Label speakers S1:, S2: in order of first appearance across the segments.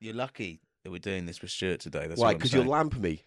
S1: You're lucky that we're doing this with Stuart today. That's
S2: Why?
S1: right,
S2: Because you'll lamp me.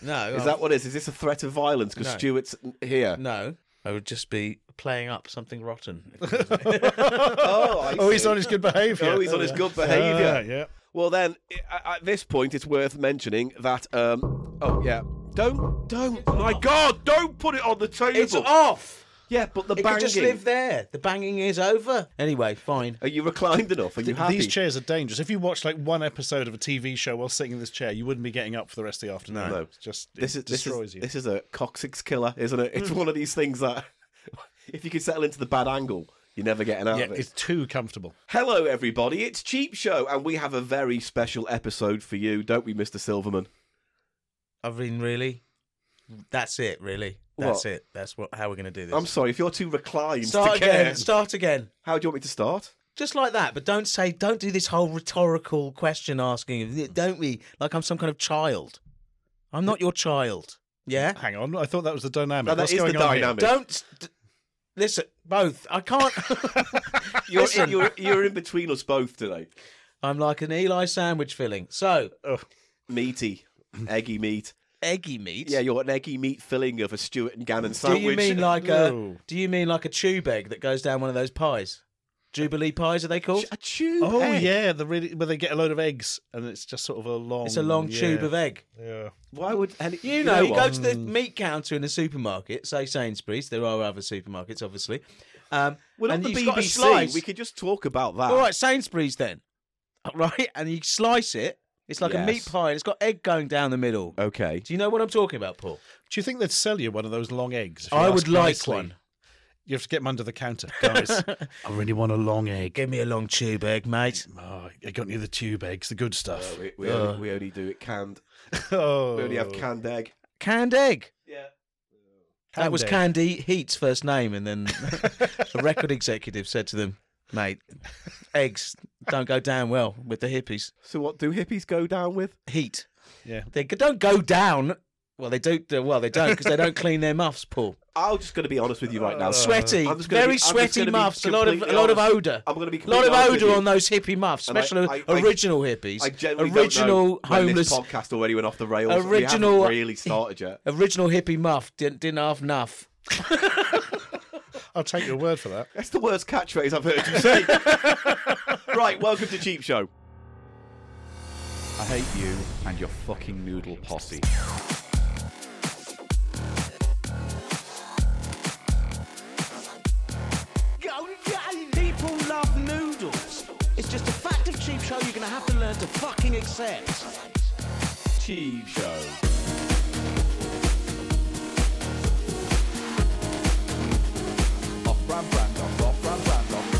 S1: No,
S2: Is that what it is? Is this a threat of violence? Because
S1: No.
S2: Stuart's here.
S1: No, I would just be playing up something rotten.
S2: Oh, I
S3: Oh, he's
S2: see.
S3: on his good behaviour.
S2: Oh, he's on his good
S3: Ah,
S2: behaviour.
S3: yeah.
S2: Well, then, i- a- at this point, it's worth mentioning that. Um, oh yeah, don't, don't, my God, don't put it on the table.
S1: it's off.
S2: yeah, but the
S1: It
S2: banging.
S1: could just live there. The banging is over. Anyway, fine.
S2: Are you reclined enough? Are you happy?
S3: These chairs are dangerous. If you watched like one episode of a TV show while sitting in this chair, you wouldn't be getting up for the rest of the afternoon.
S2: No.
S3: It's just it
S2: this is this
S3: destroys
S2: is
S3: you.
S2: this is a coccyx killer, isn't it? It's one of these things that if you can settle into the bad angle, you're never getting out
S3: yeah,
S2: of it.
S3: it's too comfortable.
S2: Hello, everybody. It's Cheap Show, and we have a very special episode for you, don't we, Mr. Silverman?
S1: I mean, really, that's it. Really, that's
S2: What?
S1: it. That's what. How we're going to do this.
S2: I'm sorry if you're too reclined
S1: start
S2: to care.
S1: again. Start again.
S2: How do you want me to start?
S1: Just like that, but don't say, don't do this whole rhetorical question asking, don't we? Like I'm some kind of child. I'm not your child. Yeah?
S3: Hang on, I thought that was the dynamic.
S2: No, that
S3: What's
S2: is the
S3: going on here?
S2: dynamic.
S1: Don't. St- listen, both. I can't.
S2: You're,
S1: Listen.
S2: you're, you're in between us both today.
S1: I'm like an Eli sandwich filling. So,
S2: Meaty. Eggy meat.
S1: eggy meat.
S2: Yeah, you're an eggy meat filling of a Stuart and Gannon
S1: do
S2: sandwich.
S1: you mean like a?
S3: No.
S1: Do you mean like a tube egg that goes down one of those pies? Jubilee pies are they called?
S2: a tube?
S3: Oh
S2: egg?
S3: yeah, the really where they get a load of eggs and it's just sort of a long.
S2: Oh,
S1: It's a long
S3: yeah,
S1: tube of e- egg.
S3: Yeah.
S2: Why would any,
S1: You know, you go
S2: what? Hmm.
S1: to the meat counter in a supermarket, say Sainsbury's. There are other supermarkets, obviously. Um,
S2: We're not
S1: and
S2: the
S1: you've got a
S2: BBC.
S1: slice.
S2: We could just talk about that.
S1: All right, Sainsbury's then, right? And you slice it. It's like a meat
S2: Yes. Oh.
S1: pie, and it's got egg going down the middle.
S2: Okay.
S1: Do you know what I'm talking about, Paul?
S3: Do you think they'd sell you one of those long eggs? if you
S1: I
S3: asked
S1: would like
S3: nicely?
S1: one.
S3: You have to get them under the counter, guys. I really want a long egg.
S1: Give me a long tube egg, mate.
S3: Oh, I got you the tube eggs, the good stuff.
S2: We, we, only, we only do it canned.
S3: Oh,
S2: We only have canned egg.
S1: Canned egg.
S2: Yeah.
S1: that was
S3: egg.
S1: Candy Heat's first name, and then the record executive said to them, "Mate, eggs don't go down well with the hippies.
S2: So what do hippies go down with?
S1: Heat.
S3: Yeah.
S1: They g- don't go down. Well, they do. Well, they don't because they don't clean their muffs, Paul.
S2: I'm just going to be honest with you right now.
S3: Uh,
S1: sweaty,
S2: Uh. I'm just gonna
S1: very
S2: be- I'm just
S1: sweaty
S2: gonna be
S1: muffs. A lot of a
S2: completely
S1: lot of
S2: honest.
S1: odor.
S2: I'm gonna be
S1: a lot
S2: completely
S1: of
S2: honest with
S1: odor
S2: you.
S1: on those hippie muffs,
S2: And I-
S1: especially
S2: I- I-
S1: original hippies,
S2: I generally
S1: original
S2: don't know when
S1: homeless,
S2: this podcast already went off the rails. we
S1: original-
S2: haven't really started yet.
S1: original hippie muff. Didn't didn't have enough.
S3: I'll take your word for that.
S2: That's the worst catchphrase I've heard you say. right, welcome to Cheap Show.
S4: I hate you and your fucking noodle posse.
S1: People love noodles. It's just a fact of cheap show. You're gonna have to learn to fucking accept.
S2: Cheap Show.
S4: Off brand brand off, off brand brand off.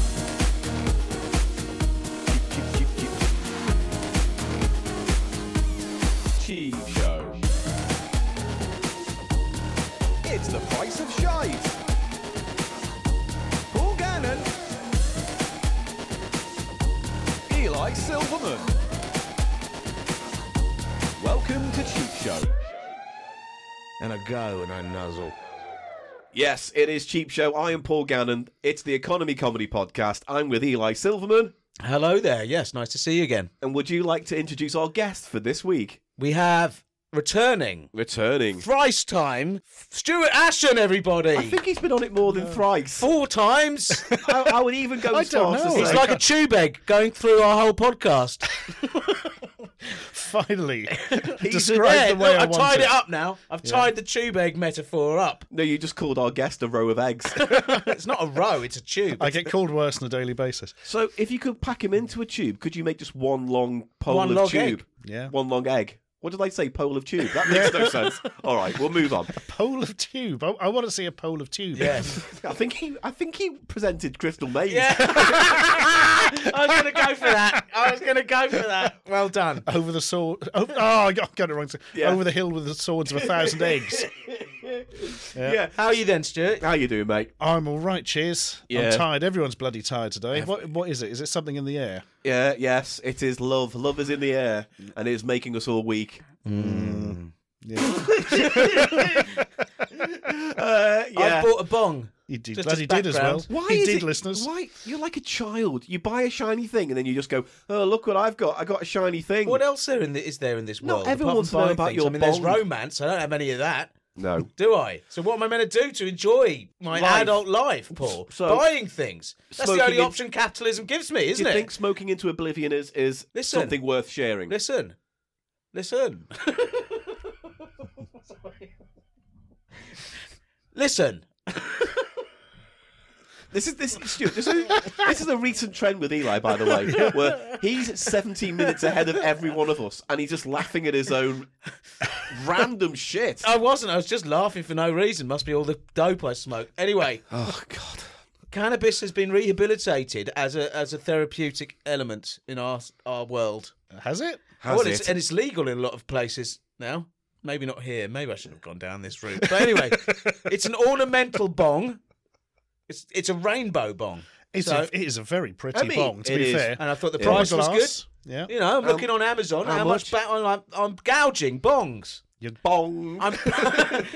S4: Cheap, cheap, cheap, cheap, cheap.
S2: Cheap Show.
S4: It's the price of shite. Paul Gannon. Eli Silverman. Welcome to Cheap Show.
S1: And I go and I nuzzle.
S2: Yes, it is Cheap Show. I am Paul Gannon. It's the Economy Comedy Podcast. I'm with Eli Silverman.
S1: Hello there. Yes, nice to see you again.
S2: And would you like to introduce our guest for this week?
S1: We have returning
S2: Returning.
S1: thrice time Stuart Ashton. Everybody.
S2: I think he's been on it more than thrice.
S1: Four times.
S2: I, I would even go
S3: I
S2: as far
S3: don't
S2: as to
S3: know.
S2: say-
S1: He's like a tube egg going through our whole podcast.
S3: Finally,
S2: He's
S3: describe
S1: Yeah,
S3: the way
S1: look,
S3: I
S1: I've
S3: want
S1: tied
S3: it.
S1: it up now. I've tied the tube egg metaphor up.
S2: No, you just called our guest a row of eggs.
S1: It's not a row, it's a tube.
S3: I get called worse on a daily basis.
S2: so, if you could pack him into a tube, could you make just one long pole
S1: One
S2: of
S1: long
S2: tube?
S1: egg.
S3: Yeah.
S2: One long egg. What did I say? Pole of tube. That makes no sense. All right, we'll move on.
S3: Pole of tube. I, I want to see a pole of tube.
S1: Yes.
S2: I think he. I think he presented Crystal Maze.
S1: Yeah. I was going to go for that. I was going to go for that. Well done.
S3: Over the sword. Oh, oh, I got I got it wrong.
S2: Yeah.
S3: Over the hill with the swords of a thousand eggs.
S2: Yeah.
S1: How are you then, Stuart?
S2: How you doing, mate?
S3: I'm all right. Cheers.
S2: Yeah.
S3: I'm tired. Everyone's bloody tired today. What What is it? Is it something in the air?
S2: Yeah. Yes. It is love. Love is in the air, and it is making us all weak.
S3: Mm. Yeah.
S2: Uh, yeah. Uh,
S1: I bought a bong.
S3: He did.
S1: Just
S3: Glad
S1: as
S3: he did as well.
S1: background.
S2: Why
S3: he
S2: is
S3: did,
S2: it-
S3: listeners.
S2: Why you're like a child? You buy a shiny thing and then you just go, "Oh, look what I've got! I got a shiny thing."
S1: What else there in the, is there in this
S2: Not
S1: world?
S2: everyone
S1: apart
S2: wants to
S1: from
S2: know
S1: buying
S2: about
S1: things?
S2: your
S1: I mean, there's
S2: bong.
S1: romance. I don't have any of that,
S2: No.
S1: do I? So what am I meant to do to enjoy my
S2: Life.
S1: adult life, Paul?
S2: So-
S1: buying things. That's the
S2: Smoking
S1: only
S2: in-
S1: option capitalism gives me,
S2: Do
S1: isn't
S2: you
S1: it?
S2: think smoking into oblivion is, is
S1: Listen.
S2: something worth sharing?
S1: Listen, listen, listen.
S2: This is this, Stuart, this is this is a recent trend with Eli, by the way, where he's 17 minutes ahead of every one of us, and he's just laughing at his own random shit.
S1: I wasn't. I was just laughing for no reason. Must be all the dope I smoked. Anyway,
S2: Oh God!
S1: cannabis has been rehabilitated as a as a therapeutic element in our our world.
S3: Has it?
S2: Has
S1: well,
S2: it?
S1: It's, and it's legal in a lot of places now. Maybe not here. Maybe I shouldn't have gone down this route. But anyway, it's an ornamental bong. It's it's a rainbow bong.
S3: It's
S1: So-
S3: a, it is a very pretty
S2: I mean,
S3: bong, to
S2: it
S3: be
S2: is.
S3: fair.
S1: And I thought the
S2: Yeah.
S1: price was good.
S3: Hourglass, Yeah.
S1: You know, I'm looking on Amazon.
S2: how
S1: How, much?
S2: much?
S1: ba- I'm, I'm gouging bongs.
S2: Bong.
S1: I'm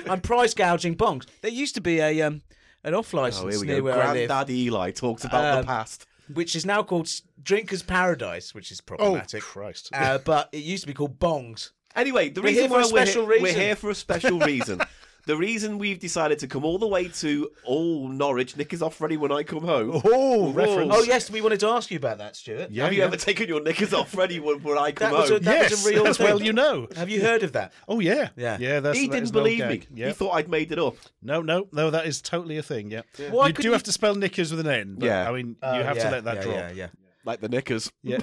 S1: I'm price gouging bongs. There used to be a um an off
S2: oh,
S1: license
S2: here we
S1: near
S2: go.
S1: where I
S2: Granddad Eli talks about the
S1: Um,
S2: past.
S1: live, which is now called S- Drinkers Paradise, which is
S3: Oh,
S1: problematic.
S3: Christ.
S1: uh, but it used to be called bongs.
S2: Anyway, the
S1: We're
S2: reason
S1: here for a
S2: why we're,
S1: special
S2: here, we're
S1: reason.
S2: here for a special reason. the reason we've decided to come all the way to all Norwich. Nick is off ready when I come home.
S3: oh, reference.
S1: Oh yes, we wanted to ask you about that, Stuart.
S3: Yeah,
S2: Have you
S3: yeah.
S2: ever taken your knickers off ready when, when I come
S1: That was a-
S2: home?
S1: that was
S3: yes,
S1: a real
S3: as
S1: thing.
S3: well you know.
S1: Have you heard of that?
S3: Oh, yeah.
S1: Yeah.
S3: Yeah, that's
S2: he
S3: that
S2: didn't
S3: is an old
S2: believe me.
S3: gag. Yeah.
S2: He thought I'd made it up.
S3: No, no, no, that is totally a thing, yeah.
S1: Why
S3: you
S1: could
S3: do
S1: you-
S3: have to spell knickers with an N, but,
S2: Yeah.
S3: I mean,
S1: Oh,
S3: you have
S1: yeah,
S3: to let that
S1: yeah,
S3: drop.
S1: Yeah, yeah.
S2: Like the knickers.
S3: Yeah.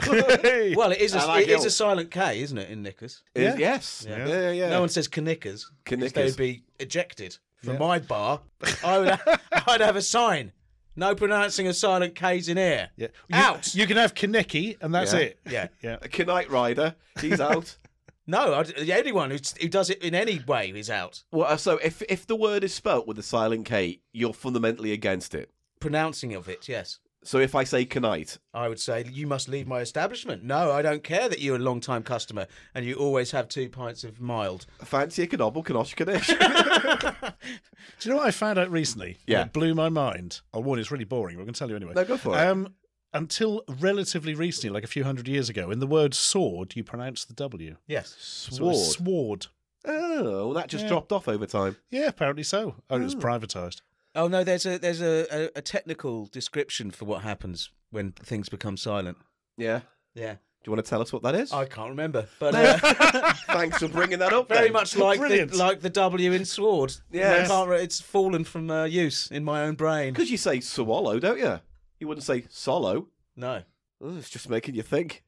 S1: Well, it is a,
S2: I like
S1: it is
S2: it.
S1: a silent K, isn't it, in knickers?
S2: Is-
S3: Yeah.
S2: Yes.
S1: Yeah.
S2: Yeah, yeah, yeah.
S1: No one says knickers. 'cause
S2: Knickers.
S1: They would be ejected from my bar. I would have, I'd have a sign. No pronouncing of silent K's in here.
S3: yeah.
S1: Out.
S3: You, you can have Kaneki, and that's
S2: Yeah.
S3: it.
S1: Yeah.
S3: Yeah.
S2: A Knight Rider, he's out.
S1: No, I'd, anyone who, who does it in any way is out.
S2: well, uh, so if if the word is spelt with a silent K, you're fundamentally against it.
S1: Pronouncing of it, yes.
S2: So if I say Knight,
S1: I would say, you must leave my establishment. No, I don't care that you're a long time customer and you always have two pints of mild.
S2: fancy a knobble, Kanosh Kanish.
S3: Do you know what I found out recently?
S2: Yeah.
S3: It blew my mind. I warn you, it's really boring. We're going to tell you anyway.
S2: No, go for it.
S3: Um, until relatively recently, like a few hundred years ago, in the word sword, you pronounce the W.
S1: Yes.
S3: So it's
S2: Sword.
S3: sword.
S2: Oh, well, that just
S3: Yeah.
S2: dropped off over time.
S3: Yeah, apparently so. Oh, it was privatised.
S1: Oh, no, there's a, there's a, a, a technical description for what happens when things become silent.
S2: Yeah.
S1: Yeah.
S2: Do you want to tell us what that is?
S1: I can't remember. But. Uh,
S2: Thanks for bringing that up.
S1: Very
S2: then.
S1: much like the,
S3: Brilliant.
S1: like the W in Sword.
S2: Yes.
S1: I can't re- it's fallen from uh, use in my own brain.
S2: Because you say swallow, don't you? You wouldn't say solo.
S1: No.
S2: Oh, it's just making you think.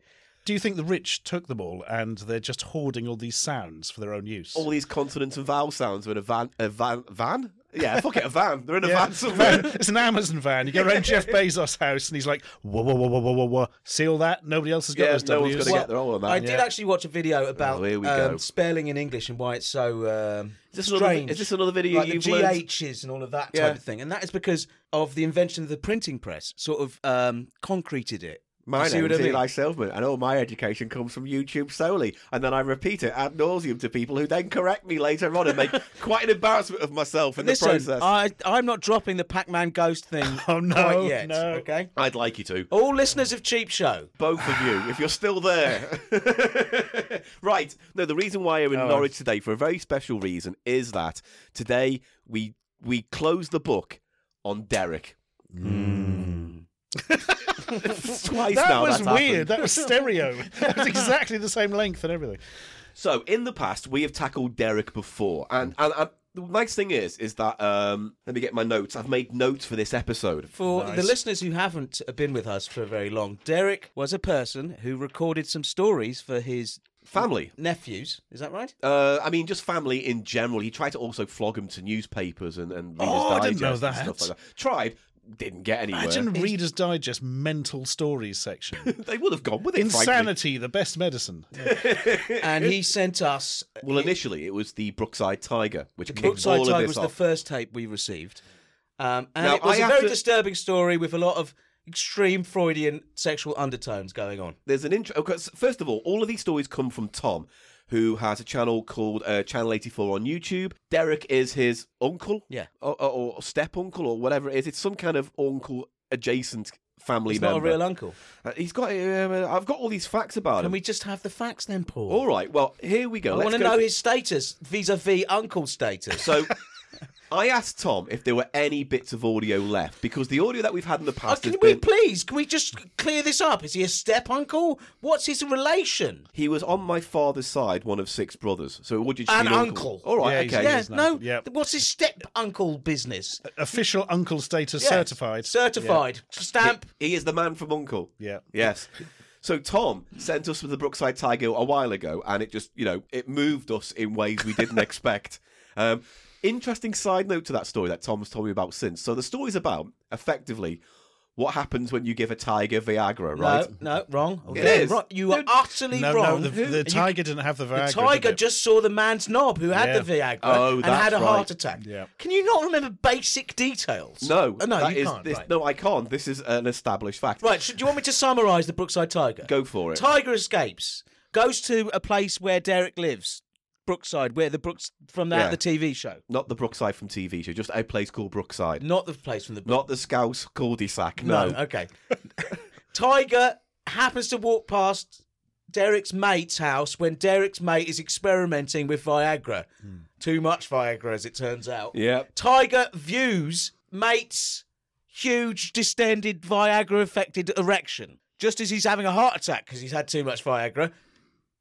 S3: Do you think the rich took them all and they're just hoarding all these sounds for their own use?
S2: All these consonants and vowel sounds are in a van. A van? van? Yeah, fuck it, a van. They're in a
S3: Yeah.
S2: van somewhere.
S3: it's an Amazon van. You go around Jeff Bezos' house and he's like, whoa, whoa, whoa, whoa, whoa, whoa, whoa. See all that? Nobody else has got
S2: Yeah,
S3: those
S2: no one's
S3: W's.
S2: gonna
S1: Well,
S2: get their all on that.
S1: I did
S3: Yeah.
S1: actually watch a video about
S2: Oh, here we
S1: um,
S2: go.
S1: spelling in English and why it's so um,
S2: Is this, another,
S1: strange.
S2: is this another video
S1: like the
S2: you've
S1: GHs
S2: learned?
S1: and all of that
S2: Yeah.
S1: type of thing, and that is because of the invention of the printing press, sort of um, concreted it.
S2: My
S1: You see
S2: name
S1: what
S2: is
S1: I mean?
S2: Eli Silverman, and all my education comes from YouTube solely. And then I repeat it ad nauseum to people who then correct me later on and make quite an embarrassment of myself in
S1: Listen,
S2: the process.
S1: I I'm not dropping the Pac-Man ghost thing
S3: Oh, no,
S1: quite yet.
S3: no.
S1: Okay,
S2: I'd like you to.
S1: all listeners of Cheap Show,
S2: both of you, if you're still there. right. No, the reason why I'm in
S1: Oh,
S2: Norwich today for a very special reason is that today we we close the book on Derek. Twice
S3: That
S2: now
S3: was
S2: that's happened.
S3: weird. That was stereo. that was exactly the same length and everything.
S2: So in the past, we have tackled Derek before, and and. and the nice thing is, is that um, let me get my notes. I've made notes for this episode.
S1: For the listeners who haven't been with us for very long, Derek was a person who recorded some stories for his
S2: Family,
S1: nephews. Is that right?
S2: uh, I mean, just family in general. He tried to also flog them to newspapers and and Reader's
S3: Oh, I didn't
S2: Digest
S3: know
S2: and stuff
S3: that.
S2: like that. Tried, didn't get anywhere.
S3: Imagine Reader's Digest mental stories section.
S2: They would have gone with it. Frankly.
S3: Insanity, the best medicine.
S1: And he sent us.
S2: Well, initially it was the Brookside Tiger, which kicked
S1: Brookside
S2: all
S1: Tiger
S2: of this
S1: was the
S2: off.
S1: first tape we received. Um, and
S2: Now,
S1: it was
S2: I
S1: a
S2: have
S1: very
S2: to-
S1: disturbing story with a lot of extreme Freudian sexual undertones going on.
S2: There's an intro. okay, so First of all, all of these stories come from Tom, who has a channel called uh, Channel 84 on YouTube. Derek is his uncle,
S1: Yeah.
S2: or, or, or step uncle, or whatever it is. It's some kind of uncle adjacent family
S1: He's not a
S2: member.
S1: real uncle.
S2: Uh, he's got. Uh, I've got all these facts about
S1: Can
S2: him.
S1: we just have the facts then, Paul?
S2: All right. Well, here we
S1: I
S2: go. Let's
S1: want to
S2: go
S1: know
S2: to-
S1: his status vis-a-vis uncle status. Uh,
S2: So I asked Tom if there were any bits of audio left because the audio that we've had in the
S1: Oh,
S2: past
S1: can
S2: has
S1: we
S2: been.
S1: please? Can we just clear this up? Is he a step uncle? What's his relation?
S2: He was on my father's side, one of six brothers. So would you just
S1: An
S2: mean
S1: uncle.
S2: All right,
S3: Yeah, he's-
S2: okay.
S1: yeah,
S3: an
S1: no.
S3: uncle, yeah.
S1: What's his step uncle business?
S2: Uh,
S3: Official uncle status
S1: Yeah.
S3: certified.
S1: Certified. Stamp.
S2: He is the man from Uncle.
S3: Yeah.
S2: Yes. So Tom sent us with the Brookside Tiger a while ago, and it just, you know, it moved us in ways we didn't expect. Um, interesting side note to that story that Tom's told me about since. So the story's about effectively what happens when you give a tiger Viagra, right?
S1: No, no, wrong. It
S2: is.
S1: Wrong. You are utterly
S3: No,
S1: wrong.
S3: no, the,
S1: And
S3: the
S1: you-
S3: tiger didn't have the Viagra.
S1: the tiger
S3: did it?
S1: just saw the man's knob who had
S3: Yeah.
S1: the Viagra
S2: Oh,
S1: and
S2: that's
S1: had a heart
S2: right.
S1: attack.
S3: Yeah.
S1: Can you not remember basic details?
S2: No,
S1: Oh, no,
S2: that
S1: you
S2: is-
S1: can't.
S2: this-
S1: right.
S2: No, I can't. This is an established fact.
S1: Right, should, do you want me to summarise the Brookside Tiger?
S2: Go for it.
S1: Tiger escapes, goes to a place where Derek lives, Brookside, where the Brooks from that
S2: Yeah.
S1: the TV show,
S2: Not the Brookside from TV show, just a place called Brookside.
S1: not the place from the book.
S2: Not the Scouse cul-de-sac. No.
S1: okay. Tiger happens to walk past Derek's mate's house when Derek's mate is experimenting with Viagra.
S2: Hmm.
S1: Too much Viagra, as it turns out.
S2: Yeah.
S1: Tiger views mate's huge, distended, Viagra affected erection. Just as he's having a heart attack because he's had too much Viagra,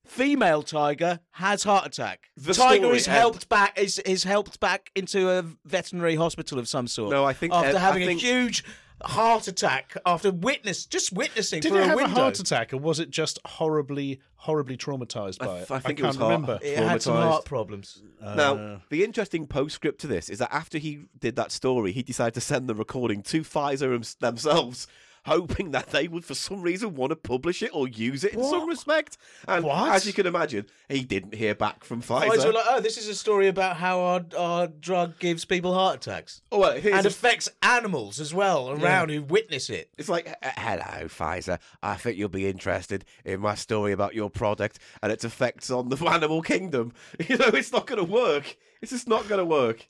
S1: female tiger has heart attack.
S2: The
S1: tiger
S2: story
S1: is
S2: end.
S1: helped back is, is helped back into a veterinary hospital of some sort.
S2: No, I think-
S1: after
S2: uh, I
S1: having
S2: think-
S1: a huge heart attack after witness just witnessing
S3: Did
S1: for
S3: it
S1: a
S3: have
S1: window.
S3: a heart attack, or was it just horribly, horribly traumatized
S2: I
S3: by
S2: th-
S3: it?
S2: I think it
S3: can't
S2: was heart-
S3: remember.
S1: It had some
S2: Traumatised.
S1: heart problems.
S3: Uh,
S2: now, the interesting postscript to this is that after he did that story, he decided to send the recording to Pfizer him- themselves, hoping that they would, for some reason, want to publish it or use it in some respect. And
S3: What?
S2: as you can imagine, he didn't hear back from Pfizer.
S1: Eyes were like, oh, this is a story about how our, our drug gives people heart attacks.
S2: oh, well, here's
S1: and
S2: a-
S1: affects animals as well around who witness it.
S2: It's like, "Uh, hello, Pfizer. I think you'll be interested in my story about your product and its effects on the animal kingdom. You know, it's not going to work. It's just not going to work.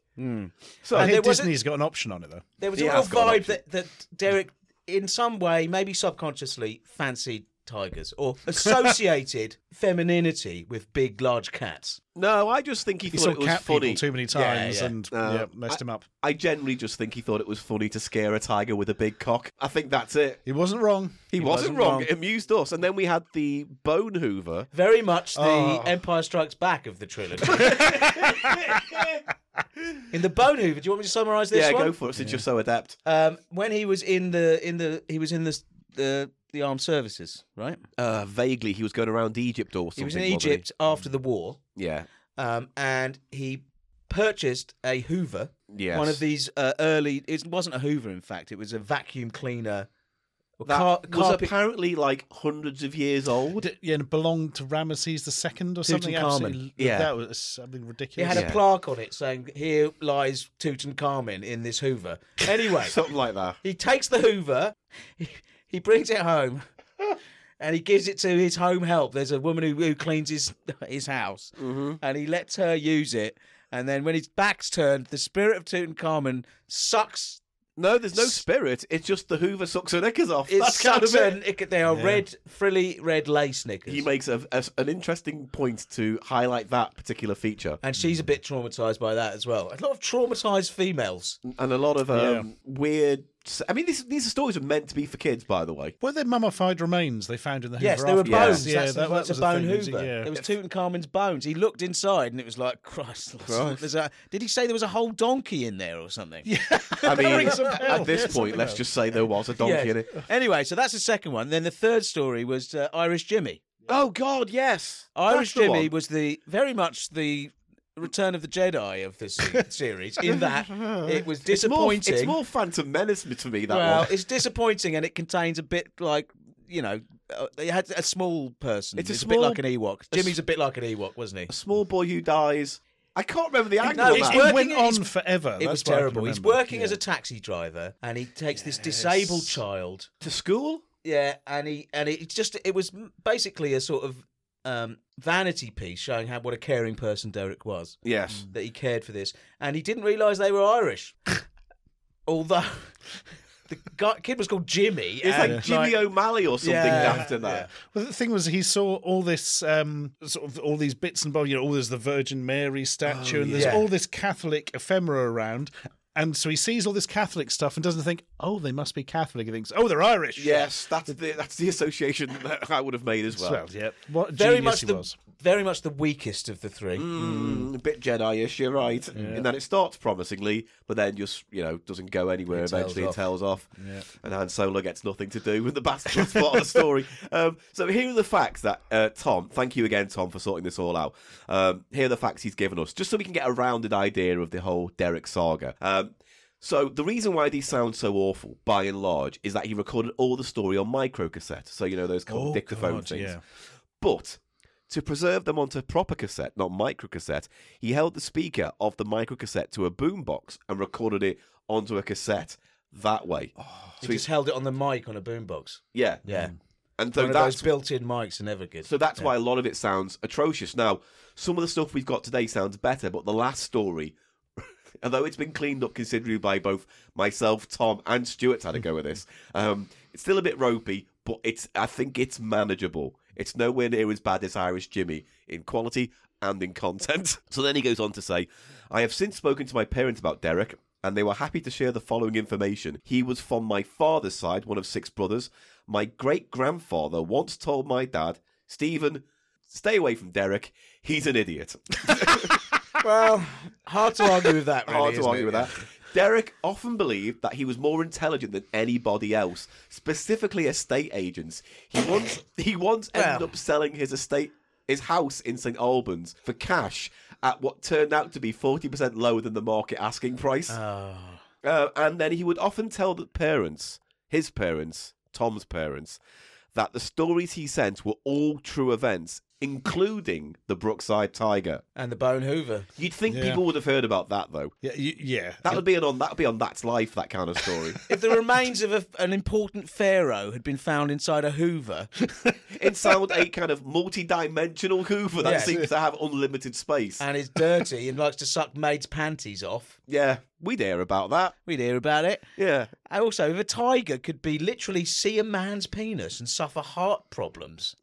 S2: So,
S3: I
S1: there
S3: think
S1: was a-
S3: Disney's got an option on it though.
S1: There was
S2: He
S1: a real
S2: has got an
S1: vibe that, that Derek, in some way, maybe subconsciously, fancied tigers or associated femininity with big, large cats.
S2: no, I just think he,
S3: He
S2: thought
S3: saw
S2: it was
S3: cat
S2: funny.
S3: people too many times
S1: yeah. Uh,
S3: and
S2: No,
S3: yeah, messed him up.
S2: I generally just think he thought it was funny to scare a tiger with a big cock. I think that's it.
S3: He wasn't wrong.
S2: He, wasn't,
S3: wasn't
S2: wrong.
S3: wrong.
S2: It amused us. And then we had the Bone Hoover.
S1: Very much the
S3: Oh.
S1: Empire Strikes Back of the trilogy. in the Bone Hoover, do you want me to summarise this
S2: yeah,
S1: one?
S2: go for it since you're so adept.
S1: Um, when he was in the in the he was in the the, the armed services, right?
S2: Uh, vaguely, he was going around Egypt or something.
S1: He was in
S2: wasn't he?
S1: Egypt after the war.
S2: Yeah.
S1: um, and he purchased a Hoover.
S2: Yes.
S1: One of these uh, early. It wasn't a Hoover, in fact. It was a vacuum cleaner. or
S2: That
S1: car-
S2: was
S1: carpet-
S2: apparently like hundreds of years old.
S3: D- yeah, and it belonged to Ramesses the Second or something.
S1: Tutankhamun.
S3: Absolutely,
S2: Yeah.
S3: that was something
S1: it
S3: ridiculous.
S1: had
S2: Yeah.
S1: a plaque on it saying, "Here lies Tutankhamen in this Hoover." Anyway,
S2: Something like that.
S1: he takes the Hoover, he, he brings it home, and he gives it to his home help. There's a woman who, who cleans his his house,
S2: Mm-hmm.
S1: and he lets her use it. And then when his back's turned, the spirit of Tutankhamen sucks
S2: No, there's no spirit. It's just the Hoover sucks her knickers off.
S1: It's
S2: That's kind of
S1: such
S2: it.
S1: an- it- They are red, frilly red lace knickers.
S2: He makes a, a- an interesting point to highlight that particular feature,
S1: and she's a bit traumatized by that as well. A lot of traumatized females.
S2: and a lot of um, weird. I mean, these these stories are meant to be for kids, by the way.
S3: Were there mummified remains they found in the Hoover?
S1: Yes, they were
S3: afterwards?
S1: bones.
S3: Yeah,
S1: That's
S3: that,
S1: the,
S3: that
S1: that's
S3: was
S1: a bone
S3: thing,
S1: Hoover.
S3: wasn't it? Yeah.
S1: There was Tutankhamun's bones. He looked inside and it was like, Christ.
S2: Christ.
S1: there's a- did he say there was a whole donkey in there or something? Yeah.
S2: I mean,
S3: Rings a bell.
S2: at this
S3: Yeah,
S2: point,
S3: something
S2: let's
S3: else.
S2: just say there was a donkey in it.
S1: Anyway, so that's the second one. Then the third story was uh, Irish Jimmy.
S2: Oh God, yes,
S1: Irish
S2: That's the
S1: Jimmy
S2: one.
S1: was the very much the Return of the Jedi of this se- series. In that it was
S2: It's more,
S1: disappointing.
S2: it's more Phantom Menace to me that
S1: Well,
S2: one.
S1: it's disappointing, and it contains a bit like you know, uh, they had a small person.
S2: It's a
S1: bit
S2: small-
S1: like an Ewok. Jimmy's a bit like an Ewok, wasn't he?
S2: A small boy who dies. I can't remember the angle.
S1: No,
S2: of
S1: it's
S2: that.
S3: It
S1: Working
S3: went
S1: in-
S3: on
S1: it's-
S3: forever.
S1: It
S3: That's
S1: was
S3: what I can
S1: terrible. He's
S3: remember.
S1: working as
S3: Yeah.
S1: a taxi driver, and he takes this disabled child.
S2: to school.
S1: Yeah, and he and it just it was basically a sort of um, vanity piece showing how what a caring person Derek was.
S2: Yes.
S1: That he cared for this, and he didn't realise they were Irish. Although the guy, kid was called Jimmy.
S2: It's
S1: and,
S2: like Jimmy O'Malley or something
S1: Yeah.
S2: daft in that.
S3: Well, the thing was, he saw all this um, sort of all these bits and bobs. You know, all there's the Virgin Mary
S2: Oh,
S3: statue, and there's
S1: yeah.
S3: all this Catholic ephemera around. And so he sees all this Catholic stuff and doesn't think, "Oh, they must be Catholic." He thinks, "Oh, they're Irish."
S2: Yes, that's the that's the association that I would have made as well.
S3: Well, yeah. What a
S1: very
S3: genius
S1: much
S3: he
S1: the
S3: was.
S1: very much the weakest of the three.
S2: Mm, a bit Jedi-ish, you're right. And then it starts promisingly, but then just you know doesn't go anywhere.
S1: It tails
S2: eventually, it
S1: off.
S2: tails off, and Han Solo gets nothing to do with the bastard plot of the story. Um, so here are the facts that uh, Tom. Thank you again, Tom, for sorting this all out. Um, here are the facts he's given us, just so we can get a rounded idea of the whole Derek saga. Um, so the reason why these sound so awful, by and large, is that he recorded all the story on microcassette. So you know those
S1: Oh,
S2: kind of dictaphone things.
S3: yeah.
S2: But to preserve them onto proper cassette, not microcassette, he held the speaker of the microcassette to a boombox and recorded it onto a cassette that way.
S1: He just held Oh, it on the mic on a boombox.
S2: Yeah.
S1: Yeah.
S2: And so
S1: One of
S2: that's
S1: those built-in mics are never good.
S2: so that's why a lot of it sounds atrocious. Now, some of the stuff we've got today sounds better, but the last story, although it's been cleaned up considerably by both myself, Tom, and Stuart's had a go at this, um, it's still a bit ropey, but it's I think it's manageable. It's nowhere near as bad as Irish Jimmy in quality and in content. So then he goes on to say, I have since spoken to my parents about Derek. And they were happy to share the following information. He was from my father's side, one of six brothers. My great grandfather once told my dad Stephen, stay away from Derek. He's an idiot.
S1: well, hard to argue with that. Really,
S2: Hard to
S1: isn't
S2: argue
S1: it?
S2: with that. Derek often believed that he was more intelligent than anybody else, specifically estate agents. He once he once ended
S1: Well.
S2: up selling his estate his house in St Albans for cash at what turned out to be 40% lower than the market asking price.
S1: Oh.
S2: Uh, and then he would often tell the parents, his parents, Tom's parents, that the stories he sent were all true events, including the Brookside Tiger.
S1: And the Bone Hoover.
S2: You'd think
S3: Yeah.
S2: people would have heard about that though.
S3: Yeah, y- yeah.
S2: That would be an on that would be on That's Life that kind of story.
S1: If the remains of a, an important pharaoh had been found inside a Hoover,
S2: it sounds a kind of multi-dimensional Hoover that
S1: Yes.
S2: seems to have unlimited space.
S1: and is dirty and likes to suck maids' panties off,
S2: yeah, we'd hear about that.
S1: we'd hear about it.
S2: Yeah.
S1: And also, if a tiger could be literally see a man's penis and suffer heart problems,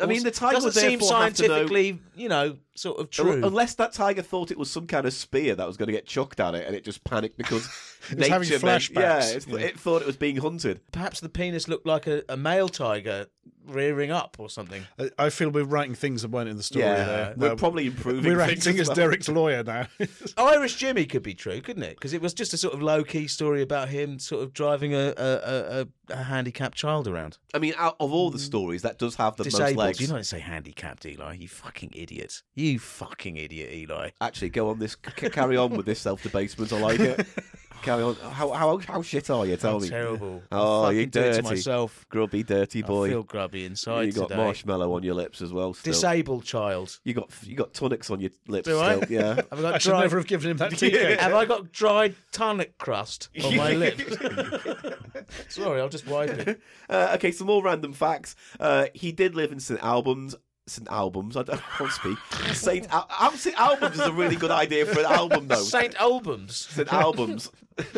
S2: I mean, the tiger would
S1: doesn't seem
S2: therefore have to know- uh,
S1: scientifically, you know, sort of
S2: Un-
S1: true.
S2: Unless that tiger thought it was some kind of spear that was going to get chucked at it, and it just panicked because nature
S3: having
S2: meant- yeah,
S3: flashbacks.
S2: it's-
S3: Yeah.
S2: it thought it was being hunted.
S1: Perhaps the penis looked like a, a male tiger rearing up or something.
S3: I- I feel we're writing things that weren't in the story.
S2: yeah,
S1: uh,
S3: there.
S2: we're
S3: No,
S2: probably improving.
S3: we're
S2: things
S3: acting as
S2: well.
S3: Derek's lawyer now.
S1: Irish Jimmy could be true, couldn't it? Because it was just a sort of low key story about him sort of driving a a, a, a handicapped child around.
S2: I mean, out of all the stories, that does have the most
S1: Mm. Disabled.
S2: legs.
S1: You don't say handicapped, Eli. You fucking idiot. You fucking idiot, Eli.
S2: Actually, go on this. c- carry on with this self debasement. I like it. carry on. How how how shit are you? Tell
S1: I'm
S2: me.
S1: terrible.
S2: Oh,
S1: I
S2: you
S1: fucking do it to
S2: dirty.
S1: myself.
S2: Grubby, dirty boy.
S1: I feel grubby inside
S2: you got
S1: today.
S2: marshmallow on your lips as well. Still.
S1: Disabled child.
S2: you got you got tonics on your lips.
S1: Do I?
S2: still. Yeah.
S1: Have I got
S3: I should
S1: dried-
S3: never have given him that TK.
S1: Have I got dried tonic crust on my lips? Sorry, I'll just wipe it.
S2: Uh, okay, some more random facts. Uh, he did live in St. Albans. St. Albans, I, don't, I can't speak. St. Al- Al- St. Albans is a really good idea for an album, though. St.
S1: Saint Albans.
S2: Albans.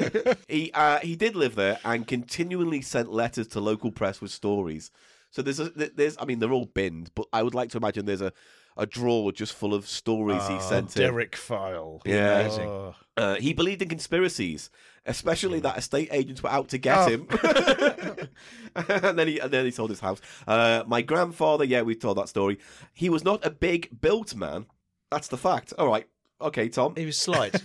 S2: he uh, he did live there and continually sent letters to local press with stories. So there's a, there's I mean they're all binned, but I would like to imagine there's a, a drawer just full of stories he sent. in.
S3: Oh, Derek file.
S2: Yeah.
S1: Amazing.
S3: Oh.
S2: Uh, he believed in conspiracies, especially that estate agents were out to get
S3: Oh.
S2: him. and then he and then he sold his house. Uh, my grandfather, yeah, we told that story. He was not a big built man. That's the fact. All right, okay, Tom.
S1: He was slight.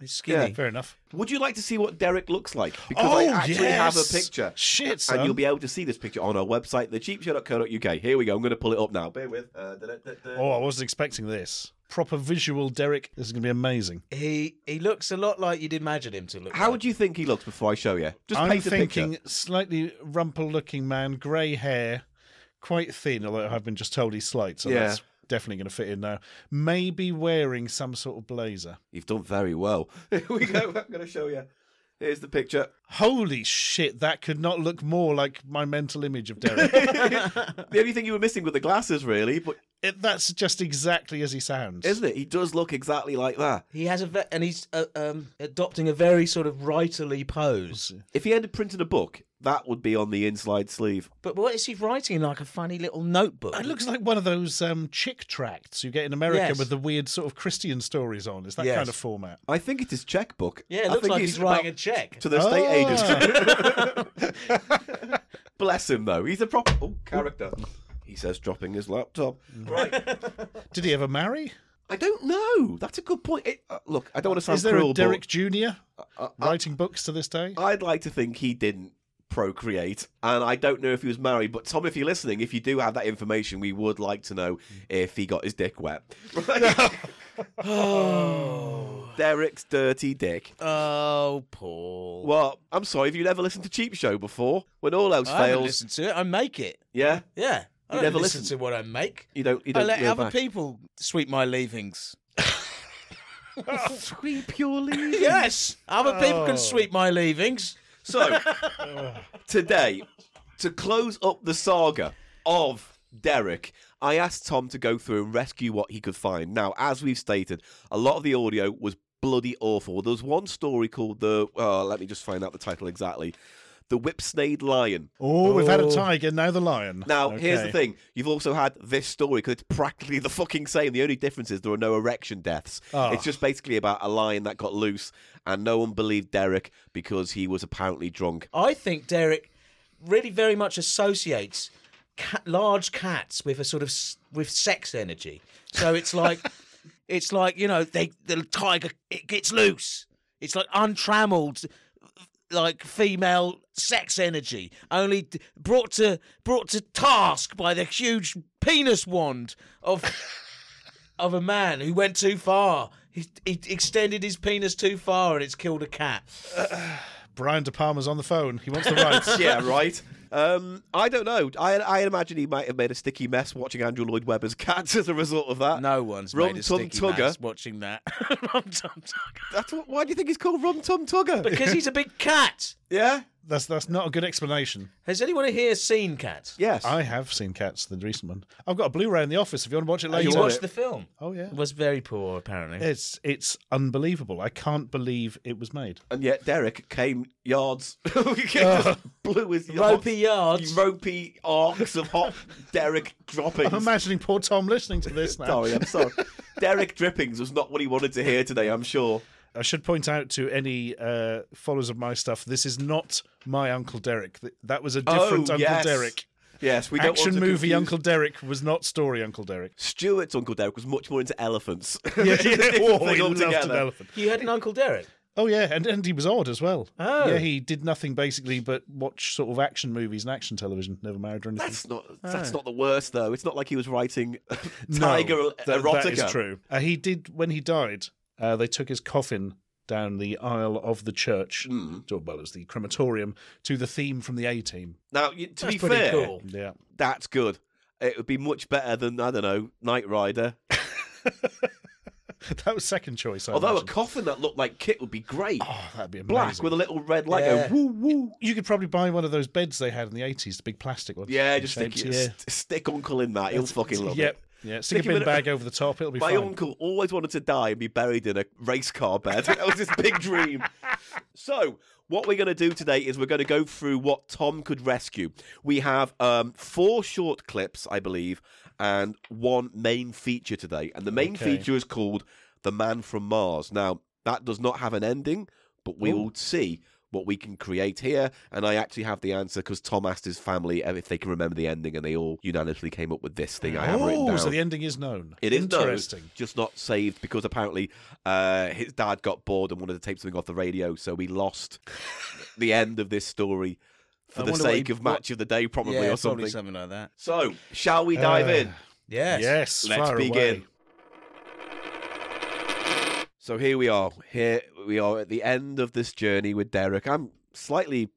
S1: He's skinny.
S3: Fair enough.
S2: Would you like to see what Derek looks like? Because I actually have a
S3: Oh, yes!
S2: picture.
S3: Shit, son.
S2: And you'll be able to see this picture on our website, thecheapshow.co.uk. Here we go. I'm going to pull it up now. Bear with. Uh, da, da, da, da.
S3: Oh, I wasn't expecting this. Proper visual, Derek. This is going to be amazing.
S1: He he looks a lot like you'd imagine him to look.
S2: How
S1: like.
S2: would you think he looks before I show you? Just
S3: I'm
S2: paint a
S3: thinking
S2: picture.
S3: slightly rumple-looking man, grey hair, quite thin. Although I've been just told he's slight, so
S2: Yeah.
S3: that's definitely going to fit in now. Maybe wearing some sort of blazer.
S2: You've done very well. Here we go. I'm going to show you. Here's the picture.
S3: Holy shit, that could not look more like my mental image of Derek.
S2: The only thing you were missing were the glasses, really, but
S3: it, that's just exactly as he sounds.
S2: isn't it? He does look exactly like that.
S1: He has a ve- and he's uh, um, adopting a very sort of writerly pose.
S2: If he ended printing a book, that would be on the inside sleeve.
S1: But what is he writing in like a funny little notebook?
S3: It looks like one of those um, chick tracts you get in America
S1: Yes.
S3: with the weird sort of Christian stories on. It's that
S1: Yes.
S3: kind of format.
S2: I think it is checkbook.
S1: yeah,
S2: I
S1: it looks
S2: think
S1: like he's,
S2: about-
S1: writing a check.
S2: to the state
S3: Ah.
S2: agent.
S3: Oh.
S2: Bless him, though. He's a proper oh, character. He says, dropping his laptop. Right.
S3: Did he ever marry?
S2: I don't know. That's a good point. It, uh, look, I don't want to sound
S3: Is there
S2: cruel, Uh,
S3: a Derek Jr. writing books to this day?
S2: but I'd like to think he didn't procreate, and I don't know if he was married. But Tom, if you're listening, if you do have that information, we would like to know if he got his dick wet. Oh. Derek's dirty dick.
S1: Oh, Paul.
S2: Well, I'm sorry if you've never listened to Cheap Show before. When all else
S1: I haven't
S2: fails,
S1: listened to it. I make it.
S2: yeah,
S1: Yeah. I
S2: You
S1: don't
S2: never
S1: listen
S2: listen.
S1: to what I make.
S2: you don't. You
S1: I
S2: don't.
S1: let
S2: go
S1: other
S2: back.
S1: people sweep my leavings.
S2: Sweep your leaves.
S1: yes, other people
S2: Oh.
S1: can sweep my leavings.
S2: So today, to close up the saga of Derek, I asked Tom to go through and rescue what he could find. Now, as we've stated, a lot of the audio was bloody awful. There was one story called the. Oh, let me just find out the title exactly. The Whipsnade Lion.
S3: Oh, we've had a tiger, now the lion.
S2: Now, here's the
S3: Okay.
S2: thing. You've also had this story because it's practically the fucking same. The only difference is there are no erection deaths.
S3: Ah.
S2: It's just basically about a lion that got loose and no one believed Derek because he was apparently drunk.
S1: I think Derek really very much associates cat, large cats with a sort of s- with sex energy. So it's like it's like you know they the tiger it gets loose. It's like untrammeled like female sex energy only d- brought to brought to task by the huge penis wand of of a man who went too far. He, he extended his penis too far and it's killed a cat.
S3: Brian De Palma's on the phone. He wants the rights.
S2: yeah, right. Um, I don't know. I I imagine he might have made a sticky mess watching Andrew Lloyd Webber's Cats as a result of that.
S1: No one's
S2: Rum
S1: made a
S2: Tum
S1: sticky
S2: Tugger.
S1: mess watching that. Rum Tum Tugger.
S2: That's what, why do you think he's called Rum Tum Tugger?
S1: Because he's a big cat.
S2: yeah.
S3: That's that's not a good explanation.
S1: Has anyone here seen Cat?
S2: Yes.
S3: I have seen Cats, the recent one. I've got a Blu-ray in the office if you want to watch it later.
S1: you
S2: want
S1: watched
S2: it?
S1: the film.
S3: Oh yeah.
S1: It was very poor, apparently.
S3: It's it's unbelievable. I can't believe it was made.
S2: and yet Derek came yards. he just blew his
S1: Ropey
S2: yards.
S1: yards.
S2: Ropey arcs of hot Derek droppings.
S3: I'm imagining poor Tom listening to this now.
S2: sorry, I'm sorry. Derek drippings was not what he wanted to hear today. I'm sure.
S3: I should point out to any uh, followers of my stuff, this is not my Uncle Derek. Th- That was a different
S2: oh,
S3: Uncle
S2: yes.
S3: Derek.
S2: Yes, we don't want
S3: Action
S2: to
S3: movie
S2: confuse-
S3: Uncle Derek was not story Uncle Derek.
S2: Stuart's Uncle Derek was much more into elephants.
S3: Yeah,
S2: It's a different
S3: oh,
S2: thing
S3: he loved an
S2: altogether.
S3: elephant.
S1: You had an Uncle Derek.
S3: Oh yeah, and, and he was odd as well.
S1: Oh.
S3: Yeah, he did nothing basically but watch sort of action movies and action television. Never married or anything.
S2: That's not that's not the worst though. It's not like he was writing
S3: No,
S2: Tiger
S3: that-
S2: erotica.
S3: That is true. Uh, he did when he died. Uh, they took his coffin down the aisle of the church,
S2: Hmm.
S3: to- well, as the crematorium, to the theme from the A Team.
S2: Now, you- to
S1: That's
S2: be
S1: pretty
S2: fair,
S1: cool.
S3: Yeah,
S2: that's good. It would be much better than I don't know Knight Rider.
S3: that was second choice. I
S2: Although a
S3: imagine.
S2: coffin that looked like Kit would be great,
S3: oh, that'd be amazing.
S2: black with a little red light. go
S1: Yeah.
S2: Woo woo.
S3: You could probably buy one of those beds they had in the eighties, the big plastic ones.
S2: Yeah, just stick,
S3: Shaped,
S2: st- stick Uncle in that. He'll fucking love
S3: Yep.
S2: it.
S3: Yeah, stick,
S2: Stick him
S3: a
S2: in
S3: bin
S2: a-
S3: bag over the top. It'll be
S2: My
S3: fine.
S2: uncle always wanted to die and be buried in a race car bed. That was his big dream. So, what we're going to do today is we're going to go through what Tom could rescue. We have um, four short clips, I believe, and one main feature today. And the main
S3: Okay.
S2: feature is called The Man from Mars. Now, that does not have an ending, but we will see what we can create here. And I actually have the answer because Tom asked his family uh, if they can remember the ending, and they all unanimously came up with this thing I have written
S3: Oh,
S2: down.
S3: so the ending is known.
S2: It is
S3: interesting.
S2: Known, just not saved because apparently uh, his dad got bored and wanted to take something off the radio, so we lost the end of this story for
S1: I
S2: the
S1: wonder what he-
S2: sake of match of the day, probably
S1: yeah,
S2: or something.
S1: probably something like that.
S2: So, shall we dive
S3: Uh,
S2: in?
S1: Yes.
S3: Yes,
S2: Let's
S3: fire
S2: begin.
S3: away.
S2: So here we are. Here we are at the end of this journey with Derek. I'm slightly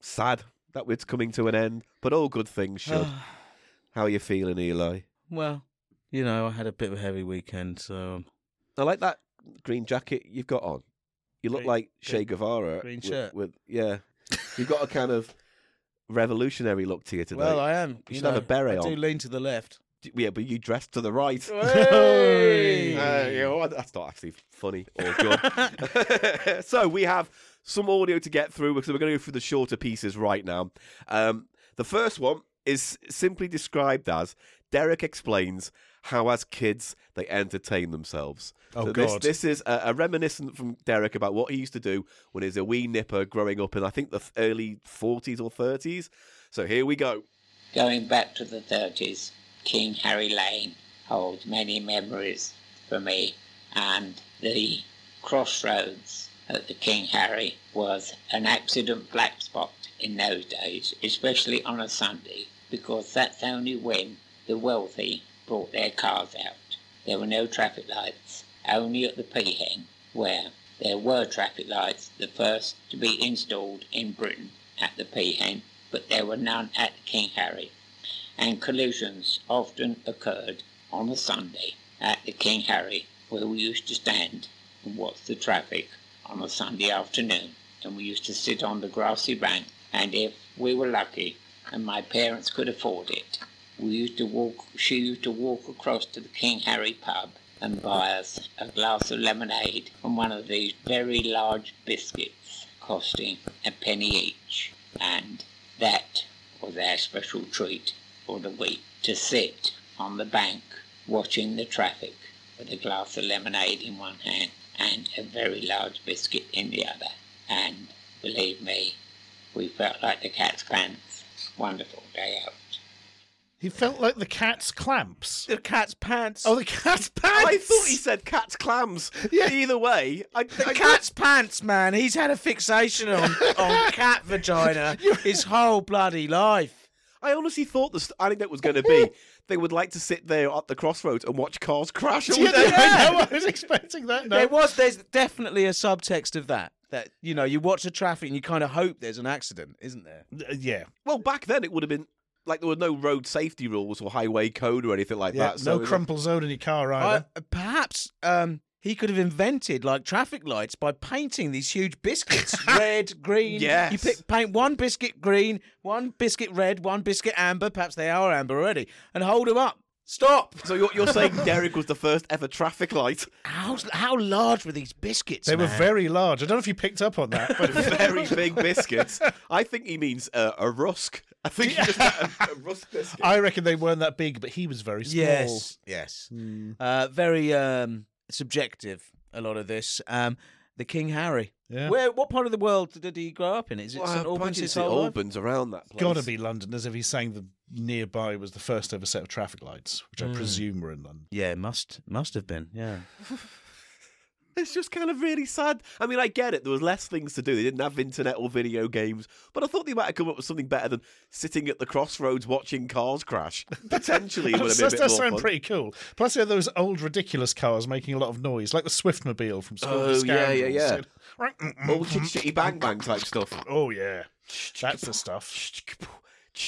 S2: sad that it's coming to an end, but all good things should. How are you feeling, Eli?
S1: Ah, Well, you know, I had a bit of a heavy weekend, so.
S2: I like that green jacket you've got on. You look
S1: Green-
S2: like Che Guevara.
S1: green
S2: with-
S1: shirt.
S2: With, yeah. You've got a kind of revolutionary look to you today.
S1: Well, I am.
S2: You should have a beret
S1: I do
S2: on.
S1: lean to the left.
S2: yeah, but you dressed to the right.
S1: Hey!
S2: Uh, you know, that's not actually funny or good. so we have some audio to get through because we're going to go through the shorter pieces right now. Um, the first one is simply described as Derek explains how, as kids, they entertain themselves.
S3: Oh,
S2: So this-
S3: God.
S2: This, is a, a reminiscent from Derek about what he used to do when he was a wee nipper growing up in, I think, the f- early 40s or 30s. So here we go.
S5: Going back to the 30s, King Harry Lane holds many memories for me, and the crossroads at the King Harry was an accident black spot in those days, especially on a Sunday, because that's only when the wealthy brought their cars out. There were no traffic lights, only at the Peahen, where there were traffic lights, the first to be installed in Britain at the Peahen, but there were none at King Harry. And collisions often occurred on a Sunday at the King Harry, where we used to stand and watch the traffic on a Sunday afternoon. And we used to sit on the grassy bank, and if we were lucky and my parents could afford it, we used to walk. She used to walk across to the King Harry pub and buy us a glass of lemonade and one of these very large biscuits, costing a penny each. And that was our special treat for the week to sit on the bank watching the traffic with a glass of lemonade in one hand and a very large biscuit in the other. And believe me, we felt like the cat's pants. Wonderful day out.
S3: He felt like the cat's clamps.
S1: The cat's pants.
S3: Oh, the cat's pants!
S2: I thought he said cat's clams.
S3: Yeah.
S2: Either way, I,
S1: the
S2: I-
S1: cat's pants, man. He's had a fixation on, on cat vagina his whole bloody life.
S2: I honestly thought the st- anecdote was going to be they would like to sit there at the crossroads and watch cars crash all
S3: Yeah,
S2: day.
S3: I know, I was expecting that. No.
S1: There was, there's definitely a subtext of that. That you know, you watch the traffic and you kind of hope there's an accident, isn't there?
S3: Uh, yeah.
S2: Well, back then it would have been like there were no road safety rules or highway code or anything like
S3: yeah.
S2: that.
S3: No
S2: it was-
S3: crumple zone in your car
S1: I, uh,
S3: either.
S1: perhaps um, he could have invented like traffic lights by painting these huge biscuits red, green.
S2: Yes.
S1: You pick, paint one biscuit green, one biscuit red, one biscuit amber. Perhaps they are amber already, and hold them up. Stop.
S2: So you're, you're saying Derek was the first ever traffic light?
S1: How how large were these biscuits?
S3: they were
S1: man?
S3: very large. I don't know if you picked up on that, but
S2: Very big biscuits. I think he means uh, a rusk. I think he just had a, a rusk biscuit.
S3: I reckon they weren't that big, but he was very small.
S1: Yes, yes. Uh, very um, subjective. A lot of this. Um, the King Harry.
S3: Yeah.
S1: Where? What part of the world did he grow up in? Is it
S2: Well, I
S1: St Albans?
S2: imagine
S1: His
S2: it's
S1: whole life?
S2: Albans around that place.
S3: Gotta be London, as if he's saying the nearby was the first ever set of traffic lights, which
S2: Hmm.
S3: I presume were in London.
S1: Yeah, must must have been. Yeah.
S2: It's just kind of really sad. I mean, I get it. There was less things to do. They didn't have internet or video games. But I thought they might have come up with something better than sitting at the crossroads watching cars crash. Potentially, it would have been a
S3: That
S2: bit
S3: does
S2: more
S3: sound
S2: fun.
S3: pretty cool. Plus, they had those old ridiculous cars making a lot of noise, like the Swiftmobile from School
S2: Oh,
S3: of
S2: yeah, yeah,
S3: Scoundrels. yeah.
S2: All chitty chitty bang bang type stuff.
S3: mm, Oh, yeah. That's the stuff.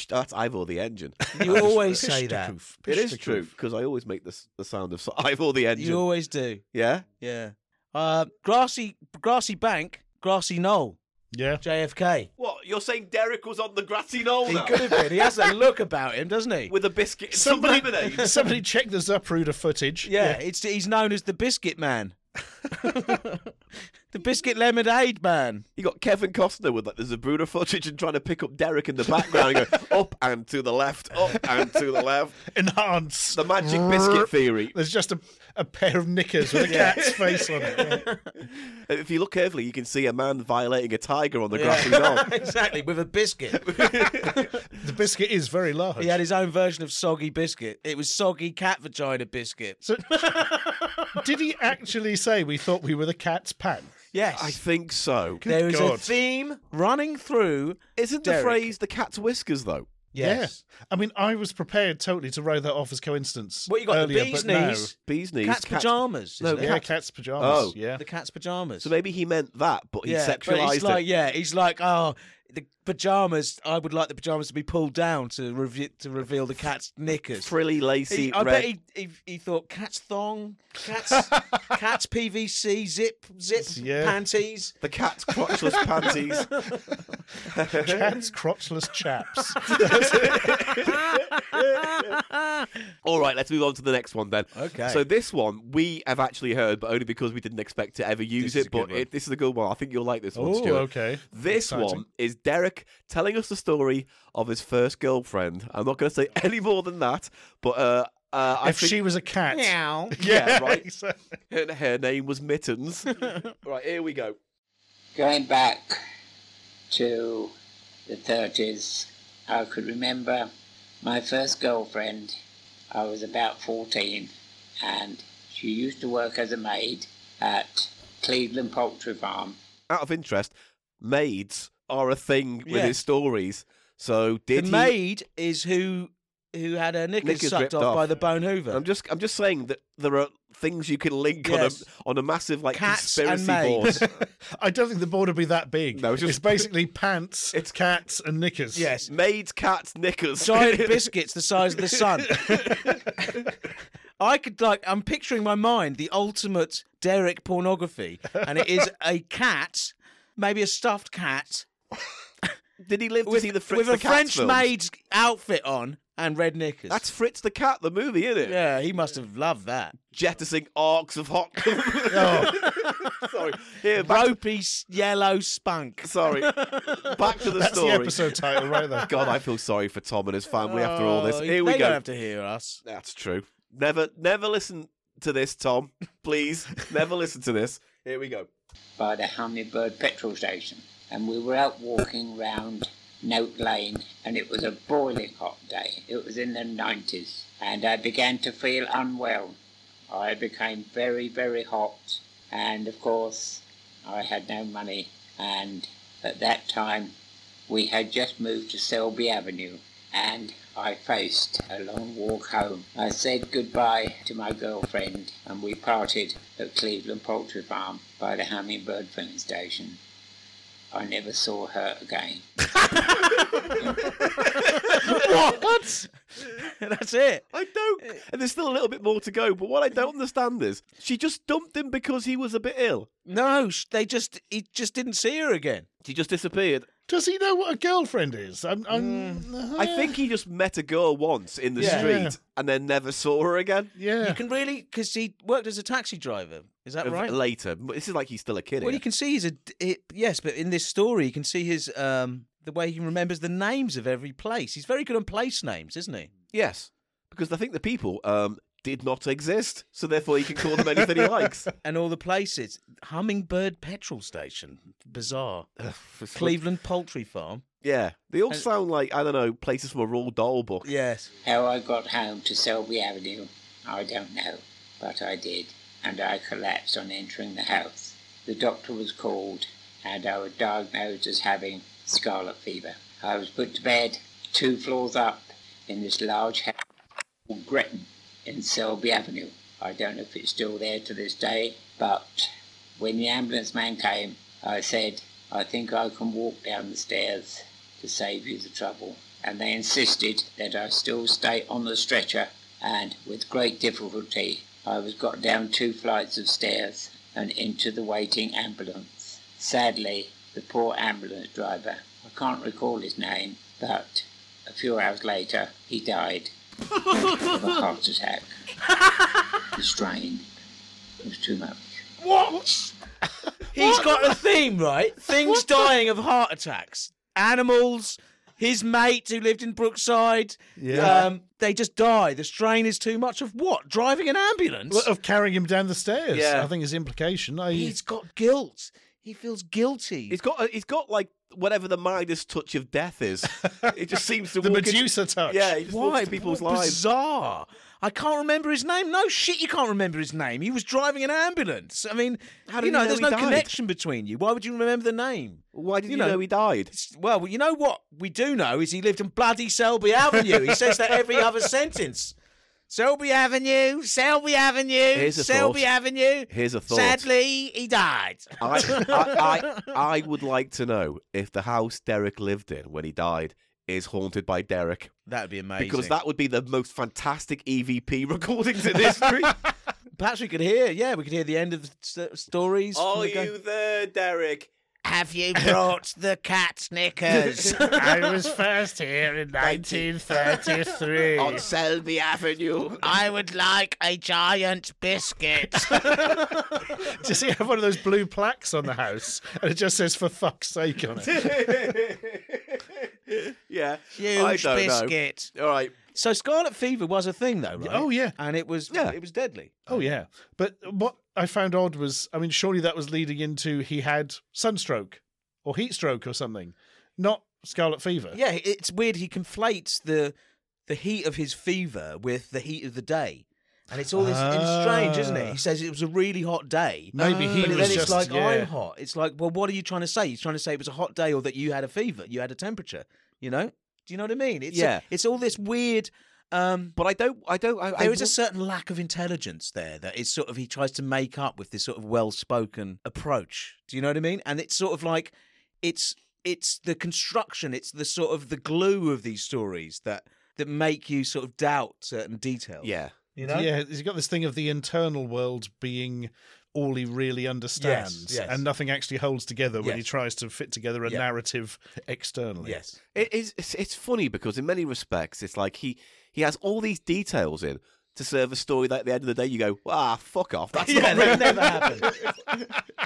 S2: That's Ivor the engine.
S1: You always say
S3: Pish-de-poof,
S1: that.
S2: it is
S3: pish-de-poof.
S2: true because I always make this the sound of Ivor the engine.
S1: You always do.
S2: Yeah.
S1: Yeah. Uh, grassy grassy bank, grassy knoll,
S3: Yeah.
S1: JFK.
S2: What you're saying? Derek was on the grassy knoll
S1: He
S2: now
S1: could have been. He has that look about him, doesn't he?
S2: with a biscuit and some lemonade.
S3: Somebody, somebody check the Zapruder footage.
S1: yeah, it's he's known as the biscuit man. the biscuit lemonade man.
S2: You got Kevin Costner with like the Zabruder footage and trying to pick up Derek in the background and go up and to the left, up and to the left.
S3: Enhance.
S2: The magic biscuit theory.
S3: There's just a, a pair of knickers with a cat's face on it. Yeah.
S2: If you look carefully, you can see a man violating a tiger on the grassy knoll.
S1: Yeah. exactly, with a biscuit.
S3: The biscuit is very large.
S1: He had his own version of soggy biscuit. It was soggy cat vagina biscuit.
S3: So, did he actually say we thought we were the cat's pan?
S1: Yes.
S2: I think so.
S1: there is a
S3: God.
S1: theme running through.
S2: Isn't the
S1: Derek.
S2: phrase the cat's whiskers though?
S1: Yes.
S3: Yeah. I mean, I was prepared totally to write that off as coincidence.
S1: What you got?
S3: earlier,
S1: the bees
S3: but no.
S1: knees.
S2: Bees knees.
S1: Cat's
S2: cat-
S1: pajamas.
S2: No,
S1: isn't it?
S3: Yeah,
S2: Cat-
S3: cat's pajamas.
S2: Oh.
S3: yeah.
S1: the cat's pajamas.
S2: So maybe he meant that, but he
S1: yeah, but
S2: sexualized
S1: he's like,
S2: it.
S1: yeah, he's like, oh, the, pajamas. I would like the pajamas to be pulled down to reve- to reveal the cat's knickers.
S2: Frilly, lacy,
S1: He, I
S2: red.
S1: bet he, he he thought cat's thong, cat's cat's PVC zip zip
S3: Yeah.
S1: panties.
S2: The cat's crotchless panties.
S3: Cats, crotchless chaps.
S2: All right, let's move on to the next one then.
S1: Okay.
S2: So this one we have actually heard, but only because we didn't expect to ever
S1: This
S2: use
S1: is
S2: it.
S1: a good
S2: But
S1: one.
S2: it, this is a good one. I think you'll like this one,
S3: oh,
S2: Stuart.
S3: okay.
S2: This
S3: Exciting.
S2: one is Derek telling us the story of his first girlfriend. I'm not going to say any more than that, but uh, uh, I
S3: if
S2: think
S3: she was a cat.
S1: Meow.
S2: yeah, right.
S3: exactly.
S2: Her, her name was Mittens. right, here we go.
S5: Going back to the 30s, I could remember my first girlfriend. I was about 14, and she used to work as a maid at Cleveland Poultry Farm.
S2: Out of interest, maids are a thing with
S1: Yeah.
S2: his stories. So
S1: The
S2: did he?
S1: maid is who who had her knickers,
S2: Knickers ripped
S1: sucked off,
S2: off.
S1: by the Bone Hoover.
S2: I'm just I'm just saying that there are things you can link
S1: Yes.
S2: on a on a massive like
S1: Cats and
S2: conspiracy
S1: maids.
S2: board.
S3: I don't think the board would be that big.
S2: No,
S3: No,
S2: it's
S3: it's,
S2: just-
S3: basically pants, it's cats, and knickers.
S1: yes.
S2: Maids, cats, knickers.
S1: giant biscuits the size of the sun. I could like I'm picturing in my mind the ultimate Derek pornography, and it is a cat, maybe a stuffed cat,
S2: Did he live to
S1: with,
S2: see the Fritz
S1: with
S2: the
S1: a
S2: Cat
S1: French
S2: films?
S1: maid's outfit on and red knickers.
S2: That's Fritz the Cat, the movie, isn't it?
S1: yeah, he must have loved that
S2: Jettisoning arcs of hot.
S3: Oh,
S2: sorry. Here, back,
S1: ropey s- yellow spunk.
S2: sorry. Back to the
S3: That's
S2: story.
S3: the episode title right there.
S2: God, I feel sorry for Tom and his family after all this.
S1: Oh,
S2: Here we
S1: they
S2: go.
S1: Don't have to hear us.
S2: That's true. Never, never listen to this, Tom. Please, never listen to this. Here we go.
S5: by the Hummingbird petrol station, and we were out walking round Note Lane, and it was a boiling hot day. It was in the 90s, and I began to feel unwell. I became very, very hot, and of course, I had no money. And at that time, we had just moved to Selby Avenue, and I faced a long walk home. I said goodbye to my girlfriend, and we parted at Cleveland Poultry Farm by the Hummingbird filling station. I never saw her again.
S1: what? That's it.
S2: I don't. And there's still a little bit more to go. But what I don't understand is she just dumped him because he was a bit ill.
S1: No, sh- they just he just didn't see her again.
S2: He just disappeared.
S3: Does he know what a girlfriend is? I'm, I'm,
S2: Mm.
S3: uh-huh.
S2: I think he just met a girl once in the
S1: Yeah.
S2: street and then never saw her again.
S3: Yeah.
S1: You can really because he worked as a taxi driver. Is that right?
S2: Later, But this is like he's still a kid.
S1: Well,
S2: here.
S1: you can see he's a it, yes, but in this story, you can see his um the way he remembers the names of every place. He's very good on place names, isn't he?
S2: Yes, because I think the people um, did not exist, so therefore he can call them anything he likes.
S1: And all the places: Hummingbird petrol station, bizarre, Cleveland poultry farm.
S2: Yeah, they all sound like I don't know places from a Roald Dahl book.
S1: Yes,
S5: How I got home to Selby Avenue, I don't know, but I did, and I collapsed on entering the house. The doctor was called, and I was diagnosed as having scarlet fever. I was put to bed two floors up in this large house called Gretton in Selby Avenue. I don't know if it's still there to this day, but when the ambulance man came, I said, I think I can walk down the stairs to save you the trouble. And they insisted that I still stay on the stretcher, and with great difficulty, I was got down two flights of stairs and into the waiting ambulance. Sadly, the poor ambulance driver, I can't recall his name, but a few hours later, he died of a heart attack. the strain was too much.
S1: he's got a theme, right? Things dying of heart attacks, animals. His mate who lived in Brookside,
S3: Yeah.
S1: um, they just die. The strain is too much of what? Driving an ambulance?
S3: Well, of carrying him down the stairs.
S2: Yeah.
S3: I think is the implication. I,
S1: He's got guilt. He feels guilty.
S2: He's got he's got like whatever the Midas touch of death is. It just seems to
S3: the
S2: walk into-
S3: Medusa touch.
S2: Yeah, he just walks
S1: Why?
S2: into people's
S1: What
S2: lives.
S1: Bizarre. I can't remember his name. No shit, you can't remember his name. He was driving an ambulance. I mean,
S2: How do
S1: you
S2: you
S1: know,
S2: know
S1: there's
S2: he
S1: no
S2: died?
S1: connection between you. Why would you remember the name?
S2: Why did you,
S1: You
S2: know,
S1: know-
S2: he died?
S1: It's- Well, you know what we do know is he lived in bloody Selby Avenue. he says that every other sentence. Selby Avenue, Selby Avenue,
S2: Here's a
S1: Selby
S2: thought.
S1: Avenue.
S2: Here's a thought.
S1: Sadly, he died.
S2: I, I, I, I would like to know if the house Derek lived in when he died is haunted by Derek,
S1: That would be amazing.
S2: because that would be the most fantastic E EVP recordings in history.
S1: perhaps we could hear. Yeah, we could hear the end of the st- stories. from
S2: Are
S1: the go-
S2: you there, Derek?
S1: Have you brought the cat knickers?
S6: I was first here in 1933.
S2: On Selby Avenue.
S1: I would like a giant biscuit.
S3: Does he have one of those blue plaques on the house? And it just says, for fuck's sake, on it.
S2: yeah. I
S1: Huge
S2: don't
S1: biscuit.
S2: know. All right.
S1: So scarlet fever was a thing though, right?
S3: Oh, yeah.
S1: And it was
S2: Yeah.
S1: it was deadly.
S3: Oh, yeah. But what I found odd was, I mean, surely that was leading into he had sunstroke or heat stroke or something, not scarlet fever.
S1: Yeah, it's weird he conflates the the heat of his fever with the heat of the day. And it's all this it's strange, isn't it?
S3: Ah.
S1: He says it was a really hot day.
S3: Maybe he
S1: but then
S3: was
S1: it's
S3: just-
S1: like
S3: yeah.
S1: I'm hot. It's like, well, what are you trying to say? You're trying to say it was a hot day, or that you had a fever, you had a temperature. You know? Do you know what I mean? It's
S2: Yeah.
S1: it's all this weird. Um,
S2: But I don't. I don't. I,
S1: there
S2: I
S1: is a certain lack of intelligence there that is sort of he tries to make up with this sort of well-spoken approach. Do you know what I mean? And it's sort of like it's it's the construction, it's the sort of the glue of these stories that that make you sort of doubt certain details.
S2: Yeah.
S1: you know.
S3: Yeah, he's got this thing of the internal world being all he really understands,
S1: yes.
S3: and nothing actually holds together when he
S1: Yes.
S3: tries to fit together a
S1: Yeah.
S3: narrative externally.
S1: Yes.
S2: It is. It's, it's funny because in many respects, it's like he he has all these details in to serve a story that at the end of the day you go, ah, fuck off. That's
S1: Yeah,
S2: not real.
S1: that never happened.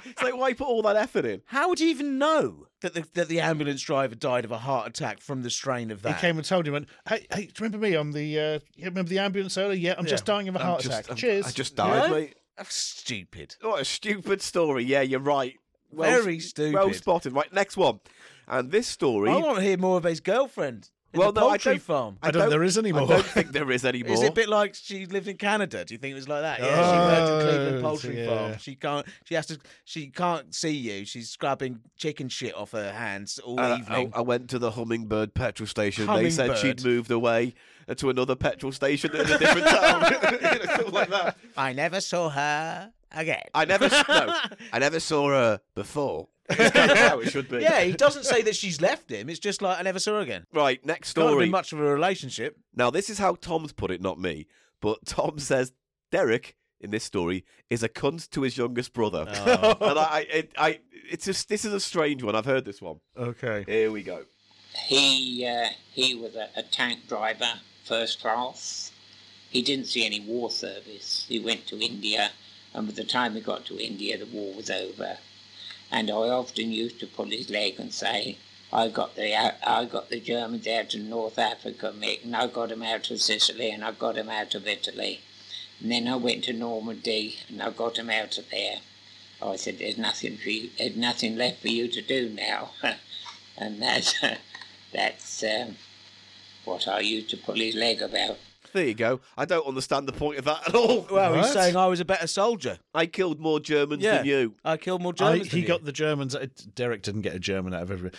S2: It's like why put all that effort in?
S1: How would you even know that the, that the ambulance driver died of a heart attack from the strain of that?
S3: He came and told you, went, "Hey, hey, do you remember me on the? Uh, you remember the ambulance earlier? Yeah, I'm just dying of a
S2: I'm
S3: heart
S2: just-
S3: attack.
S2: I'm-
S3: Cheers.
S2: I just died,
S1: know?
S2: mate.
S1: Stupid.
S2: What a stupid story. Yeah, you're right. Well,
S1: Very stupid.
S2: Well spotted. Right, next one. And this story.
S1: I want to hear more of his girlfriend. In
S2: Well,
S1: the
S2: no, I
S1: poultry
S2: don't-
S1: farm.
S3: I don't think there is any
S2: I
S3: more.
S2: don't think there is anymore.
S1: Is it a bit like she lived in Canada? Do you think it was like that? Yeah, she worked in
S3: Oh,
S1: Cleveland poultry
S3: yeah.
S1: farm. She can't. She has to. She can't see you. She's scrubbing chicken shit off her hands all
S2: And Uh, oh, I-
S1: evening.
S2: I, I went to the Hummingbird petrol station. They said she'd
S1: Hummingbird.
S2: moved away to another petrol station in a different town. You know, something like that.
S1: I never saw her again.
S2: I never, s- no, I never saw her before. That's kind of how it should be.
S1: yeah, he doesn't say that she's left him. It's just like I never saw her again.
S2: Right, next
S1: Can't have
S2: story.
S1: been much of a relationship.
S2: Now, this is how Tom's put it, not me. But Tom says Derek in this story is a cunt to his youngest brother.
S1: Oh.
S2: and I, I, it, I, it's just this is a strange one. I've heard this one.
S3: okay.
S2: Here we go.
S5: He uh, he was a, a tank driver, first class. He didn't see any war service. He went to India, and by the time he got to India, the war was over. And I often used to pull his leg and say, "I got the out- I got the Germans out of North Africa, Mick, and I got them out of Sicily, and I got them out of Italy, and then I went to Normandy, and I got them out of there." I said, "There's nothing for you, there's nothing left for you to do now," and that's. That's um, what I used to pull his leg about.
S2: There you go. I don't understand the point of that at all.
S1: Well, he's
S3: What?
S1: saying I was a better soldier.
S2: I killed more Germans
S1: Yeah.
S2: than you.
S1: I killed more
S3: I,
S1: Germans.
S3: he
S1: than
S3: got the Germans. uh, Derek didn't get a German out of every.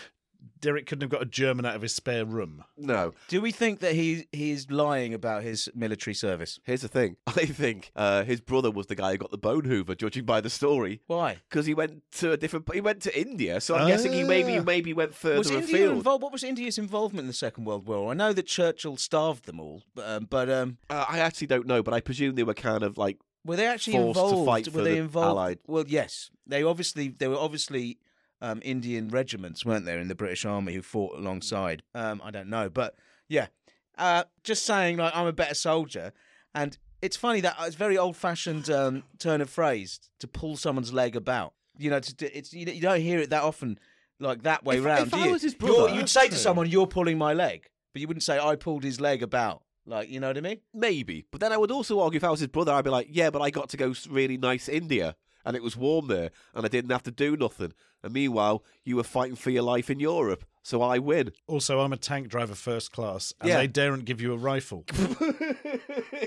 S3: Derek couldn't have got a German out of his spare room.
S2: No.
S1: you. Do we think that he he is lying about his military service?
S2: Here's the thing. I think uh, his brother was the guy who got the bone hoover, judging by the story,
S1: Why?
S2: because he went to a different. He went to India, so I'm guessing he maybe
S3: Ah.
S2: maybe went further
S1: Was India
S2: afield.
S1: involved? What was India's involvement in the Second World War? I know that Churchill starved them all, but, um, but um,
S2: Uh, I actually don't know, but I presume they were kind of like
S1: were they actually
S2: Forced to
S1: involved?
S2: fight
S1: were
S2: for
S1: they
S2: the
S1: involved?
S2: Allied-
S1: Well, yes, they obviously they were obviously um, Indian regiments, weren't there, in the British Army who fought alongside? Um, I don't know, but yeah, uh, just saying, like I'm a better soldier, and it's funny that uh, it's a very old-fashioned um, turn of phrase to pull someone's leg about. You know, to, do- it's you, you don't hear it that often, like that way
S2: If-
S1: round.
S2: if
S1: do
S2: I
S1: you?
S2: was his
S1: You're-
S2: brother-
S1: you'd say to someone, "You're pulling my leg," but you wouldn't say, "I pulled his leg about." Like, you know what I mean?
S2: maybe. But then I would also argue if I was his brother, I'd be like, yeah, but I got to go s- really nice India, and it was warm there, and I didn't have to do nothing. And meanwhile, you were fighting for your life in Europe, so I win.
S3: Also, I'm a tank driver first class, and
S2: Yeah.
S3: they daren't give you a rifle.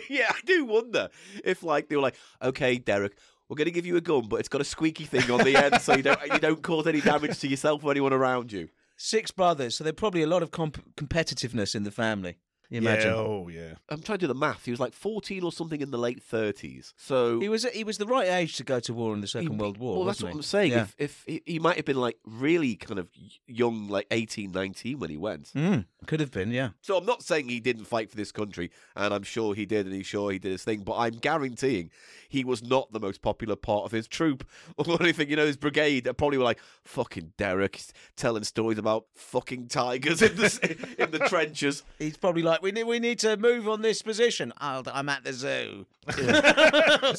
S2: yeah, I do wonder if like they were like, okay, Derek, we're going to give you a gun, but it's got a squeaky thing on the end, so you don't you don't cause any damage to yourself or anyone around you.
S1: Six brothers, so there's probably a lot of comp- competitiveness in the family. You imagine.
S3: Yeah, oh, yeah.
S2: I'm trying to do the math. He was like 14 or something in the late 30s. So
S1: He was he was the right age to go to war in the Second
S2: He-
S1: World War.
S2: Well, that's
S1: wasn't
S2: what
S1: he?
S2: I'm saying.
S1: Yeah.
S2: If, if he, he might have been like really kind of y- young, like 18, 19 when he went.
S1: Mm, could have been, yeah.
S2: So I'm not saying he didn't fight for this country, and I'm sure he did, and he's sure he did his thing. But I'm guaranteeing he was not the most popular part of his troop or anything. You know, his brigade that probably were like fucking Derek he's telling stories about fucking tigers in the s- in the trenches.
S1: He's probably like, we need we need to move on this position. i I'm at the zoo.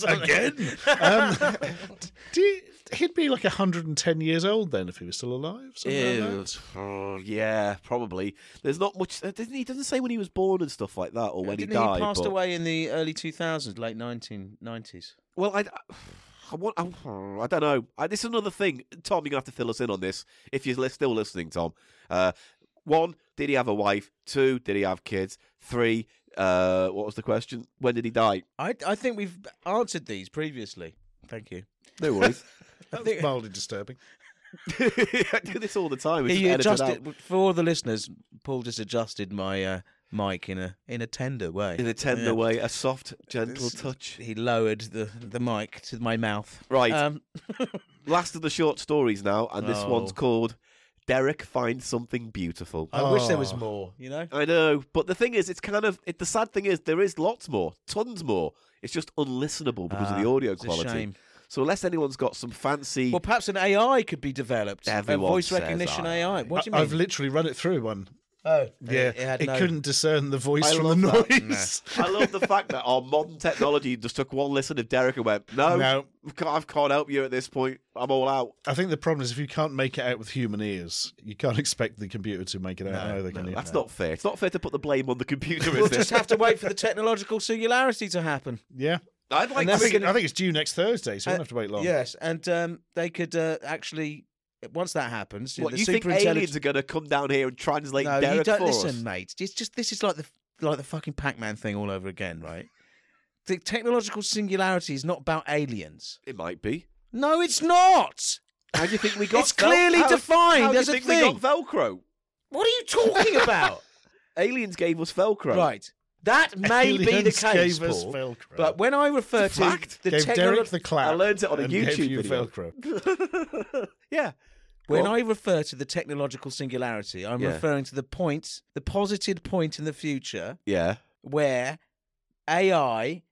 S3: Again? um, do you- he'd be like 110 years old then if he was still alive. something like
S2: Ew.
S3: that.
S2: Oh, yeah, probably. There's not much. uh, Doesn't he doesn't say when he was born and stuff like that, or when
S1: Didn't
S2: he died.
S1: passed
S2: but-
S1: away in the early 2000s, late 1990s.
S2: Well, I, I want. I, I don't know. I, this is another thing, Tom. You have to fill us in on this if you're li- still listening, Tom. Uh, one, did he have a wife? Two, did he have kids? Three, uh, what was the question? When did he die?
S1: I I think we've answered these previously. Thank you.
S2: No worries.
S1: I think
S3: Mildly disturbing.
S2: I do this all the time. We
S1: he
S2: just edit it out.
S1: adjusted for all the listeners. Paul just adjusted my uh, mic in a in a tender way.
S2: in a tender
S1: Yeah.
S2: way, a soft, gentle touch.
S1: He lowered the the mic to my mouth.
S2: Right.
S1: Um,
S2: Last of the short stories now, and this one's
S1: Oh.
S2: called "Derek Finds Something Beautiful."
S1: I wish there was
S3: Oh.
S1: more. You know.
S2: I know, but the thing is, it's kind of it, the sad thing is there is lots more, tons more. It's just unlistenable because of the
S1: Ah,
S2: audio
S1: it's a
S2: quality.
S1: shame.
S2: So unless anyone's got some fancy,
S1: Well, perhaps an AI could be developed.
S2: Everyone
S1: a voice
S2: says
S1: recognition
S2: AI.
S1: AI. What do you
S3: I-
S1: mean?
S3: I've literally run it through one.
S1: oh,
S3: Yeah,
S1: It, had
S3: it
S1: no-
S3: couldn't discern the voice
S2: I
S3: from the
S2: love that.
S3: noise.
S2: I love the fact that our modern technology just took one listen of Derek and went, "No,
S3: No.
S2: we can't- I can't help you at this point. I'm all out."
S1: Oh.
S3: I think the problem is if you can't make it out with human ears, you can't expect the computer to make it out either, can you?
S2: That's not fair. It's not fair to put the blame on the computer.
S1: We'll
S2: is it?
S1: just have to wait for the technological singularity to happen.
S3: Yeah.
S2: I'd like
S1: and
S2: to
S1: that's
S2: see.
S1: gonna-
S3: I think it's due next Thursday, so we
S1: Uh,
S3: won't have to wait long.
S1: Yes, and um, they could uh, actually, once that happens,
S2: What
S1: the
S2: you think
S1: super
S2: aliens are going to come down here and translate
S1: No,
S2: Derek
S1: you don't
S2: for
S1: listen,
S2: us?
S1: mate. It's just this is like the like the fucking Pac-Man thing all over again, right? The technological singularity is not about aliens.
S2: It might be.
S1: No, it's not.
S2: How do you think we got?
S1: It's clearly
S2: how-
S1: defined
S2: How do you
S1: as a
S2: think we got Velcro?
S1: What are you talking about?
S2: Aliens gave us Velcro.
S1: right, that may be the
S3: Aliens
S1: case,
S3: gave us
S1: Paul,
S3: Velcro.
S1: But when I refer
S2: It's a
S1: to
S2: fact.
S1: the
S3: gave Derek
S1: technological
S3: the clap.
S2: I learned it on a
S3: and
S2: YouTube
S3: gave you
S2: video.
S3: Velcro.
S2: yeah.
S1: When
S2: Well-
S1: I refer to the technological singularity, I'm
S2: Yeah.
S1: referring to the point, the posited point in the future
S2: Yeah.
S1: where AI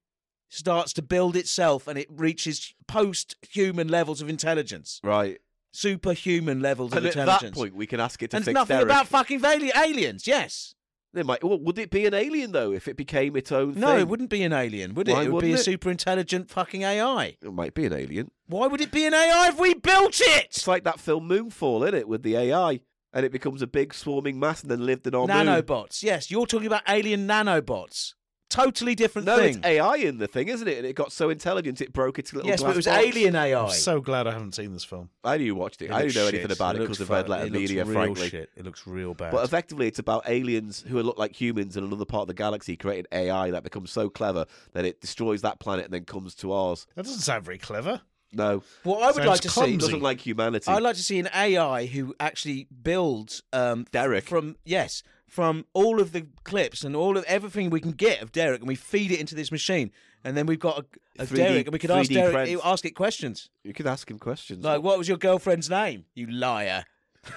S1: starts to build itself and it reaches post human levels of intelligence,
S2: Right.
S1: superhuman levels
S2: And
S1: of
S2: at that
S1: intelligence.
S2: point, we can ask it to
S1: and it's
S2: fix
S1: nothing
S2: Derek.
S1: about fucking vali- aliens, yes.
S2: They might. Well, would it be an alien though if it became its own thing?
S1: No, it wouldn't be an alien, would it?
S2: Why
S1: it would be a
S2: wouldn't it?
S1: super intelligent fucking AI.
S2: It might be an alien.
S1: Why would it be an AI if we built it?
S2: It's like that film Moonfall, isn't it, with the AI, and it becomes a big swarming mass and then lived in our moon.
S1: nanobots, yes. You're talking about alien nanobots. Totally different
S2: No,
S1: thing.
S2: it's AI in the thing, isn't it? And it got so intelligent it broke its little.
S1: Yes, but
S2: glass
S1: it was
S2: box.
S1: alien AI.
S3: I'm so glad I haven't seen this film.
S2: I knew you watched it.
S1: It
S2: I
S1: looks
S2: didn't know
S1: shit.
S2: anything about it
S1: looks
S2: because of Red
S1: fu-
S2: Letter
S1: it looks
S2: Media,
S1: real
S2: frankly.
S1: shit. It looks real bad.
S2: But effectively, it's about aliens who look like humans and another part of the galaxy creating AI that becomes so clever that it destroys that planet and then comes to ours.
S3: That doesn't sound very clever.
S2: No,
S1: what I would
S3: Sounds
S1: like to
S3: clumsy.
S1: see,
S2: doesn't like humanity.
S1: I'd like to see an AI who actually builds um,
S2: Derek.
S1: from yes from all of the clips and all of everything we can get of Derek, and we feed it into this machine, and then we've got a, a
S2: 3D
S1: Derek, and we could ask
S2: 3D
S1: Derek,
S2: print.
S1: ask it questions
S2: you could ask him questions.
S1: like, "What was your girlfriend's name? You liar."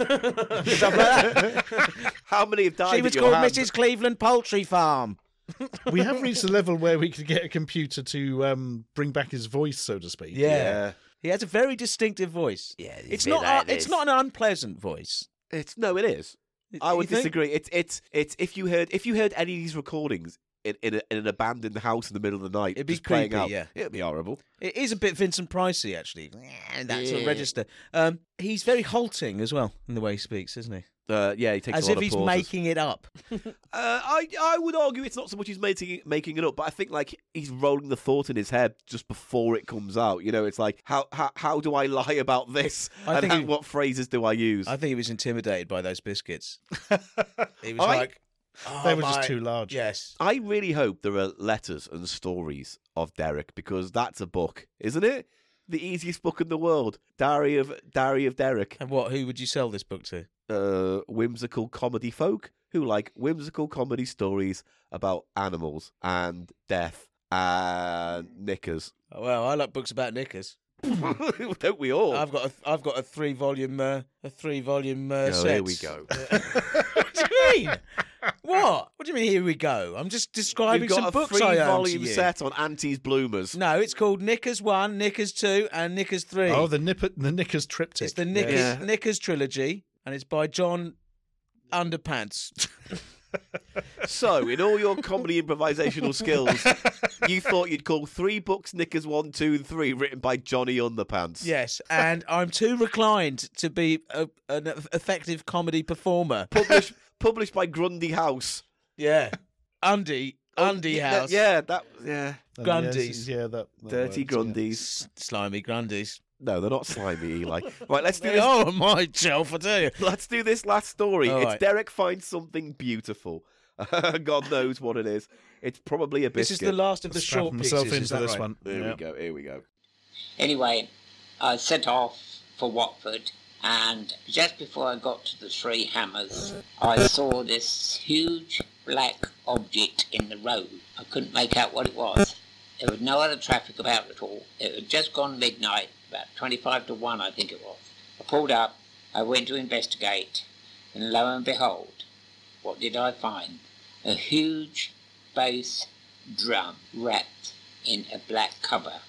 S1: Stuff like that.
S2: How many have died?
S1: she was
S2: at your
S1: called
S2: hand?
S1: Mrs. Cleveland Poultry Farm.
S3: We have reached a level where we could get a computer to um, bring back his voice, so to speak.
S1: Yeah.
S2: Yeah.
S1: He has a very distinctive voice.
S2: Yeah, he's
S1: it's
S2: a bit
S1: not.
S2: like
S1: a- it's
S2: this.
S1: not an unpleasant voice.
S2: It's no, it is. I
S1: You
S2: would
S1: think?
S2: disagree. It's it's it's if you heard if you heard any of these recordings in in, a, in an abandoned house in the middle of the night,
S1: It'd be
S2: just playing
S1: creepy,
S2: out,
S1: yeah.
S2: it'd be horrible.
S1: It is a bit Vincent Pricey, actually. And that's a register. Um, he's very halting as well in the way he speaks, isn't he?
S2: Uh, yeah, he takes
S1: As
S2: a lot
S1: if
S2: of
S1: he's
S2: pauses.
S1: making it up.
S2: Uh, I I would argue it's not so much he's making making it up, but I think like he's rolling the thought in his head just before it comes out. You know, it's like how how, how do I lie about this?
S1: I
S2: and
S1: think
S2: how-
S1: he-
S2: what phrases do I use?
S1: I think he was intimidated by those biscuits. He was
S2: I-
S1: like, "Oh,
S3: They were just
S1: my-"
S3: too large.
S1: Yes.
S2: I really hope there are letters and stories of Derek because that's a book, isn't it? The easiest book in the world, Diary of Diary of Derek.
S1: And what? Who would you sell this book to?
S2: Uh, whimsical comedy folk. who like whimsical comedy stories about animals and death and knickers.
S1: Uh, Well, I like books about knickers.
S2: Don't we all?
S1: I've got a I've got a three volume uh, a three volume uh,
S2: Oh,
S1: set.
S2: here we go.
S1: what do you mean? What? What do you mean? Here we go. I'm just describing
S2: You've got
S1: some
S2: a
S1: books
S2: three
S1: I own to
S2: volume
S1: you.
S2: set on Auntie's bloomers.
S1: No, it's called Knickers One, Knickers Two, and Knickers Three.
S3: Oh, the nipper, the knickers triptych.
S1: it's the Knickers
S2: Yeah.
S1: Knickers trilogy, and it's by John Underpants.
S2: So, in all your comedy improvisational skills, you thought you'd call three books Knickers One, Two, and Three, written by Johnny Underpants.
S1: yes, and I'm too reclined to be a, an effective comedy performer.
S2: Published published by Grundy House.
S1: Yeah, Undy Undy
S2: Oh, Yeah,
S1: Oh, House.
S2: Yeah, that. Yeah,
S3: And
S1: Grundys.
S3: yes, yeah, that, that
S2: dirty
S3: works, yeah.
S2: Grundys.
S1: S- slimy Grundys.
S2: No, they're not slimy. Eli. right, let's do
S1: They
S2: this.
S1: are my shelf, I tell you.
S2: Let's do this last story.
S1: All
S2: it's
S1: right.
S2: Derek finds something beautiful. God knows what it is. It's probably a biscuit.
S1: This is the last of the
S3: Strap
S1: short
S3: myself
S1: pieces. is that
S3: into this
S1: right?
S3: one.
S2: Here
S3: Yeah.
S2: we go. Here we go.
S5: Anyway, I set off for Watford, and just before I got to the Three Hammers, I saw this huge black object in the road. I couldn't make out what it was. There was no other traffic about at all. It had just gone midnight, about 25 to 1, I think it was. I pulled up, I went to investigate, and lo and behold, what did I find? A huge bass drum wrapped in a black cover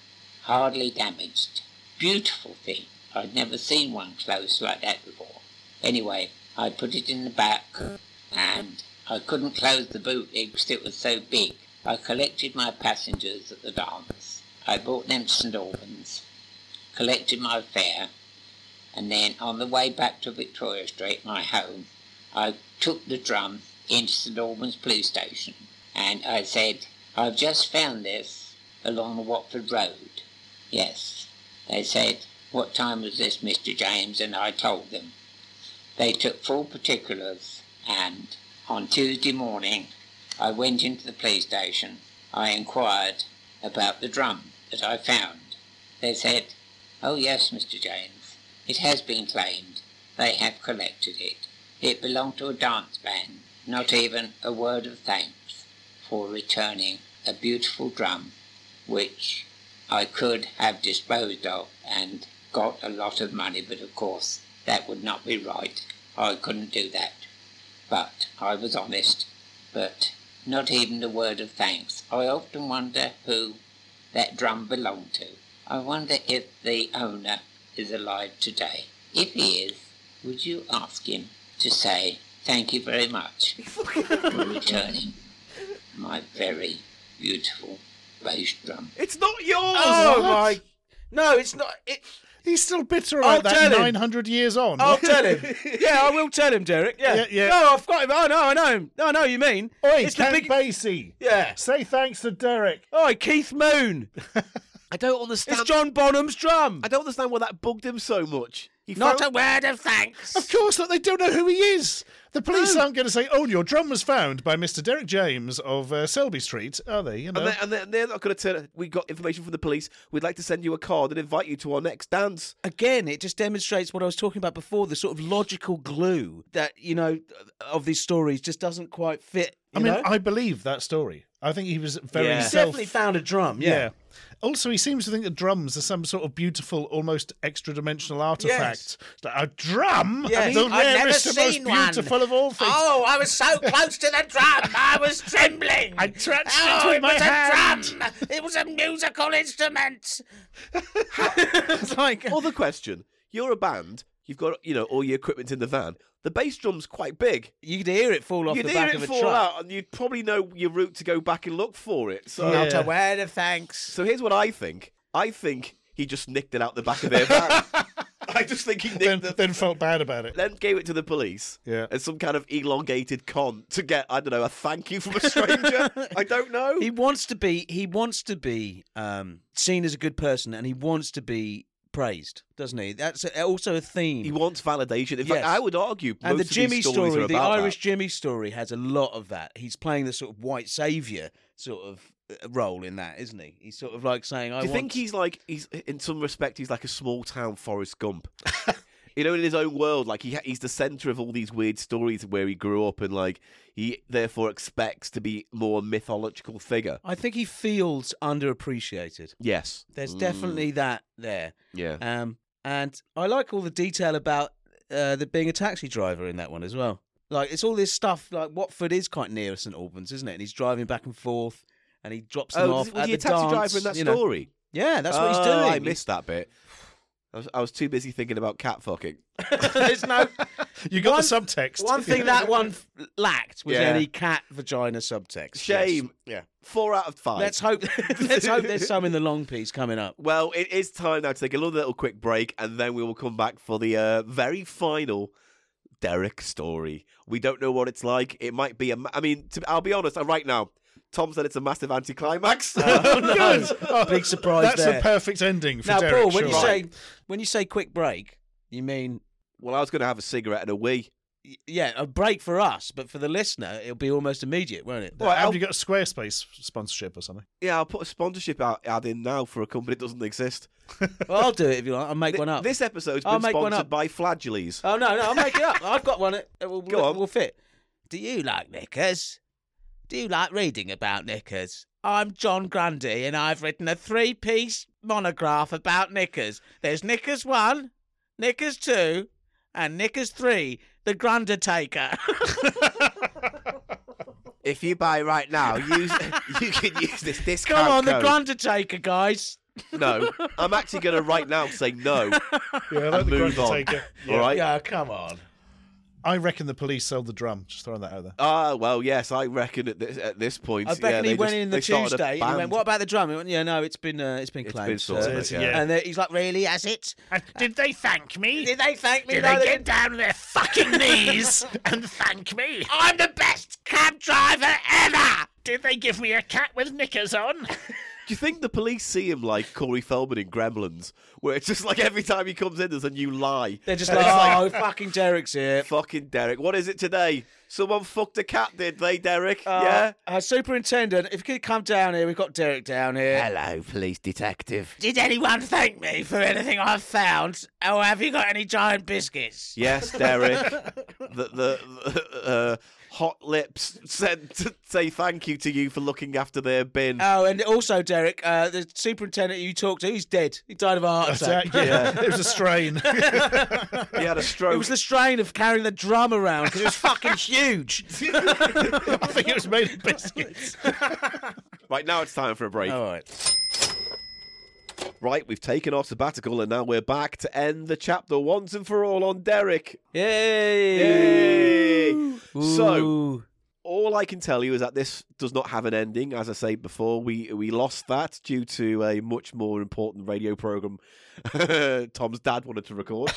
S5: hardly damaged. Beautiful thing. I'd never seen one close like that before. Anyway, I put it in the back and I couldn't close the boot leg because it was so big. I collected my passengers at the dance. I brought them to St Albans, collected my fare, and then on the way back to Victoria Street, my home, I took the drum into St Albans police station and I said, I've just found this along the Watford Road. Yes. They said, What time was this, Mr. James? And I told them. They took full particulars, and on Tuesday morning, I went into the police station. I inquired about the drum that I found. They said, Oh, yes, Mr. James, it has been claimed. They have collected it. It belonged to a dance band. Not even a word of thanks for returning a beautiful drum which I could have disposed of and got a lot of money, but of course that would not be right. I couldn't do that. But I was honest, but not even a word of thanks. I often wonder who that drum belonged to. I wonder if the owner is alive today. If he is, would you ask him to say thank you very much for returning my very beautiful bass drum?
S2: It's not yours.
S1: Oh, my! No, it's not. It,
S3: He's still bitter
S1: I'll
S3: about that
S1: tell him.
S3: 900 years on.
S1: I'll tell him. Yeah, I will tell him, Derek. Yeah,
S3: Yeah, yeah.
S1: No, I've got him. Oh no, I know him. No, I know who you mean.
S3: Oi,
S1: it's
S3: Ken
S1: the big.
S3: Basie.
S1: yeah.
S3: Say thanks to Derek.
S1: Oh, Keith Moon.
S2: I don't understand.
S1: It's John Bonham's drum.
S2: I don't understand why that bugged him so much. He
S1: Not
S2: found-
S1: a word of thanks.
S3: Of course not. They don't know who he is. The police aren't going to say, "Oh, your drum was found by Mr. Derek James of uh, Selby Street," are they? You know.
S2: and, they're, and they're, they're not going to turn. We got information from the police. We'd like to send you a card and invite you to our next dance.
S1: Again, it just demonstrates what I was talking about before the sort of logical glue that, you know, of these stories just doesn't quite fit.
S3: I
S1: you
S3: mean,
S1: know?
S3: I believe that story. I think he was very
S1: He's
S3: self.
S1: definitely found a drum,
S3: yeah.
S1: yeah.
S3: Also, he seems to think that drums are some sort of beautiful, almost extra-dimensional artifact. It's like, A drum,
S1: Yes.
S3: the
S1: I've never
S3: rarest, and most
S1: seen one. Ah.
S3: beautiful of all things.
S6: Oh, I was so close to the drum. I was trembling.
S3: I touched
S6: oh,
S3: it with
S6: it
S3: my
S6: was
S3: hand.
S6: a drum. It was a musical instrument.
S1: it's like,
S2: Other question: You're a band. You've got you know all your equipment in the van. The bass drum's quite big.
S1: you'd hear it fall off
S2: You'd
S1: the
S2: hear
S1: back
S2: it
S1: of a
S2: fall
S1: truck.
S2: out, and you'd probably know your route to go back and look for it. So,
S1: Not a word of thanks.
S2: so here's what I think. I think he just nicked it out the back of their van. I just think he nicked
S3: then,
S2: the.
S3: then felt bad about it.
S2: Then gave it to the police
S3: Yeah.
S2: as some kind of elongated con to get, I don't know, a thank you from a stranger. I don't know.
S1: He wants to be. He wants to be um, seen as a good person, and he wants to be praised, doesn't he? That's a, also a theme.
S2: He wants validation. In
S1: Mm. Yes.
S2: fact, I would argue most
S1: and the
S2: of
S1: Jimmy
S2: these stories
S1: story,
S2: are
S1: the
S2: about
S1: Irish
S2: that.
S1: Jimmy story, has a lot of that. He's playing the sort of white savior sort of uh, role in that, isn't he? He's sort of like saying, "I
S2: Do you
S1: want."
S2: think he's like he's in some respect he's like a small town Forrest Gump? you know, in his own world, like he he's the center of all these weird stories where he grew up, and like he therefore expects to be more mythological figure.
S1: I think he feels underappreciated.
S2: Yes,
S1: There's
S2: Mm,
S1: definitely that there.
S2: yeah.
S1: Um, and I like all the detail about uh, the being a taxi driver in that one as well. Like it's all this stuff. Like Watford is quite near St Albans, isn't it? And he's driving back and forth, and he drops them
S2: oh,
S1: off
S2: was, was
S1: at
S2: he a
S1: the
S2: taxi
S1: dance,
S2: driver in that
S1: you know.
S2: story?
S1: Yeah, that's what he's
S2: Oh,
S1: doing.
S2: I missed that bit. I was, I was too busy thinking about cat fucking.
S1: There's no
S3: You got
S1: One-
S3: the subtext.
S1: one thing that one f- lacked was
S2: Yeah.
S1: any cat vagina subtext.
S2: Shame.
S1: Yes.
S2: Four out of
S1: Yeah.
S2: five.
S1: Let's hope. let's hope there's some in the long piece coming up.
S2: Well, it is time now to take a little, little quick break, and then we will come back for the uh, very final Derek story. We don't know what it's like. It might be a. Ma- I mean, to, I'll be honest. uh, Right now, Tom said it's a massive anticlimax.
S1: Oh, no. Big surprise
S3: Oh, That's
S1: there.
S3: a perfect ending for
S1: now,
S3: Derek
S1: Paul, when you
S3: Shaw.
S1: say when you say quick break, you mean
S2: well, I was going to have a cigarette and a wee.
S1: y- yeah, a break for us, but for the listener, it'll be almost immediate, won't it?
S2: Well, I'll-
S3: have you got a Squarespace sponsorship or something?
S2: yeah, I'll put a sponsorship out, ad in now for a company that doesn't exist.
S1: Well, I'll do it if you want. I'll make
S2: Th-
S1: one up.
S2: This episode's
S1: I'll
S2: been
S1: make one
S2: sponsored
S1: up.
S2: by Flagellies.
S1: Oh no, no, I'll make it up. I've got one that that will,
S2: Go on.
S1: will fit. Do you like knickers? Do you like reading about knickers? I'm John Grundy, and I've written a three-piece monograph about knickers. There's knickers one, knickers two, and knickers three. The Grundertaker.
S2: If you buy right now, use you can use this discount
S1: Come on, the
S2: code.
S1: Grundertaker, guys.
S2: No, I'm actually going to right now say no.
S3: Yeah, I like
S2: And
S3: the
S2: move
S3: Grand
S2: on.
S3: Taker.
S2: All right.
S1: Yeah, come on.
S3: I reckon the police sold the drum. Just throwing that out there.
S2: Ah, well, yes, I reckon at this at this point.
S1: I
S2: yeah,
S1: reckon he
S2: they
S1: went
S2: just-
S1: in
S2: they
S1: the
S2: started a
S1: Tuesday. And he went,
S2: band.
S1: "What about the drum?" He went, "Yeah, no, it's been uh, it's been
S2: It's
S1: claimed."
S2: been sorted,
S1: uh,
S2: mate, yeah.
S1: And then he's like, "Really? Has it?
S6: Did they thank me?
S1: Did they thank me?
S6: Did
S1: No,
S6: they
S1: they
S6: get down on their fucking knees and thank me? I'm the best cab driver ever! Did they give me a cat with knickers on?
S2: Do you think the police see him like Corey Feldman in Gremlins, where it's just like every time he comes in, there's a new lie?
S1: They're just like, oh, fucking Derek's here.
S2: Fucking Derek, what is it today? Someone fucked a cat, did they, Derek?
S1: Uh,
S2: yeah.
S1: uh, superintendent, if you could come down here, we've got Derek down here.
S2: Hello, police detective.
S1: Did anyone thank me for anything I've found? Or have you got any giant biscuits?
S2: Yes, Derek. the the, the uh, hot lips said to say thank you to you for looking after their bin.
S1: Oh, and also, Derek, uh, the superintendent you talked to, he's dead. He died of a heart attack.
S3: yeah, it was a strain.
S2: he had a
S1: It
S2: stroke.
S1: was the strain of carrying the drum around because it was fucking huge.
S3: I think it was made of biscuits.
S2: Right now, it's time for a break.
S1: All right.
S2: Right, we've taken our sabbatical and now we're back to end the chapter once and for all on Derek.
S1: Yay!
S2: Yay! So,
S1: Ooh.
S2: all I can tell you is that this does not have an ending. As I said before, we we lost that due to a much more important radio program Tom's dad wanted to record.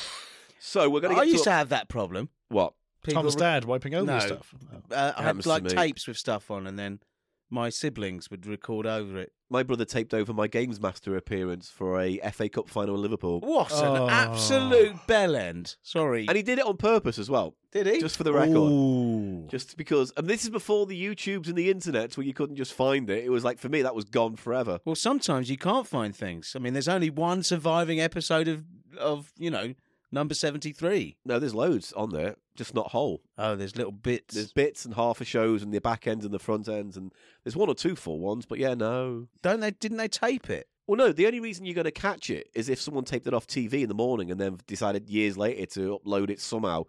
S2: So, we're going
S1: I
S2: to get
S1: used
S2: to
S1: to have that problem.
S2: what?
S1: People
S3: Tom's
S1: re-
S3: dad wiping over
S1: No.
S3: stuff. Oh.
S1: uh, I
S2: Happens
S1: had
S2: to
S1: like
S2: me.
S1: tapes with stuff on, and then my siblings would record over it.
S2: My brother taped over my Games Master appearance for a FA Cup final in Liverpool.
S1: What
S3: Oh.
S1: an absolute bell end! Sorry,
S2: And he did it on purpose as well,
S1: did he?
S2: just for the record.
S3: Ooh.
S2: Just because, and this is before the YouTubes and the internet where you couldn't just find it. It was like, for me, that was gone forever.
S1: well, sometimes you can't find things. I mean, there's only one surviving episode of of you know number seventy three.
S2: No, there's loads on there, just not whole.
S1: Oh, there's little bits.
S2: There's bits and half a shows and the back ends and the front ends, and there's one or two full ones, but yeah, no.
S1: Don't they? Didn't they tape it?
S2: Well, no, the only reason you're going to catch it is if someone taped it off TV in the morning and then decided years later to upload it somehow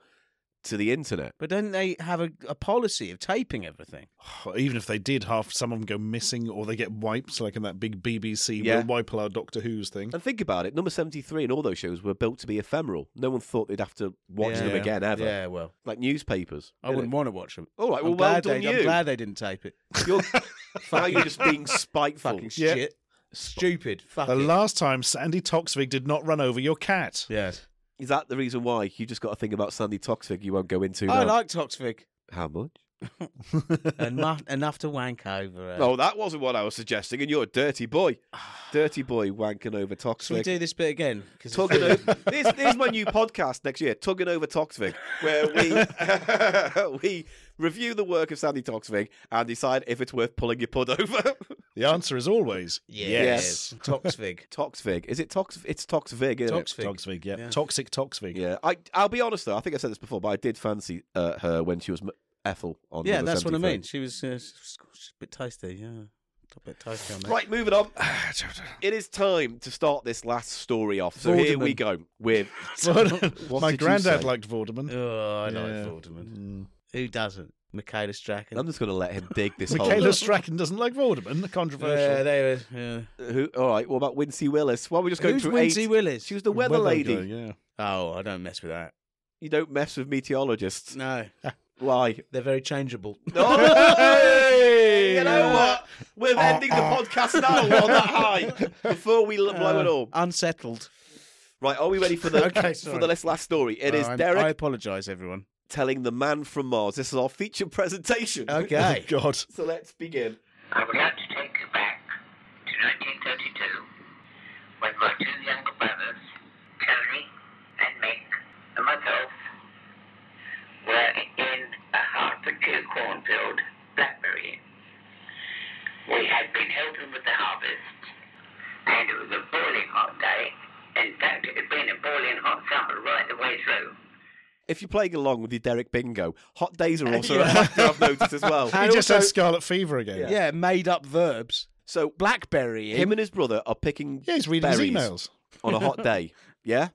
S2: to the internet.
S1: But don't they have a, a policy of taping everything?
S3: Even if they did, half some of them go missing or they get wiped, like in that big BBC
S2: Yeah.
S3: "We'll wipe all our Doctor Who's" thing.
S2: And think about it, number 73 and all those shows were built to be ephemeral. No one thought they'd have to watch
S1: Yeah.
S2: them again ever,
S1: Yeah, well,
S2: like newspapers.
S1: I
S2: innit?
S1: wouldn't want to watch them.
S2: All right, well,
S1: I'm
S2: well
S1: glad
S2: done
S1: they,
S2: you.
S1: I'm glad they didn't tape it.
S2: You're, now
S1: Fucking-
S2: you're just being spiteful.
S1: Fucking
S3: Yeah.
S1: shit. Stupid. Fuck
S3: The
S1: it.
S3: last time Sandy Toksvig did not run over your cat.
S1: Yes.
S2: Is that the reason why you just got a thing about Sandy Toxic you won't go into
S1: I
S2: now?
S1: like Toxvig.
S2: How much? Oh,
S1: enough, enough to wank over. Uh,
S2: No, Oh, that wasn't what I was suggesting, and you're a dirty boy. dirty boy wanking over
S1: Should we
S2: Toxic.
S1: do this bit again? 'Cause it's
S2: Tugging
S1: really-
S2: over, here's, here's my new podcast next year, Tugging Over Toxic, where we we review the work of Sandy Toksvig, and decide if it's worth pulling your pud over.
S3: The answer is always
S1: Yes. Toxvig.
S2: Toksvig. Is it Tox? It's Toksvig, isn't it?
S1: Toxvig.
S3: Toxvig. Yeah. Toxic Toxvig.
S2: Yeah. I, I'll be honest, though. I think I said this before, but I did fancy uh, her when she was M- Ethel on
S1: Yeah,
S2: number
S1: that's what I
S2: 73.
S1: mean. She was uh, she's a bit tasty, yeah. A bit tasty on that.
S2: Right, moving on. It is time to start this last story off. So here we
S1: Vorderman.
S2: go with What
S3: My
S2: did you
S3: granddad
S2: say?
S3: liked Vorderman.
S1: Oh, I
S3: Yeah.
S1: like Vorderman. Who doesn't? Michaela Strachan.
S2: I'm just going to let him dig this hole.
S3: Michaela Strachan doesn't like Vorderman.
S1: yeah,
S3: Controversial.
S1: they were. Yeah.
S2: Who, all right. What about Wincy Willis? Why are we just going
S1: Who's
S2: through
S1: Wincy
S2: eight?
S1: Willis?
S2: She was the weather, lady.
S3: guy, yeah.
S1: Oh, I don't mess with that.
S2: You don't mess with meteorologists.
S1: No,
S2: Why?
S1: they're very changeable.
S2: you know what? We're ending the podcast now on that high before we l- blow it all.
S1: Unsettled.
S2: Right, are we ready for the
S1: Uh, Okay,
S2: for
S1: sorry.
S2: the next last story? It is
S1: Oh, I'm-
S2: Derek
S1: I apologise, everyone.
S2: telling the man from Mars. This is our feature presentation.
S1: Okay.
S3: Oh God.
S2: So let's begin.
S7: I would like to take you back to 1932 when my two younger brothers, Tony and Mick, and myself were in a Hertfordshire cornfield, Blackberry. We had been helping with the harvest, and it was a boiling hot day. In fact, it had been a boiling hot summer right the way through.
S2: If you're playing along with your Derek Bingo, hot days are also a factor I've noticed as well.
S3: He just had scarlet fever again.
S1: Yeah. made up verbs.
S2: So
S1: Blackberry.
S2: him and his brother are picking
S3: Yeah, he's reading
S2: berries
S3: his emails.
S2: on a hot day. Yeah,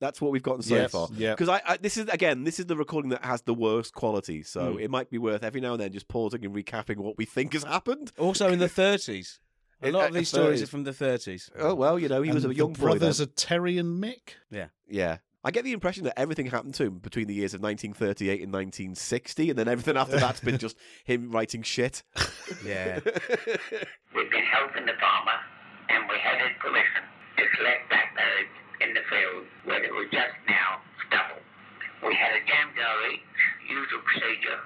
S2: that's what we've gotten so
S3: Yes,
S2: far.
S3: yeah.
S2: because I, I this is again this is the recording that has the worst quality, so it might be worth every now and then just pausing and recapping what we think has happened.
S1: also in the 30s. A
S2: It-
S1: lot
S2: uh,
S1: of these stories
S2: 30s.
S1: are from the 30s.
S2: Oh well, you know he was
S3: And
S2: a young
S3: the
S2: boy. Then.
S3: brothers are Terry and Mick.
S2: Yeah. I get the impression that everything happened to him between the years of 1938 and 1960, and then everything after that's been just him writing shit.
S1: Yeah.
S7: We've been helping the farmer, and we had his permission to collect blackberries in the field where they were just now stubble. We had a jam jar each, usual procedure,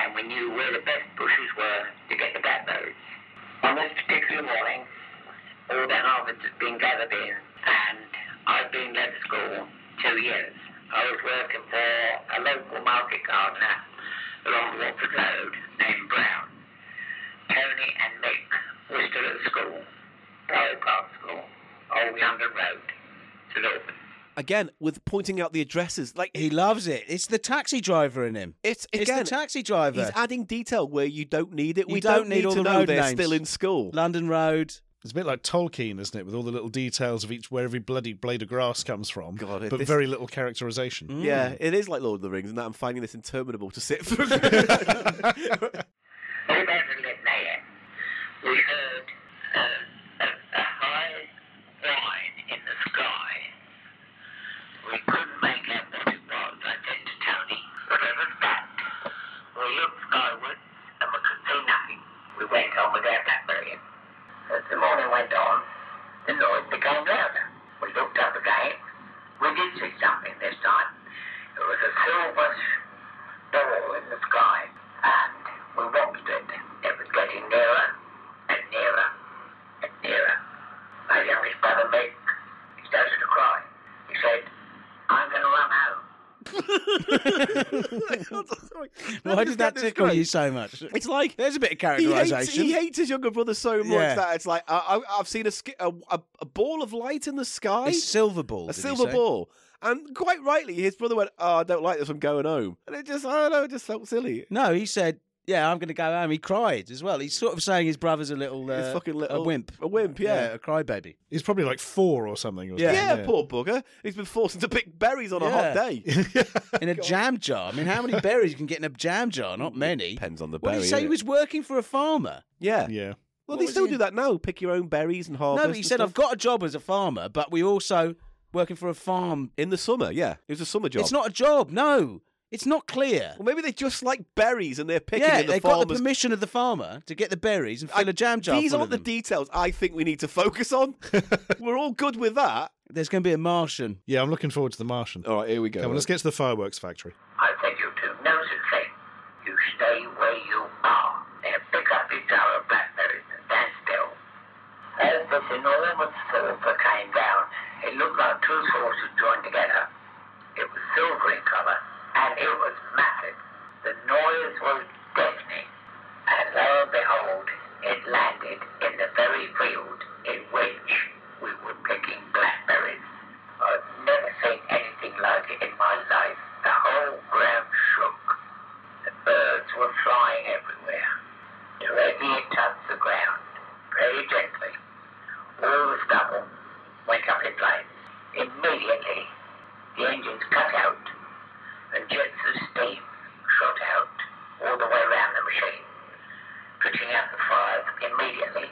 S7: and we knew where the best bushes were to get the blackberries. On this particular morning, all the harvest had been gathered in, and I'd been led to school two years. I was working for a local market gardener along Watford Road named Brown. Tony and Mick were still at school, Barrow Park School, Old London Road, to London.
S2: Again, with pointing out the addresses, like
S1: he loves it. It's the taxi driver in him.
S2: it's
S1: It's
S2: again,
S1: the taxi driver.
S2: he's adding detail where you don't need it.
S1: You
S2: we
S1: don't need
S2: need,
S1: all
S2: to
S1: the
S2: know
S1: road
S2: they're
S1: names.
S2: still in school.
S1: London Road.
S3: It's a bit like Tolkien, isn't it? With all the little details of each where every bloody blade of grass comes from,
S2: God, if
S3: but
S2: this-
S3: very little characterization.
S1: Mm. hmm.
S2: Yeah, it is like Lord of the Rings, and that I'm finding this interminable to sit through.
S7: All about 11 a.m., we heard a, a, a high whine in the sky. We couldn't make out what it was. I said to Tony, whatever's that? We looked skyward and we could see nothing. We went on without that million. As the morning went on, the noise became louder. We looked up again. We did see something this time. It was a silver ball in the sky, and we watched it. It was getting nearer and nearer and nearer. My youngest brother, Mick, he started to cry. He said, I'm going to run home.
S1: Why did that tickle you so much?
S2: It's like
S1: There's a bit of
S2: he hates,
S1: characterisation.
S2: he hates his younger brother so much
S1: Yeah.
S2: that it's like I, I, I've seen a, sk- a, a a ball of light in the sky.
S1: A silver ball.
S2: a
S1: did he
S2: silver
S1: say?
S2: ball. And quite rightly, his brother went, "Oh, I don't like this. I'm going home." And it just, I don't know, it just felt silly.
S1: No, he said, "Yeah, I'm going to go home." He cried as well. He's sort of saying his brother's a little, uh,
S2: His fucking little
S1: a wimp,
S2: a wimp, yeah.
S1: a crybaby.
S3: He's probably like four or something. Or
S1: Yeah.
S2: Yeah,
S3: something,
S2: poor bugger. He's been forced to pick berries on a
S1: Yeah.
S2: hot day.
S1: In a jam jar. I mean, how many berries you can get in a jam jar? Not many.
S2: Depends on the
S1: What
S2: berry.
S1: did he say? He
S2: innit?
S1: was working for a farmer.
S2: yeah.
S3: yeah.
S1: What
S2: Well, they
S1: was
S2: still
S1: he-
S2: do that now. Pick your own berries and harvest.
S1: No, but he
S2: and
S1: said,
S2: Oh, stuff.
S1: "I've got a job as a farmer, but we also working for a farm."
S2: in the summer. Yeah, it was a summer job.
S1: It's not a job. No, it's not clear.
S2: Well, maybe they just like berries and they're picking
S1: yeah,
S2: in the
S1: they got the
S2: farmers.
S1: permission of the farmer to get the berries and
S2: I-
S1: fill a jam jar.
S2: These
S1: full
S2: aren't
S1: of
S2: the
S1: them.
S2: details I think we need to focus on. We're all good with that.
S1: There's going to be a Martian.
S3: Yeah, I'm looking forward to the Martian.
S2: All right, here we go.
S3: Come on, let's get to the fireworks factory.
S7: I said, you do no such thing. You stay where you are and pick up your jar of blackberries and stand still. As this enormous saucer came down, it looked like two saucers joined together. It was silvery colour and it was massive. The noise was deafening, and lo and behold, it landed in the very field in which we were picking blackberries. I've never seen anything like it in my life. The whole ground shook. The birds were flying everywhere. Directly it touched the ground, very gently. All the stubble went up in flames. Immediately, the engines cut out, and jets of steam shot out all the way round the machine, putting out the fires immediately.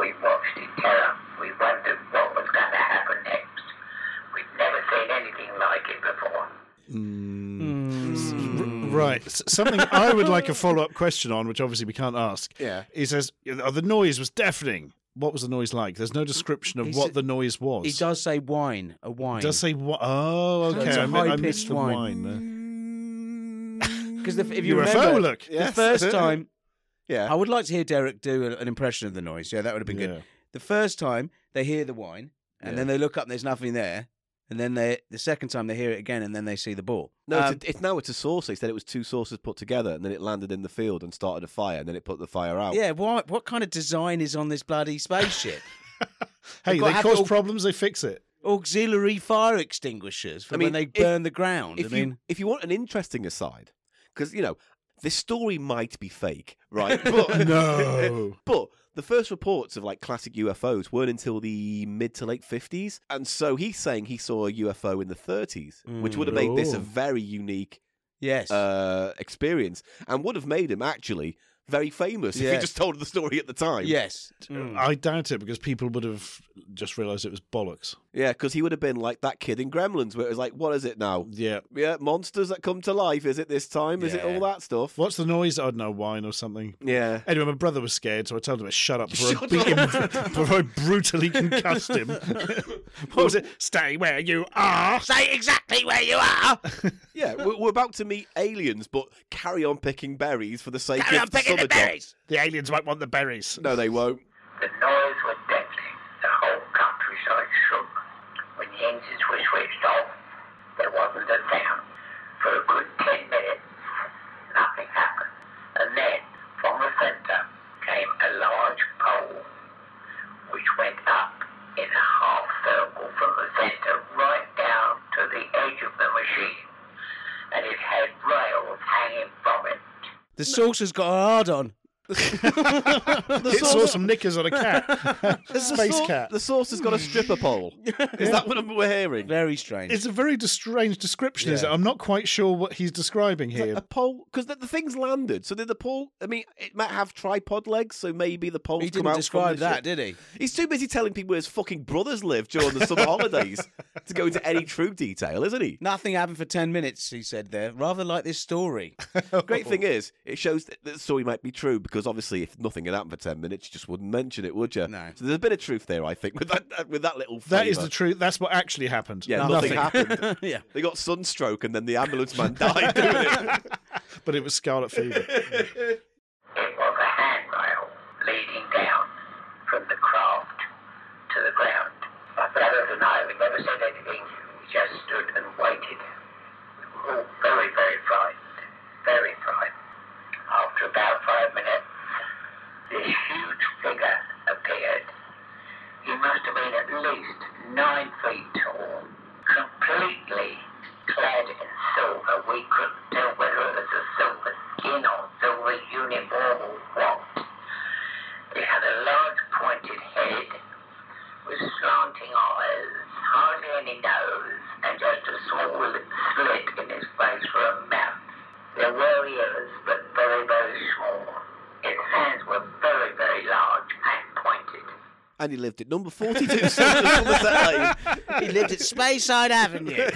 S7: We watched in terror. We wondered what was going to happen next. We'd never seen anything like it before.
S1: Mm.
S3: Right. S- Something I would like a follow up question on, which obviously we can't ask.
S2: Yeah.
S3: He says, oh, the noise was deafening. What was the noise like? There's no description of
S1: He's-
S3: what the noise was.
S1: He does say wine, a wine.
S3: Does say what? Oh,
S1: So
S3: okay.
S1: it's a
S3: I, mi- I
S1: high-pitched
S3: missed the
S1: whine.
S3: wine. there.
S1: Because if you
S3: UFO
S1: remember,
S3: look.
S1: the
S2: Yes.
S1: first time,
S2: Yeah.
S1: I would like to hear Derek do a- an impression of the noise. Yeah, that would have been
S3: Yeah.
S1: good. The first time they hear the wine, and then they look up, and there's nothing there. And then they, the second time they hear it again, and then they see the ball.
S2: No,
S1: Um,
S2: it's, a, it's now it's a saucer. He said it was two saucers put together, and then it landed in the field and started a fire, and then it put the fire out.
S1: yeah. What what kind of design is on this bloody spaceship?
S3: Hey,
S1: They've got
S3: they
S1: to have
S3: cause
S1: all-
S3: problems, they fix it.
S1: Auxiliary fire extinguishers for
S2: I
S1: when
S2: mean,
S1: they
S2: if-
S1: burn the ground. I
S2: If
S1: mean,
S2: you if you want an interesting aside, because you know this story might be fake, right? But
S3: No.
S2: But the first reports of like classic UFOs weren't until the mid to late 50s. And so he's saying he saw a UFO in the 30s, which would have made this a
S3: Ooh.
S1: Mm,
S2: very unique
S1: yes.
S2: uh, experience and would have made him actually very famous if he
S1: Yes.
S2: just told the story at the time.
S1: yes.
S6: Hmm.
S1: Mm.
S2: Uh,
S3: I doubt it because people would have just realised it was bollocks.
S2: Yeah, because he would have been like that kid in Gremlins where it was like, what is it now?
S3: Yeah.
S2: Yeah, monsters that come to life. Is it this time? Is it all that stuff?
S3: What's the noise? I don't know, wine or something.
S2: Yeah.
S3: Anyway, my brother was scared, so I told him to shut up before,
S2: Shut
S3: I, beat him, before I brutally concussed him. what was it? Stay where you are.
S6: Say exactly where you are.
S2: Yeah, we're, we're about to meet aliens, but carry on picking berries for the sake
S6: Carry
S2: of
S6: on picking
S2: summer
S6: the
S2: jobs.
S6: berries.
S3: The aliens won't want the berries.
S2: No, they won't.
S7: The noise was deafening. The whole countryside shook. When the engines were switched off, there wasn't a sound. For a good ten minutes, nothing happened. And then, from the centre, came a large pole, which went up in a half circle from the centre right down to the edge of the machine. And it had rails hanging from it.
S1: the saucer's got a hard on.
S3: It saw some knickers on a cat. a space
S2: sau-
S3: cat.
S2: The sauce has got a stripper pole. Is that what we're hearing?
S1: Very strange.
S3: It's a very dis- strange description, is it?
S1: Yeah.
S3: I'm not quite sure what he's describing here.
S2: A pole? Because the, the thing's landed. So did the pole? I mean, it might have tripod legs, so maybe the pole's
S1: he
S2: come
S1: didn't
S2: out from
S1: describe
S2: the
S1: that,
S2: ship.
S1: did he?
S2: He's too busy telling people where his fucking brothers live during the summer holidays to go into any true detail, isn't he?
S1: Nothing happened for ten minutes. He said there. Rather like this story. Oh.
S2: Great thing is, it shows that the story might be true because obviously, if nothing had happened for ten minutes, you just wouldn't mention it, would you?
S1: No.
S2: So there's a bit of truth there, I think, with that with that little.
S3: That is
S2: flavour.
S3: the truth. That's what actually happened.
S2: Yeah,
S3: nothing.
S2: nothing, happened.
S1: yeah.
S2: They got sunstroke, and then the ambulance man died doing it.
S3: But it was scarlet fever.
S7: It was a handrail leading down from the craft to the ground. My brothers and I, we never said anything. We just stood and waited. We were all very, very frightened. Very frightened. After about five minutes, this huge figure appeared. He must have been at least nine feet tall, completely clad in silver. We couldn't tell whether it was a silver skin or silver uniform or what. It had a large pointed head with slanting eyes, hardly any nose, and just a small slit in his face for a mouth. There were ears, but very, very small. Its hands were very, very large and pointed.
S2: and he lived at number 42 Somerset Lane.
S1: He lived at Speyside Avenue.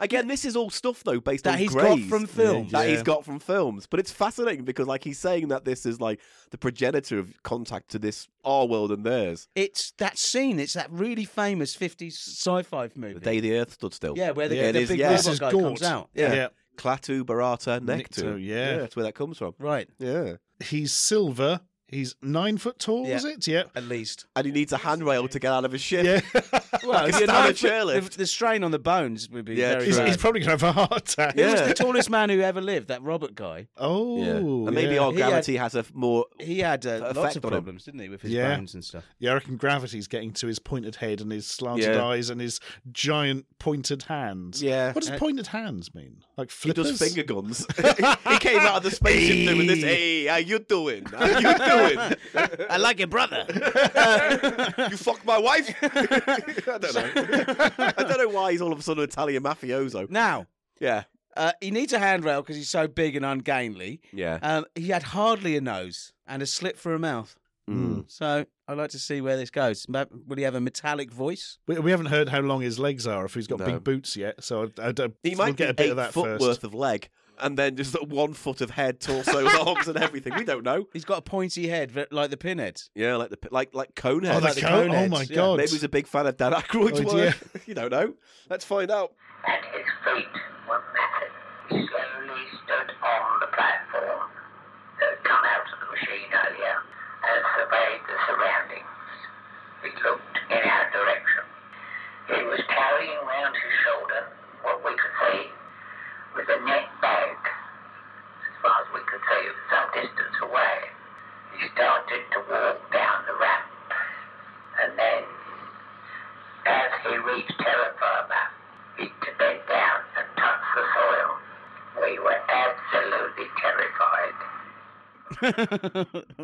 S2: Again, this is all stuff though based
S1: That
S2: on
S1: he's
S2: Greys,
S1: got from films.
S2: that he's
S3: Yeah.
S2: got from films. But it's fascinating because like he's saying that this is like the progenitor of contact to this our world and theirs.
S1: It's that scene. It's that really famous '50s sci-fi movie.
S2: The day the Earth stood still.
S1: yeah, where the,
S2: Yeah, it
S1: the
S2: is,
S1: big
S2: yeah.
S1: robot
S3: This is
S1: guy
S3: Gort.
S1: comes out.
S2: yeah.
S3: Yeah.
S2: Clatu, Barata, Nectu.
S3: Nectu, yeah.
S2: that's where that comes from.
S1: Right.
S2: Yeah,
S3: He's silver He's nine foot tall,
S1: Yeah.
S3: is it? Yeah.
S1: at least.
S2: and he needs a handrail to get out of his ship.
S3: Yeah.
S1: Well,
S2: if you're not a chairlift.
S1: the, the strain on the bones would be
S2: Yeah,
S1: very
S3: he's,
S1: bad.
S3: he's probably going to have a heart attack.
S1: Who was
S2: Yeah.
S1: the tallest man who ever lived? That Robert guy.
S3: Oh.
S2: Yeah. and maybe
S3: yeah.
S2: our
S1: He had-
S2: gravity has a f- more.
S1: He had uh,
S2: Effect
S1: lots of
S2: on him.
S1: problems, didn't he, with his
S3: Yeah.
S1: bones and stuff?
S3: Yeah, I reckon gravity's getting to his pointed head and his slanted
S2: Yeah.
S3: eyes and his giant pointed hands.
S2: Yeah.
S3: What does
S1: Uh,
S3: pointed hands mean? Like
S2: He does
S3: flippers?
S2: finger guns. he came out of the spaceship doing this. Hey, how you doing? How you doing?
S1: I like your brother.
S2: you fucked my wife. I don't know. I don't know why he's all of a sudden Italian mafioso.
S1: now,
S2: Yeah,
S1: uh, he needs a handrail because he's so big and ungainly.
S2: yeah.
S1: Um, he had hardly a nose and a slit for a mouth. So I'd like to see where this goes. Ma- Will he have a metallic voice?
S3: We, we haven't heard how long his legs are, if he's got
S2: No.
S3: big boots yet. So I, I don't.
S2: He
S3: we'll
S2: might
S3: get
S2: get
S3: a bit
S2: eight
S3: of that
S2: foot
S3: first.
S2: worth of leg, and then just one foot of head, torso, arms, and everything. We don't know.
S1: He's got a pointy head ve- like the pinhead.
S2: Yeah, like the like like Conehead.
S3: Oh, the
S1: like the
S3: cone? Oh
S1: coneheads,
S3: my
S1: yeah.
S3: god!
S2: Maybe he's a big fan of Dan Aykroyd's
S3: Oh,
S2: work. You don't know. Let's find out.
S7: and his feet were matted. He slowly stood on the platform that had come out of the machine earlier and surveyed the surroundings. He looked in our direction. He was carrying round his shoulder what we could see was a net bag. As far as we could see, it was some distance away. He started to walk down the ramp and then as he reached terra firma, he bent down and touched the soil. We were absolutely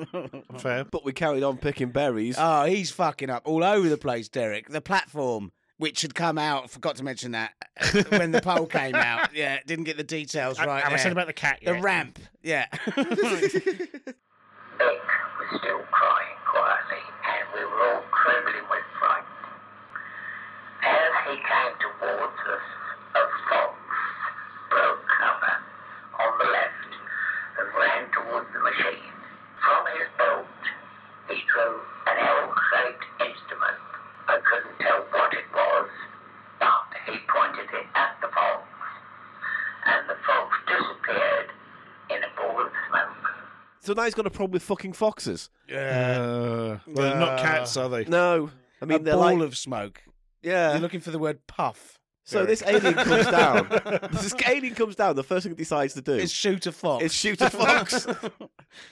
S7: terrified.
S3: Fair.
S2: But we carried on picking berries.
S3: Uh,
S1: Oh, he's fucking up all over the place, Derek. The platform, which had come out, forgot to mention that uh, when the poll came out. Yeah, didn't get the details right.
S6: I was
S1: there.
S6: talking about the cat.
S1: the
S6: yeah.
S1: ramp. Yeah.
S7: Nick was still crying quietly, and we were all trembling with fright. As he came towards us, a fox broke cover on the left and ran towards the machine. From his belt, he drew an L-shaped instrument. I couldn't tell what it was, but he pointed it at the fox, and the fox disappeared in a ball of smoke.
S2: So now he's got a problem with fucking foxes.
S3: Uh, well, they're not cats, are they?
S2: No, I mean
S1: a
S2: they're
S1: ball
S2: like
S1: of smoke.
S2: yeah.
S1: You're looking for the word puff.
S2: so this alien comes down. this alien comes down. The first thing it decides to do
S1: It's shoot a fox.
S2: is shoot a fox.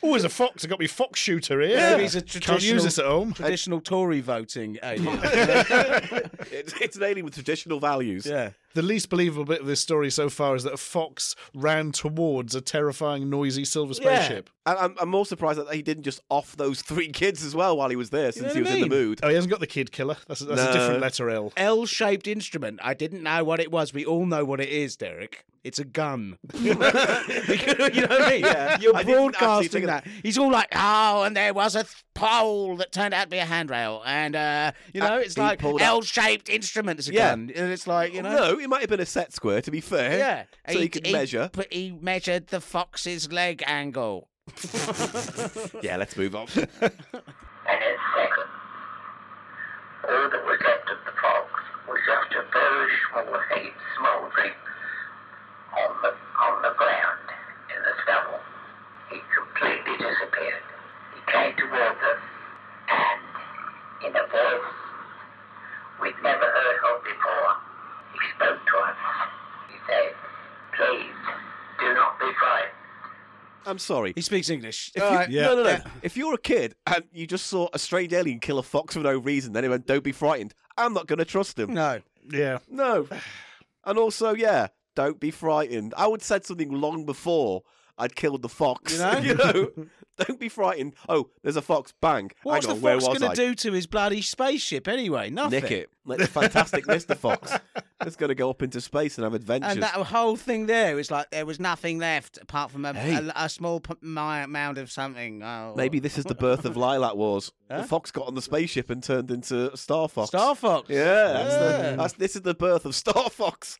S3: Oh, there's a fox. I got me fox shooter here.
S1: Maybe it's a
S3: Can't use
S1: traditional-
S3: this at home.
S1: traditional Tory voting alien.
S2: it's, it's an alien with traditional values.
S1: yeah.
S3: The least believable bit of this story so far is that a fox ran towards a terrifying, noisy silver
S1: Yeah.
S3: spaceship.
S2: I, I'm, I'm more surprised that he didn't just off those three kids as well while he was there, since
S1: know
S2: he
S1: what
S2: was
S1: I
S2: in the
S1: mean? Uh,
S2: mood.
S3: Oh, he hasn't got the kid killer. That's, that's a
S2: No.
S3: different letter L.
S1: L-shaped instrument. I didn't know what it was. We all know what it is, Derek. It's a gun. you know what I mean?
S2: Yeah.
S1: You're
S2: I didn't actually think
S1: broadcasting
S2: of
S1: that. He's all like, "Oh, and there was a th- pole that turned out to be a handrail, and uh, you know,
S2: Uh,
S1: it's
S2: he
S1: like
S2: pulled up-
S1: L-shaped instrument is a
S2: Yeah.
S1: gun, and it's like you know,
S2: No, it might have been a set square, to be fair.
S1: yeah.
S2: So he, could measure.
S1: but he measured the fox's leg angle.
S2: Yeah, let's move on.
S7: and in seconds. All that was left of Oh, the fox was just a very small heap smouldering on the on the ground in the stubble. He completely disappeared. He came towards us and in a voice we'd never heard of before, he spoke to us. He said, Please do not be frightened.
S2: I'm sorry.
S1: He speaks English.
S2: If you- No, no, no. If you're a kid and you just saw a strange alien kill a fox for no reason, then he went, "Don't be frightened." I'm not going to trust him.
S1: No.
S3: Yeah.
S2: No. And also, yeah, don't be frightened. I would said something long before I'd killed the fox.
S1: You know?
S2: know? don't be frightened. Oh, there's a fox. Bang.
S1: What's
S2: Hang on,
S1: the
S2: where
S1: fox
S2: was
S1: going to
S2: I?
S1: do to his bloody spaceship anyway? Nothing.
S2: Nick it. Like the fantastic Mr. Fox. It's going to go up into space and have adventures.
S1: And that whole thing there was like there was nothing left apart from a,
S2: Hey.
S1: a, a small p- mi- mound of something. Oh.
S2: Maybe this is the birth of Lilac Wars.
S1: Huh?
S2: The fox got on the spaceship and turned into Star Fox.
S1: Star Fox.
S2: Yeah, that's
S1: Yeah.
S2: The, that's, this is the birth of Star Fox.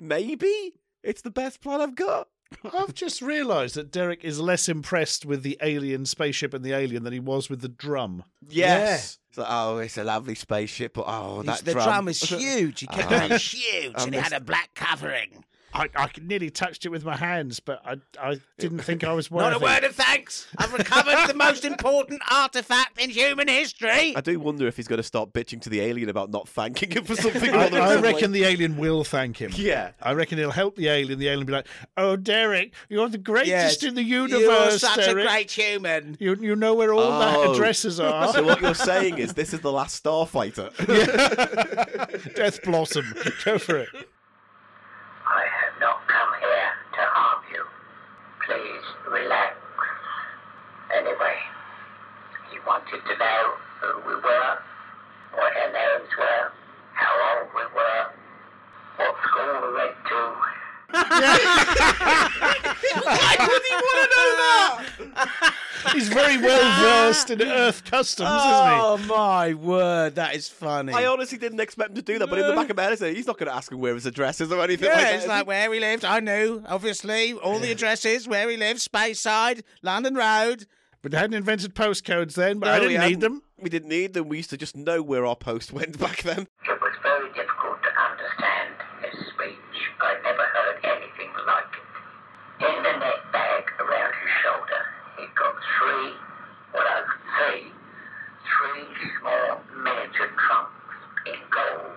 S2: Maybe it's the best plan I've got.
S3: I've just realised that Derek is less impressed with the alien spaceship and the alien than he was with the drum.
S2: Yes. It's like, oh, it's a lovely spaceship, but oh,
S1: He's-
S2: that
S1: the drum.
S2: drum
S1: was huge. He kept going huge,
S2: I
S1: and it had a black covering.
S3: I, I nearly touched it with my hands, but I, I didn't think I was worthy.
S1: Not a word of thanks. I've recovered the most important artifact in human history.
S2: I do wonder if he's going to start bitching to the alien about not thanking him for something.
S3: I,
S2: rather than
S3: I
S2: something like-
S3: reckon the alien will thank him.
S2: Yeah.
S3: I reckon he'll help the alien. The alien will be like, "Oh, Derek, you're the
S1: Yes.
S3: greatest in the universe,
S1: you are such
S3: Derek.
S1: a great human.
S3: you, you know where all
S2: Oh.
S3: the addresses are.
S2: So what you're saying is this is the last Starfighter.
S3: Death Blossom, go for it.
S7: I have not come here to harm you. Please relax. Anyway, he wanted to know who we were, what our names were, how old we were, what school we went to.
S3: He's very well versed in Earth customs, isn't
S1: Oh my word, that is funny.
S2: I honestly didn't expect him to do that, but in the back of my head, I say, he's not going to ask him where his address is or anything like
S1: yeah,
S2: that.
S1: it's like where he lived. I knew, obviously, all the addresses, where he lived, Speyside, London Road.
S3: he? But they hadn't invented postcodes then. But
S2: No,
S3: I
S2: we
S3: didn't
S2: hadn't.
S3: need them.
S2: We didn't need them. We used to just know where our post went back then.
S7: It was very difficult to understand his speech. I never heard anything like it. In the net bag around his shoulder, he got three, what I could see, three small miniature trunks in gold.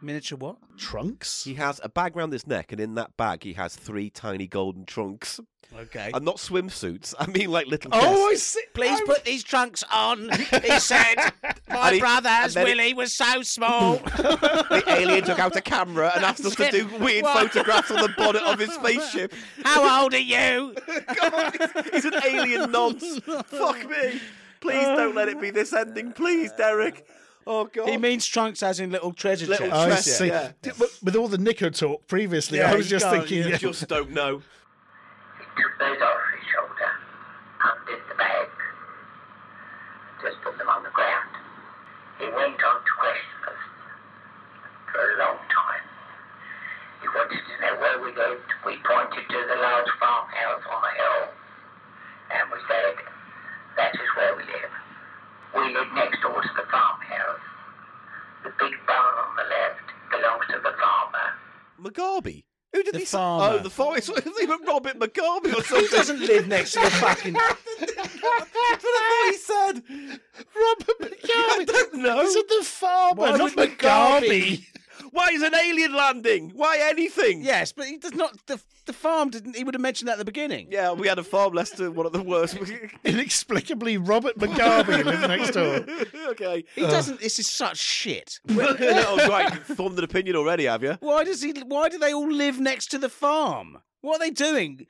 S1: Miniature what?
S3: Trunks.
S2: He has a bag round his neck, and in that bag, he has three tiny golden trunks.
S1: Okay.
S2: And not swimsuits. I mean, like little.
S3: Oh, I
S2: chests.
S3: see.
S1: Please put these trunks on, he said. My
S2: And he- and
S1: brother's
S2: then he-
S1: Willie was so small.
S2: the alien took out a camera and asked us to
S1: That's
S2: do
S1: it.
S2: weird
S1: What?
S2: photographs on the bonnet of his spaceship.
S1: How old are you?
S2: God, he's- he's an alien nonce. Fuck me. Please don't let it be this ending, please, Derek. Oh God.
S1: He means trunks as in little treasure
S2: Little
S1: chest.
S3: I
S2: treasure,
S3: see.
S2: yeah.
S3: D- but With all the Nico talk previously,
S1: Yeah,
S3: I was
S1: you
S3: just
S1: can't-
S3: thinking,
S1: you
S3: yeah.
S2: just don't know.
S7: He took those off his shoulder, undid the bag, just put them on the ground. He went on to question us for a long time. He wanted to know where we lived. We pointed to the large farmhouse on the hill, and we said, that is where we live. We live next door to the farmhouse. The big barn on the left belongs to the farmer.
S2: Mugabe. Who did
S1: The
S2: he say?
S1: farmer.
S2: Oh, the forest. They were Robert Mugabe
S1: He
S2: or something.
S1: doesn't live next to the fucking.
S2: That's what I thought he said.
S3: Robert McGarvey.
S2: I don't know.
S3: Is it the farmer?
S1: Why
S3: not
S1: would McGarvey?
S3: McGarvey.
S2: Why is an alien landing? Why anything?
S1: Yes, but he does not. The, the farm didn't. He would have mentioned that at the beginning.
S2: Yeah, we had a farm, Leicester, one of the worst.
S3: Inexplicably, Robert McGarvey lived next door.
S2: okay.
S1: He doesn't. This is such shit.
S2: oh, right. You've formed an opinion already, have you?
S1: Why does he? Why do they all live next to the farm? What are they doing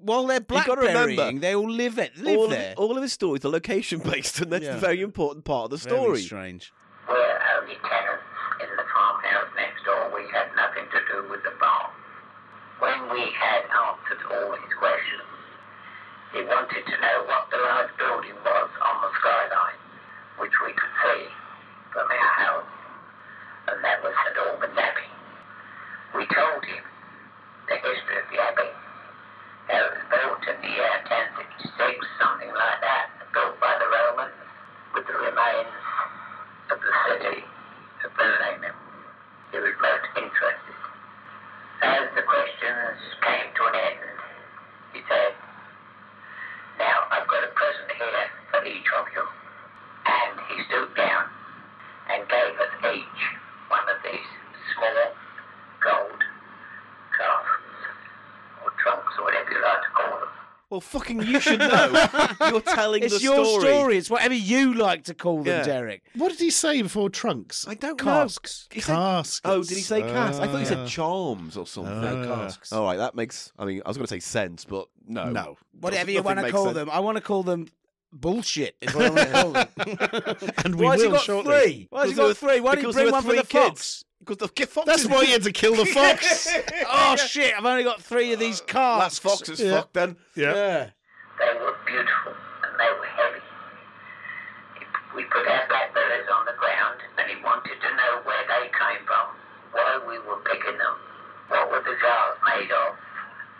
S1: while they're
S2: gotta remember,
S1: blackberrying? They all live it. Live
S2: all,
S1: there.
S2: Of, all of his stories are location based, and that's
S1: Yeah.
S2: a very important part of the
S1: Very
S2: story.
S1: strange.
S7: We're only tenants in the farmhouse next door. We had nothing to do with the farm. When we had answered all his questions, he wanted to know what the large building was on the skyline, which we could see from our house, and that was St. Albans Abbey. We told him the history of the Abbey. It was built in the year 1066, something like that, built by the Romans with the remains of the city of Birmingham. He was most interested. As the questions came to an end, he said, Now I've got a present here for each of you. And he stooped down and gave us each one of these small gold casks or trunks or whatever you like to call them.
S2: Well, fucking, you should know. You're telling
S1: It's
S2: the
S1: your
S2: story.
S1: story. It's whatever you like to call them,
S2: Yeah.
S1: Derek.
S3: What did he say before trunks?
S2: I don't
S3: Casks.
S2: know. He said-
S3: Casks.
S2: Oh, did he say cast? I thought he
S1: Ah.
S3: Ah.
S2: said charms or something.
S3: No, casks.
S2: All right, that makes. I mean, I was going to say sense, but no.
S3: No.
S1: Whatever you
S2: Nothing
S1: want to
S2: makes
S1: call
S2: sense.
S1: them. I want to call them bullshit. Is what I want to call them.
S3: and we
S1: Why has
S3: will
S1: he got
S3: shortly.
S1: three? Why has he
S2: Because there were-
S1: got three? Why did he
S2: because there
S1: bring
S2: were
S1: one for
S2: three
S1: the fox?
S2: kids. Because the fox.
S3: That's
S2: is-
S3: why he had to kill the fox.
S1: Oh shit! I've only got three of these
S2: That
S1: cards.
S2: fox is
S3: Yeah.
S2: fucked then.
S3: yeah.
S1: Yeah.
S7: They were beautiful and they were heavy. We put our blackberries on the ground and he wanted to know where they came from, why we were picking them, what were the jars made of.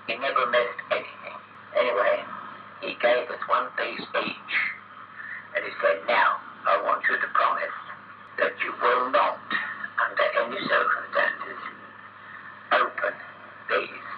S7: He never missed anything. Anyway, he gave us one piece each and he said, now I want you to promise that you will not, under any circumstances, open these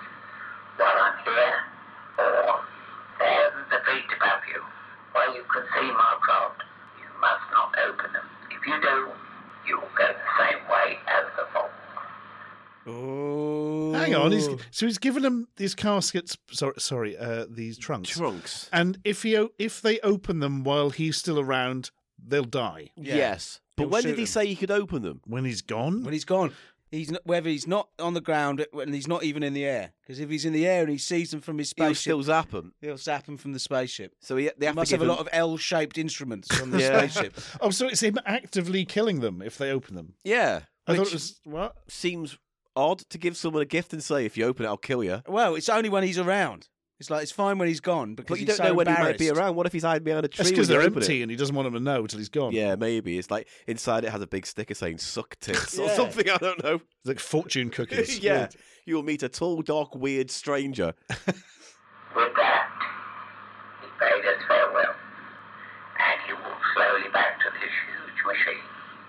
S1: Oh.
S3: Hang on, he's, so he's given him these caskets. Sorry, sorry, uh, these trunks.
S2: Trunks.
S3: And if he o- if they open them while he's still around, they'll die
S1: Yeah.
S2: Yes. But
S1: He'll
S2: when
S1: shoot
S2: did he
S1: him.
S2: say he could open them?
S3: when he's gone.
S1: when he's gone. He's not, whether he's not on the ground and he's not even in the air. Because if he's in the air and he sees them from his
S2: He'll
S1: spaceship,
S2: still zap him.
S1: he'll zap them from the spaceship.
S2: So he, they
S1: He
S2: have
S1: must
S2: to
S1: have
S2: give
S1: a
S2: him-
S1: lot of L-shaped instruments on the
S2: Yeah.
S1: spaceship.
S3: Oh, so it's him actively killing them if they open them.
S2: Yeah.
S3: I thought
S2: Which
S3: it was what?
S2: seems odd to give someone a gift and say, if you open it, I'll kill you.
S1: Well, it's only when he's around. It's like it's fine when he's gone because
S2: But you
S1: he's
S2: don't
S1: so
S2: know when he might be
S1: embarrassed.
S2: around. What if he's hiding behind a tree?
S3: It's
S2: when
S3: because
S2: you
S3: they're
S2: open it?
S3: empty and he doesn't want them to know till he's gone.
S2: Yeah, maybe. It's like inside it has a big sticker saying suck tits or
S1: Yeah.
S2: something. I don't know.
S3: It's like fortune cookies.
S2: yeah. You will meet a tall, dark, weird stranger.
S7: With that, he bade us farewell, and he walked slowly back to this huge machine.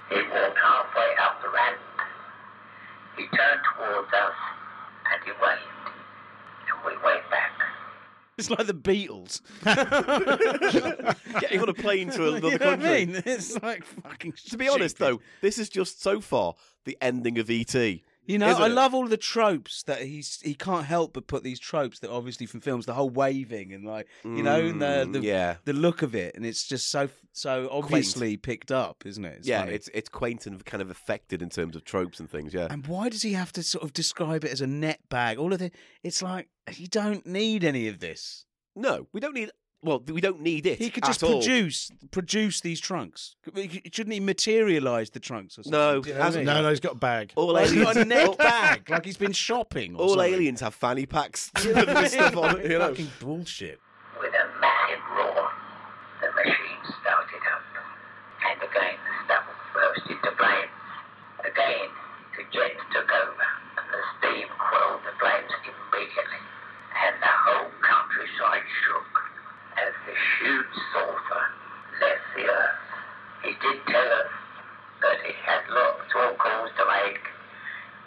S7: He walked halfway up the ramp. He turned towards us, and he waved, and we waved back.
S1: It's like the Beatles.
S2: Getting on a plane to another
S1: you know
S2: country.
S1: What I mean? It's like fucking.
S2: To be honest, though, this is just so far the ending of E ET.
S1: you know,
S2: isn't
S1: I
S2: it?
S1: love all the tropes that he's he can't help but put these tropes that obviously from films, the whole waving and like you know, and
S2: Mm,
S1: the the,
S2: yeah,
S1: the look of it, and it's just so so obviously picked up, isn't it? It's
S2: yeah,
S1: funny.
S2: it's it's quaint and kind of affected in terms of tropes and things. Yeah,
S1: And why does he have to sort of describe it as a net bag? All of the, it's like you don't need any of this.
S2: no, we don't need. Well, we don't need it.
S1: He could
S2: at
S1: just
S2: all.
S1: produce produce these trunks. He c- Shouldn't he materialise the trunks or something?
S2: No,
S1: Do you know what I
S2: hasn't.
S1: mean?
S3: No, no, he's got a bag.
S2: All
S1: Like, he's
S2: aliens,
S1: got a
S2: all,
S1: net bag, like he's been shopping. Or
S2: all
S1: something.
S2: aliens have fanny packs with this stuff on it. You know,
S1: Fucking bullshit.
S7: With a massive roar, the machine started up, and again the stubble burst into flames. Again, the jets took over, and the steam quelled the flames immediately, and the whole countryside shook as the huge saucer left the earth. It did tell us that it had lots more calls to make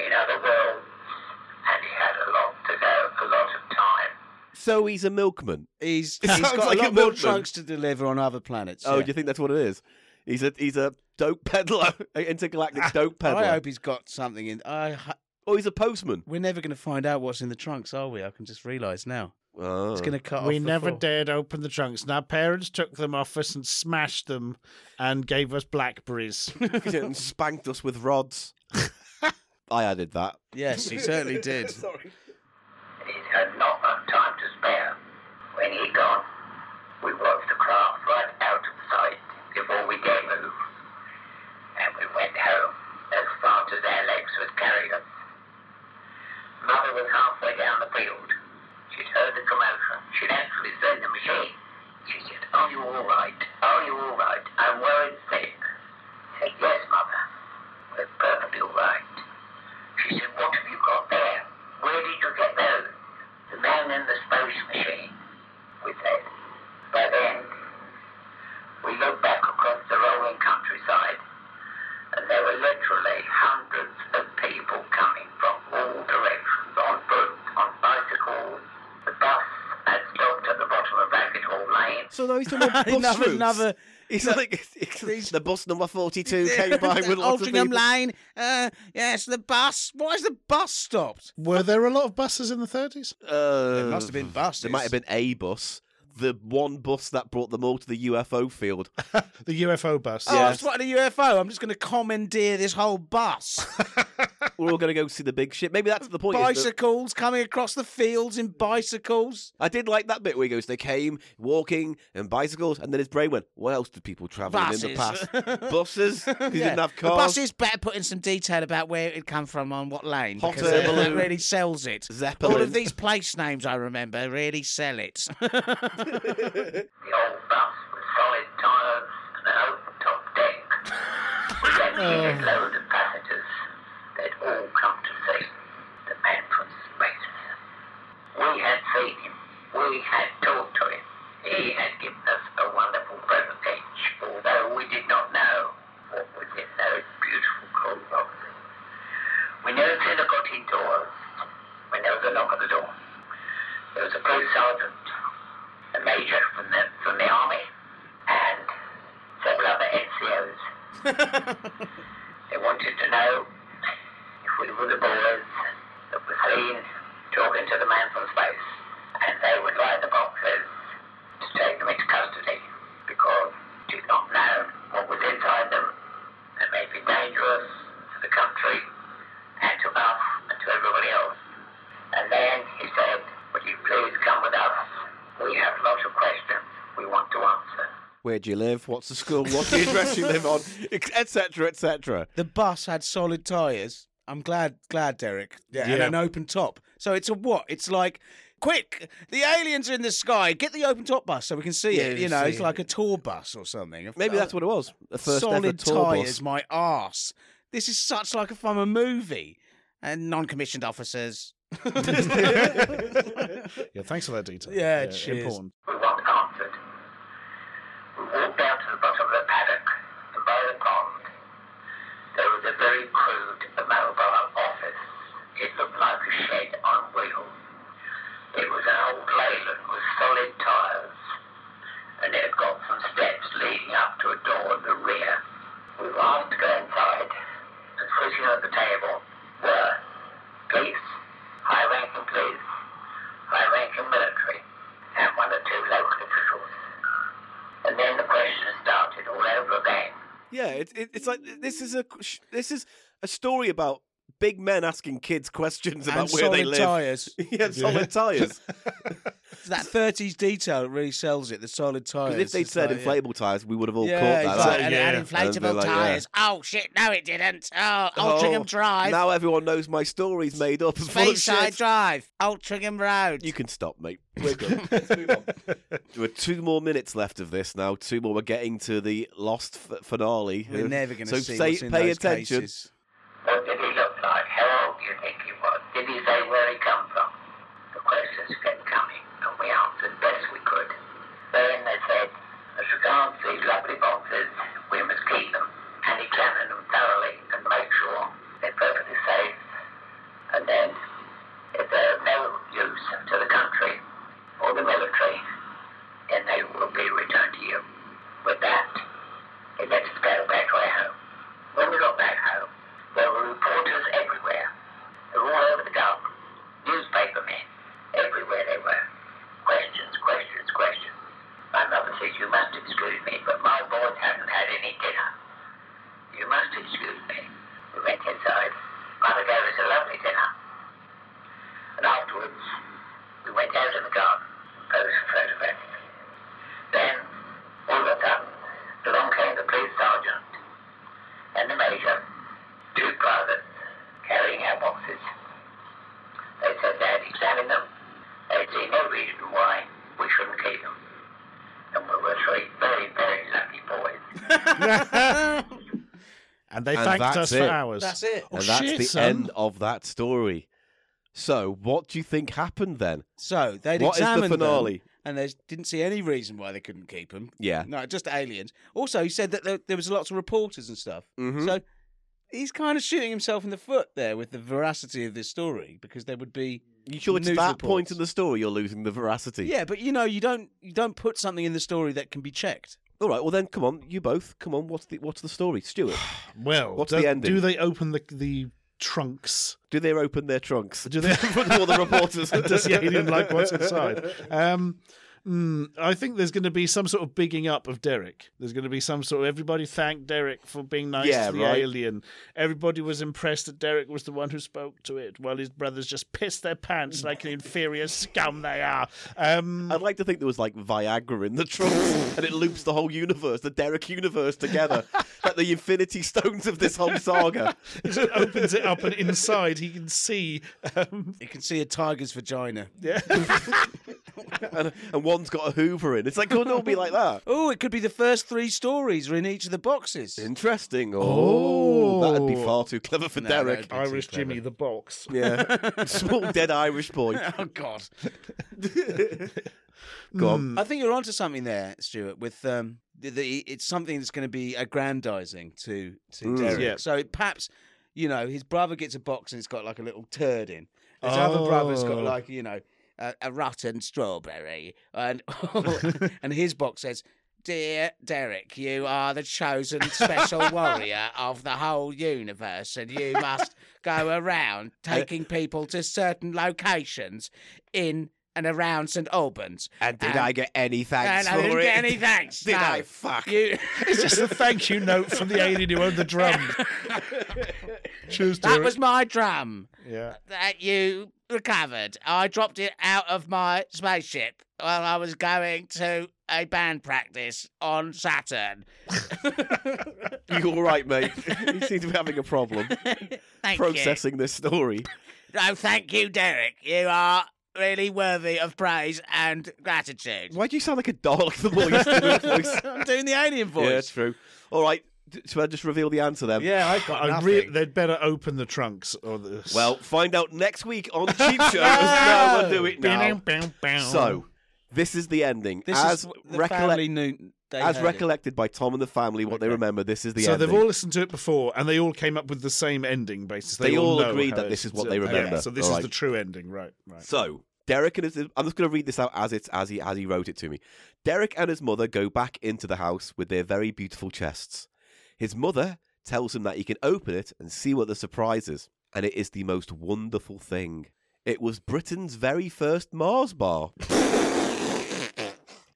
S7: in other worlds, and it had a lot to go, a lot of time.
S2: so he's a milkman.
S1: He's,
S2: It
S1: he's
S2: sounds
S1: got
S2: like
S1: a
S2: a
S1: lot more
S2: milkman.
S1: trunks to deliver on other planets.
S2: Oh,
S1: yeah.
S2: do you think that's what it is? He's a he's a dope peddler, an intergalactic dope
S1: Ah, I
S2: peddler,
S1: hope he's got something in. I, ho-
S2: or he's a postman.
S1: we're never going to find out what's in the trunks, are we? I can just realise now.
S2: Oh.
S1: It's going to cut
S3: We
S1: off.
S3: never
S1: before.
S3: dared open the trunks, and our parents took them off us and smashed them and gave us blackberries.
S2: and spanked us with rods. I added that.
S1: Yes, he certainly did.
S7: He had not much time to spare. When he gone, we worked the craft right out of sight before we dare move. And we went home as fast as our legs would carry us. Mother was halfway down the field. She'd heard the commotion. She'd actually seen the machine. She said, Are you all right? Are you all right? I'm worried sick. I said, Yes, Mother. We're perfectly all right. She said, What have you got there? Where did you get those? The man in the space machine, we said. By then, we looked back across the rolling countryside, and there were literally hundreds of people coming from all directions on foot, on bicycles. The bus had stopped at the bottom of Ragged Hall Lane.
S2: So now he's talking about bus
S1: Another-
S2: routes.
S1: another-
S2: He's like it's- it's- the bus number forty-two came by with lots of people.
S1: Altrincham Lane. Uh, yes, the bus. Why is the bus stopped?
S3: Were there a lot of buses in the 30s?
S2: Uh,
S1: It must have been buses.
S2: There might have been a bus. The one bus that brought them all to the UFO field.
S3: The UFO bus.
S1: Oh, I'm spotted a UFO. I'm just going to commandeer this whole bus.
S2: We're all going to go see the big ship. Maybe that's the point. is that-
S1: bicycles coming across the fields in bicycles.
S2: I did like that bit where he goes, they came walking and bicycles, and then his brain went, what else did people travel in the
S1: Buses.
S2: past? Buses? 'Cause he
S1: Yeah.
S2: didn't have
S1: The
S2: cars.
S1: buses better put in some detail about where it come from on what lane.
S2: Hot
S1: because
S2: air
S1: that-
S2: balloon.
S1: That really sells it.
S2: Zeppelin.
S1: All of these place names I remember really sell it.
S7: The old bus with solid tires and an open top deck. With that huge load of passengers, they'd all come to see the man from space. We had seen him. We had talked to him. He had given us a wonderful present each, although we did not know what was in those beautiful cold boxes. We no sooner got indoors when there was a knock at the door. There was a police sergeant a major from the from the army and several other NCOs. they wanted to know if we were the boys Marine talking to the man from space, and they would like the boxers to take them into custody because they did not know what was inside them and may be dangerous to the country and to us and to everybody else. And then he said, Would you please come with us? We have lots of questions we want to answer.
S2: Where do you live? What's the school? What's the address you live on? Etc. Etc.
S1: The bus had solid tires. I'm glad, glad, Derek. Yeah, and
S3: Yeah.
S1: an open top. So it's a what? It's like, quick! The aliens are in the sky. Get the open top bus so we can see it. You know, it's like a tour bus or something.
S2: Maybe that's what it was. The first ever
S1: solid
S2: tour
S1: tires.
S2: bus.
S1: My ass. This is such like a from a movie. And non-commissioned officers.
S3: Yeah, thanks for that detail.
S1: Yeah, cheers.
S3: Important.
S7: We want answered. We walked down to the bottom of the paddock, and by the pond, there was a very crude mobile office. It looked like a shed on wheels. It was an old Leyland with solid tires, and it had got some steps leading up to a door in the rear. We were asked to go inside, and sitting at the table were police, high-ranking police, high-ranking military, and one or two local officials. And then the question started all over again.
S2: Yeah, it, it, it's like this is a this is a story about big men asking kids questions about
S1: and
S2: where
S1: solid
S2: they live.
S1: tires.
S2: yeah, solid tires.
S1: that 30s detail really sells it. The solid tires.
S2: Because if they'd
S1: It's
S2: said
S1: like, yeah.
S2: inflatable tires, we would have all
S1: Yeah,
S2: caught
S1: it's
S2: that.
S1: like,
S2: out.
S1: and, and
S2: And they're
S1: inflatable
S2: like, yeah.
S1: tires. Oh shit! No, it didn't. Oh, Altrincham
S2: Oh,
S1: Drive,
S2: Now everyone knows my story's made up. It's full of
S1: Bayside
S2: shit.
S1: Drive, Altrincham Road.
S2: You can stop, mate. We're good. Let's move on. There are two more minutes left of this now. Two more. We're getting to the lost f- finale.
S1: We're never going to
S2: so
S1: see
S2: say-
S1: what's in
S2: pay
S1: those
S2: attention.
S1: cases.
S7: What did he look like? How old do you think he was? Did he say where he come from? The questions kept coming, and we answered best we could. Then they said, as regards these lovely boxes, we must keep them and examine them thoroughly and make sure they're perfectly safe. And then, if they're of no use to the country or the military, then they will be returned to you. With that, they let us go back to our home. When we got back home, there were reporters everywhere. They were all over the garden. Newspaper men. Everywhere they were. Questions, questions, questions. My mother says, you must excuse me, but my boys haven't had any dinner. You must excuse me. We went inside. Mother gave us a lovely dinner. And afterwards, we went out in the garden. Posed for photographs. Then, all of a sudden, along came the police sergeant and the major, two privates, carrying our boxes. They said they had examined them. They see no reason why we shouldn't keep them. And we were three very, very lucky boys.
S3: And they
S2: And
S3: thanked
S2: that's
S3: us
S2: it.
S3: for hours.
S1: That's it.
S3: Oh,
S2: and that's
S3: shit,
S2: the
S3: son.
S2: end of that story. So, what do you think happened then?
S1: So they'd
S2: What is the
S1: examined
S2: finale?
S1: them, and they didn't see any reason why they couldn't keep them.
S2: Yeah.
S1: No, just aliens. Also, he said that there, there was lots of reporters and stuff.
S2: Mhm.
S1: So he's kind of shooting himself in the foot there with the veracity of this story because there would be
S2: You sure it's
S1: news
S2: that
S1: reports.
S2: point in the story you're losing the veracity?
S1: Yeah, but you know, you don't you don't put something in the story that can be checked.
S2: All right. Well, then, come on, you both. Come on. What's the what's the story, Stuart?
S3: Well,
S2: What's
S3: do,
S2: the ending?
S3: do they open the the trunks?
S2: Do they open their trunks?
S3: Do they?
S2: all the reporters.
S3: Does the alien like what's inside? Um, mm, I think there's going to be some sort of bigging up of Derek. There's going to be some sort of everybody thanked Derek for being nice
S2: Yeah,
S3: to the
S2: right.
S3: alien. Everybody was impressed that Derek was the one who spoke to it, while his brothers just pissed their pants like an inferior scum they are. Um,
S2: I'd like to think there was like Viagra in the trunks, and it loops the whole universe, the Derek universe, together, like the Infinity Stones of this whole saga.
S3: it just opens it up, and inside he can see. Um,
S1: You can see a tiger's vagina.
S2: And, and one's got a Hoover in. It's like couldn't it all be like that.
S1: Oh, it could be the first three stories are in each of the boxes.
S2: Interesting.
S3: Oh.
S2: that'd be far too clever for
S1: No,
S2: Derek.
S1: that'd
S3: Irish Jimmy the box.
S2: Yeah, small dead Irish boy.
S1: Oh God!
S2: Go on.
S1: I think you're onto something there, Stuart. With um, the, the it's something that's going to be aggrandizing to to Derek.
S3: Yeah.
S1: So it, perhaps you know his brother gets a box and it's got like a little turd in. His other brother's got
S3: Oh.
S1: like you know a, a rotten strawberry, and and his box says Dear Derek, you are the chosen special warrior of the whole universe, and you must go around taking people to certain locations in and around St. Albans.
S2: And did
S1: And-
S2: I get any thanks
S1: and I
S2: for
S1: didn't
S2: it?
S1: get any thanks.
S2: Did
S1: no.
S2: I fuck?
S1: You...
S3: It's just a thank you note from the alien who owned the drum. Cheers,
S1: that
S3: Derek.
S1: was my drum
S3: Yeah.
S1: that you recovered. I dropped it out of my spaceship while I was going to a band practice on Saturn.
S2: You all right, mate? you seem to be having a problem
S1: Thank you.
S2: processing this story.
S1: No, thank you, Derek. You are really worthy of praise and gratitude.
S2: Why do you sound like a Dalek the more you do the voice?
S1: I'm doing the alien
S2: Yeah,
S1: voice.
S2: it's true. All right, d- should I just reveal the answer then?
S1: Yeah, I've got
S3: I
S1: nothing.
S3: re- they'd better open the trunks or this.
S2: Well, find out next week on Cheap Show. no, we'll do it now. So, this is the ending.
S1: this
S2: as
S1: is the
S2: recollect-
S1: family knew. They
S2: as
S1: heard it.
S2: recollected by Tom and the family, what they remember. This is the
S3: so
S2: ending.
S3: they've all listened to it before, and they all came up with the same ending. Basically,
S2: They all
S3: know
S2: agreed
S3: how
S2: that
S3: it
S2: this is what
S3: so-
S2: they
S3: okay,
S2: remember.
S3: so this
S2: All
S3: is
S2: right.
S3: the true ending, right? Right.
S2: So Derek and his I'm just going to read this out as it's as he as he wrote it to me. Derek and his mother go back into the house with their very beautiful chests. His mother tells him that he can open it and see what the surprise is, and it is the most wonderful thing. It was Britain's very first Mars bar.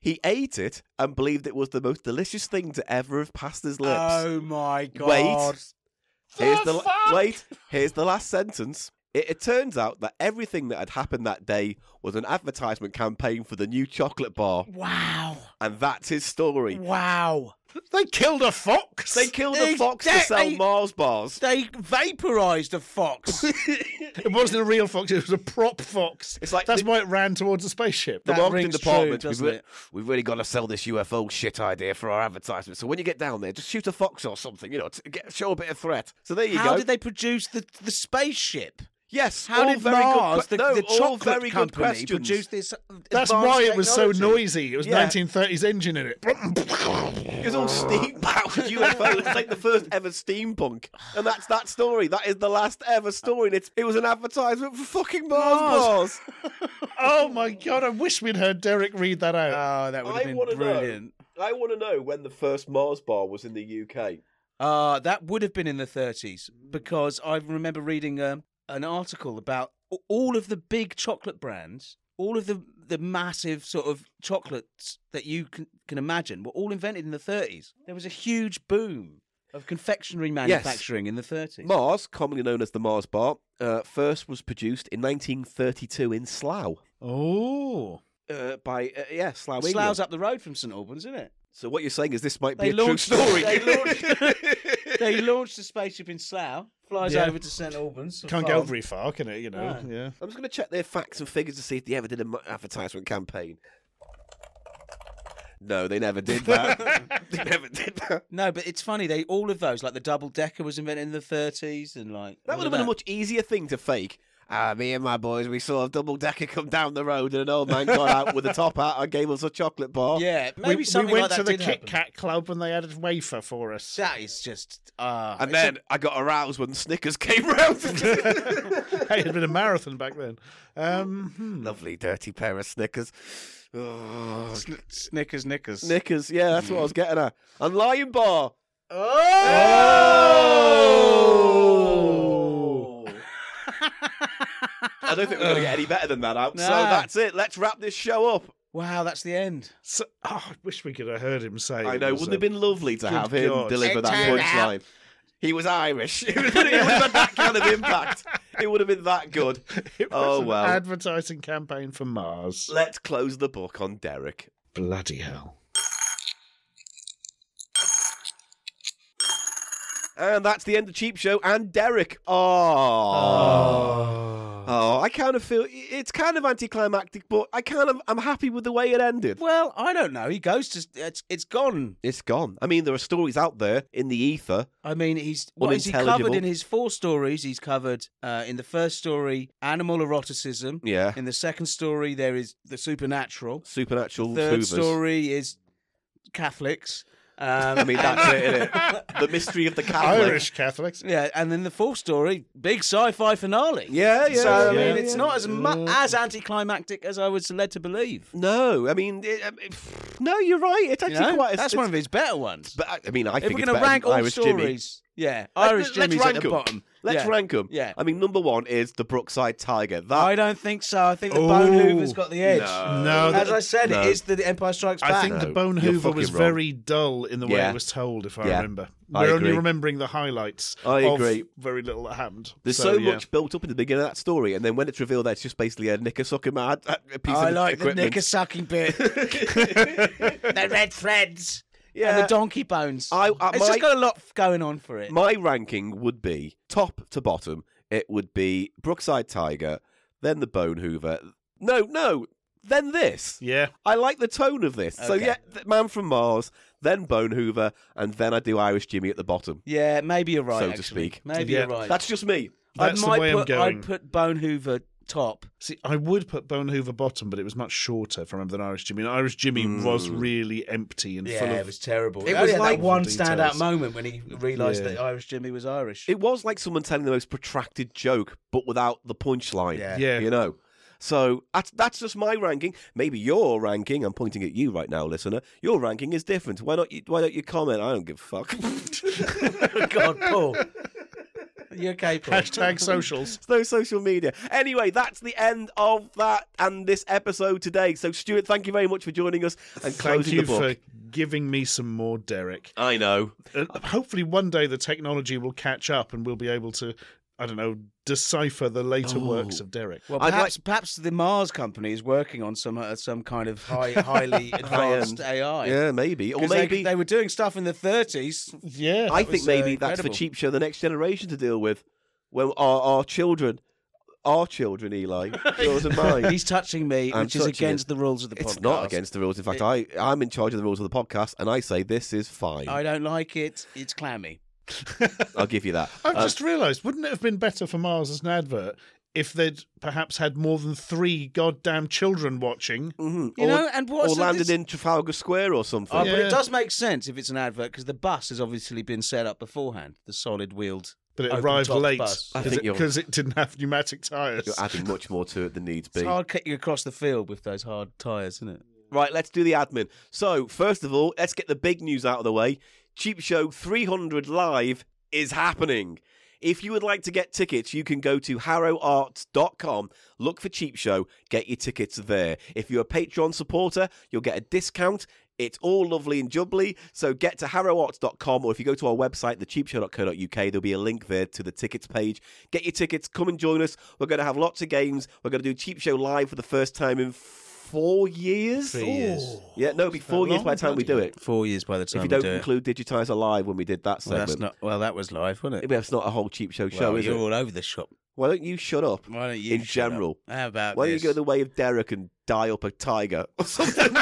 S2: He ate it and believed it was the most delicious thing to ever have passed his lips.
S1: Oh my god!
S2: Here's the, wait. Here's the last sentence. It, it turns out that everything that had happened that day was an advertisement campaign for the new chocolate bar,
S1: Wow!
S2: and that's his story.
S1: Wow!
S3: they killed a fox.
S2: They killed a
S1: They-
S2: fox to
S1: they-
S2: sell
S1: they-
S2: Mars bars.
S1: They vaporized a fox.
S3: it wasn't a real fox; it was a prop fox.
S2: It's like
S3: that's
S2: the-
S3: why it ran towards a spaceship.
S2: The
S1: That
S2: marketing
S1: rings true,
S2: department,
S1: doesn't
S2: we've, re-
S1: it?
S2: we've really got to sell this UFO shit idea for our advertisement. So when you get down there, just shoot a fox or something, you know, to get, show a bit of threat. So there you
S1: How
S2: go.
S1: did they produce the the spaceship?
S2: yes,
S1: How
S2: all
S1: did
S2: very good
S1: Mars, the,
S2: que- no,
S1: the
S2: all
S1: chocolate
S2: very good
S1: company,
S2: questions.
S1: produce this?
S3: that's
S1: advanced
S3: why it was so
S1: technology?
S3: noisy. It was
S2: Yeah.
S3: 1930s engine in it.
S2: It was all steam powered UFO. It was like the first ever steampunk. And that's that story. That is the last ever story. And it's, it was an advertisement for fucking Mars bars.
S3: oh my god! I wish we'd heard Derek read that out.
S1: Oh, that would
S2: I
S1: have been
S2: wanna know.
S1: brilliant.
S2: I want to know when the first Mars bar was in the UK.
S1: Uh, that would have been in the 30s because I remember reading um, an article about a- all of the big chocolate brands, all of the the massive sort of chocolates that you can, can imagine were all invented in the 30s. There was a huge boom of confectionery manufacturing in the 30s.
S2: Mars, commonly known as the Mars bar, uh, first was produced in 1932 in Slough.
S3: Oh,
S2: Uh, by, uh, yeah, Slough,
S1: Slough's
S2: England.
S1: up the road from St Albans, isn't it?
S2: So what you're saying is this might be
S1: They
S2: a true
S1: launched-
S2: story.
S1: they launched- They launched a spaceship in Slough, flies
S3: Yeah.
S1: over to St Albans.
S3: can't
S1: farm.
S3: go very far, can it? You know,
S1: No.
S3: yeah.
S2: I'm just going to check their facts and figures to see if they ever did an advertisement campaign. No, they never did that. they never did that.
S1: No, but it's funny. They all of those, like the double decker, was invented in the 30s, and like
S2: That
S1: all
S2: would
S1: of
S2: have been a much easier thing to fake. Ah, me and my boys, we saw a double decker come down the road, and an old man got out with a top hat and gave us a chocolate bar.
S1: Yeah, maybe
S3: we,
S1: something
S3: we
S1: like
S3: went
S1: that
S3: to the
S1: did
S3: Kit
S1: happen.
S3: Kat Club and they added wafer for us.
S1: That is just. Uh,
S2: And then I got aroused when Snickers came round.
S3: hey, it'd been a marathon back then. Um, hmm.
S2: Lovely dirty pair of Snickers. Oh,
S1: Snickers, Snickers.
S2: Snickers, yeah, that's what I was getting at. And Lion Bar. I don't think we're going to get any better than that out. So
S1: No.
S2: that's it. Let's wrap this show up.
S1: Wow, that's the end.
S3: So, oh, I wish we could have heard him say.
S2: I
S3: it
S2: know.
S3: was
S2: Wouldn't
S3: a-
S2: it have been lovely to
S3: Good
S2: have him
S3: God.
S2: deliver
S5: It
S2: that
S5: turned
S2: punchline? He was Irish. it would have had that kind of impact. It would have been that good.
S3: It was
S2: Oh,
S3: an
S2: well.
S3: advertising campaign for Mars.
S2: Let's close the book on Derek.
S3: Bloody hell!
S2: And that's the end of Cheap Show and Derek. Oh. Oh, I kind of feel it's kind of anticlimactic, but I kind of I'm happy with the way it ended.
S1: Well, I don't know. He goes to. It's, it's gone.
S2: It's gone. I mean, there are stories out there in the ether.
S1: I mean, he's what is he covered
S2: Unintelligible.
S1: in his four stories? He's covered uh, in the first story animal eroticism.
S2: Yeah,
S1: In the second story, there is the supernatural.
S2: supernatural.
S1: Third
S2: hoovers.
S1: story is Catholics. Um,
S2: I mean,
S1: and-
S2: that's it, isn't it? The mystery of the Catholic.
S3: Irish Catholics.
S1: Yeah, and then the fourth story, big sci-fi finale.
S2: Yeah, yeah.
S1: So I
S2: yeah. Mm.
S1: mean, it's not as mu- as anticlimactic as I was led to believe.
S2: No, I mean, it, um, it- No, you're right. It's
S1: You
S2: actually
S1: know?
S2: quite. A,
S1: That's
S2: it's-
S1: one of his better ones.
S2: But I- I mean, I
S1: if
S2: think
S1: we're
S2: it's
S1: going to
S2: better
S1: rank
S2: than
S1: all
S2: Irish Jimmy.
S1: stories, yeah, Irish
S2: let's
S1: Jimmy's
S2: rank
S1: at the
S2: 'em.
S1: bottom.
S2: Let's
S1: Yeah.
S2: rank them.
S1: Yeah.
S2: I mean, number one is the Brookside Tiger. That
S1: I don't think so. I think the
S3: Oh.
S1: Bone Hoover's got the edge.
S3: No,
S1: As
S3: that-
S1: I said,
S2: no.
S1: it is the Empire Strikes Back.
S3: I think the
S2: No,
S3: Bone
S2: you're
S3: Hoover was
S2: fucking wrong.
S3: very dull in the way
S2: Yeah.
S3: it was told, if I
S2: Yeah.
S3: remember.
S2: I
S3: We're only
S2: agree.
S3: remembering the highlights.
S2: I
S3: of
S2: agree.
S3: very little that happened.
S2: There's so,
S3: So, yeah.
S2: much built up in the beginning of that story, and then when it's revealed that it's just basically a knickersucker mad a piece
S1: I
S2: of
S1: like the
S2: equipment.
S1: knicker sucking bit. the red threads.
S2: yeah,
S1: And the donkey bones.
S2: Uh, I- I-
S1: it's
S2: my-
S1: just got a lot going on for it.
S2: my ranking would be top to bottom. It would be Brookside Tiger, then the Bone Hoover. No, no, then this.
S3: Yeah.
S2: I like the tone of this. So
S1: Okay.
S2: yeah, th- Man from Mars, then Bone Hoover, and then I do Irish Jimmy at the bottom.
S1: yeah, maybe you're right.
S2: So to
S1: actually.
S2: speak.
S1: Maybe
S3: Yeah.
S1: you're right.
S2: That's just me.
S1: I
S3: That's the
S1: might
S3: way
S1: put,
S3: I'm going.
S1: I'd put Bone Hoover top.
S3: See, I would put Bone Hoover bottom, but it was much shorter, if I remember, than Irish Jimmy. And Irish Jimmy was really empty and full of.
S1: terrible. It
S3: It
S1: was
S3: was
S1: like
S3: like-
S1: one
S3: Details.
S1: standout moment when he realised
S3: Yeah.
S1: that Irish Jimmy was Irish.
S2: It was like someone telling the most protracted joke, but without the punchline.
S1: Yeah.
S3: Yeah.
S2: You know? So that's, that's just my ranking. Maybe your ranking, I'm pointing at you right now, listener, your ranking is different. Why not you, why don't you comment? I don't give a fuck.
S1: God, Paul. You're okay, Paul.
S3: Hashtag socials.
S2: It's no social media. Anyway, that's the end of that and this episode today. So, Stuart, thank you very much for joining us and
S3: Thank
S2: closing
S3: you
S2: the book.
S3: for giving me some more Derek.
S2: I know.
S3: Uh, hopefully, one day the technology will catch up and we'll be able to, I don't know, decipher the later works of Derek.
S1: Well,
S2: I'd
S1: perhaps, perhaps the Mars company is working on some uh, some kind of high, highly advanced AI.
S2: Yeah, maybe. Or
S1: 'Cause they-
S2: maybe.
S1: they, were doing stuff in the 30s.
S3: yeah.
S2: I think
S1: was, uh,
S2: maybe that's for
S1: incredible.
S2: Cheap Show, the next generation to deal with. Well, our, our children, our children, Eli, yours and mine.
S1: He's touching me,
S2: I'm
S1: which is
S2: touching
S1: against the rules of the podcast.
S2: It's not against the rules. In fact, I, I'm in charge of the rules of the podcast, and I say this is fine.
S1: I
S2: I,
S1: don't like it. It's clammy.
S2: will give you that.
S3: I've
S2: Uh,
S3: just realised, wouldn't it have been better for Mars as an advert if they'd perhaps had more than three goddamn children watching?
S2: mhm.
S1: You
S2: or,
S1: know, and what's
S2: or
S1: the-
S2: landed
S1: this-
S2: in Trafalgar Square or something.
S1: Oh, But
S3: Yeah.
S1: it does make sense if it's an advert because the bus has obviously been set up beforehand, the solid wheeled.
S3: But it
S1: open
S3: arrived
S1: top
S3: late
S1: bus.
S2: I think you're-
S3: because it, didn't have pneumatic tyres.
S2: You're adding much more to it than needs be.
S1: It's hard kicking across the field with those hard tyres, isn't it?
S2: Right, let's do the admin. So, first of all, let's get the big news out of the way. Cheap Show 300 Live is happening. If you would like to get tickets, you can go to harrowarts.com, look for Cheap Show, get your tickets there. If you're a Patreon supporter, you'll get a discount. It's all lovely and jubbly. So get to harrowarts.com or if you go to our website, thecheapshow.co.uk, there'll be a link there to the tickets page. Get your tickets, come and join us. We're going to have lots of games. We're going to do Cheap Show live for the first time in four years.
S1: Three years.
S2: Yeah, no, it'll be four years by the time we do it.
S1: Four years by the
S2: If
S1: time
S2: you
S1: we
S2: don't
S1: do it.
S2: include Digitize Alive when we did that
S1: well,
S2: segment.
S1: that's not, well, that was live, wasn't it?
S2: Maybe that's not a whole cheap show show,
S1: Well,
S2: is
S1: you're
S2: it?
S1: all over the shop.
S2: Why don't you shut up?
S1: Why don't you?
S2: In
S1: shut up?
S2: general.
S1: How about
S2: Why don't you
S1: this?
S2: go the way of Derek and die up a tiger or something?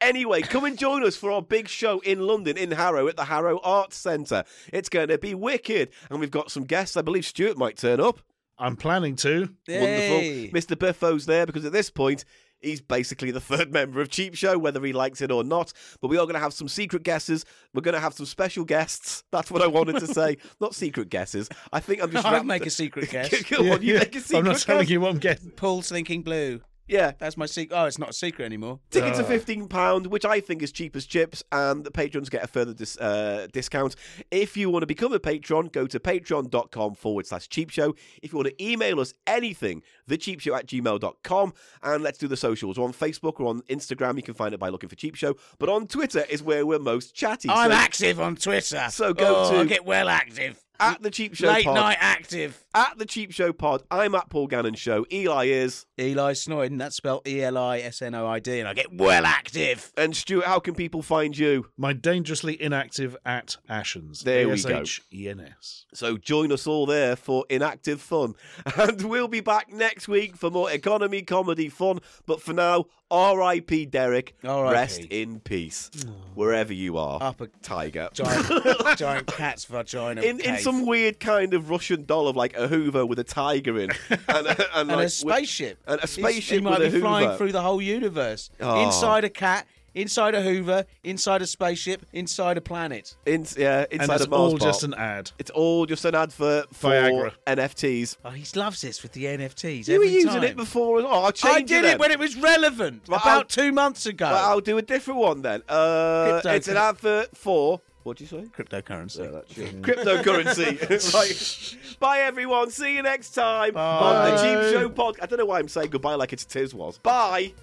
S2: anyway, come and join us for our big show in London, in Harrow, at the Harrow Arts Centre. It's going to be wicked. And we've got some guests. I believe Stuart might turn up.
S3: I'm planning to.
S1: Yay.
S2: Wonderful. Mr. Biffo's there because at this point, he's basically the third member of Cheap Show, whether he likes it or not. But we are going to have some secret guesses. We're going to have some special guests. That's what I wanted to say. not secret guesses. I think I'm just.
S1: I'd
S2: wrapped-
S1: make a secret guess.
S2: Go on, you
S3: Yeah,
S2: make a secret
S3: I'm not
S2: guess.
S3: telling you what I'm getting.
S1: Paul's thinking blue.
S2: Yeah.
S1: That's my secret. Oh, it's not a secret anymore.
S2: Tickets are fifteen pound, which I think is cheap as chips, and the patrons get a further dis- uh, discount. If you want to become a patron, go to patreon.com forward slash cheap show. If you want to email us anything, thecheapshow at gmail.com, and let's do the socials. We're on Facebook, we're on Instagram. You can find it by looking for Cheap Show, but on Twitter is where we're most chatty.
S1: I'm
S2: so
S1: active on Twitter.
S2: So go
S1: Oh,
S2: to-
S1: I get well active.
S2: at the Cheap Show
S1: Late
S2: Pod.
S1: night active.
S2: At the Cheap Show Pod, I'm at Paul Gannon Show. Eli is.
S1: Eli Snoid, that's spelled E L I S N O I D, and I get well active.
S2: And Stuart, how can people find you?
S3: My dangerously inactive at Ashens.
S2: There we go.
S3: E A-S-H-E-N-S.
S2: So join us all there for inactive fun. And we'll be back next week for more economy comedy fun. But for now, R.I.P. Derek.
S1: R.I.P..
S2: Rest in peace. Wherever you are.
S1: Up a
S2: tiger.
S1: giant, giant cat's vagina.
S2: In, in
S1: cave.
S2: some weird kind of Russian doll of like a Hoover with a tiger in. And, and,
S1: and
S2: like,
S1: a
S2: with-
S1: spaceship.
S2: and a
S1: He's-
S2: spaceship
S1: He might
S2: with a
S1: be flying
S2: Hoover.
S1: through the whole universe
S2: Oh.
S1: inside a cat inside a Hoover, inside a spaceship, inside a planet.
S2: In, yeah,
S3: and
S2: inside
S3: it's
S2: a Mars
S3: all
S2: bar.
S3: just an ad.
S2: It's all just an advert for
S3: Viagra.
S2: NFTs.
S1: Oh, he loves this with the NFTs.
S2: You were
S1: every
S2: using
S1: time.
S2: it before. as well. I changed
S1: I did it
S2: then.
S1: when it was relevant
S2: Well, I'll-
S1: about two months ago.
S2: Well, I'll do a different one then. Uh,
S1: Crypto-
S2: it's an advert for. What do you say?
S1: Cryptocurrency.
S2: Cryptocurrency. right. Bye, everyone. See you next time on the Cheap Show podcast. I don't know why I'm saying goodbye like it's Tiz was. Bye.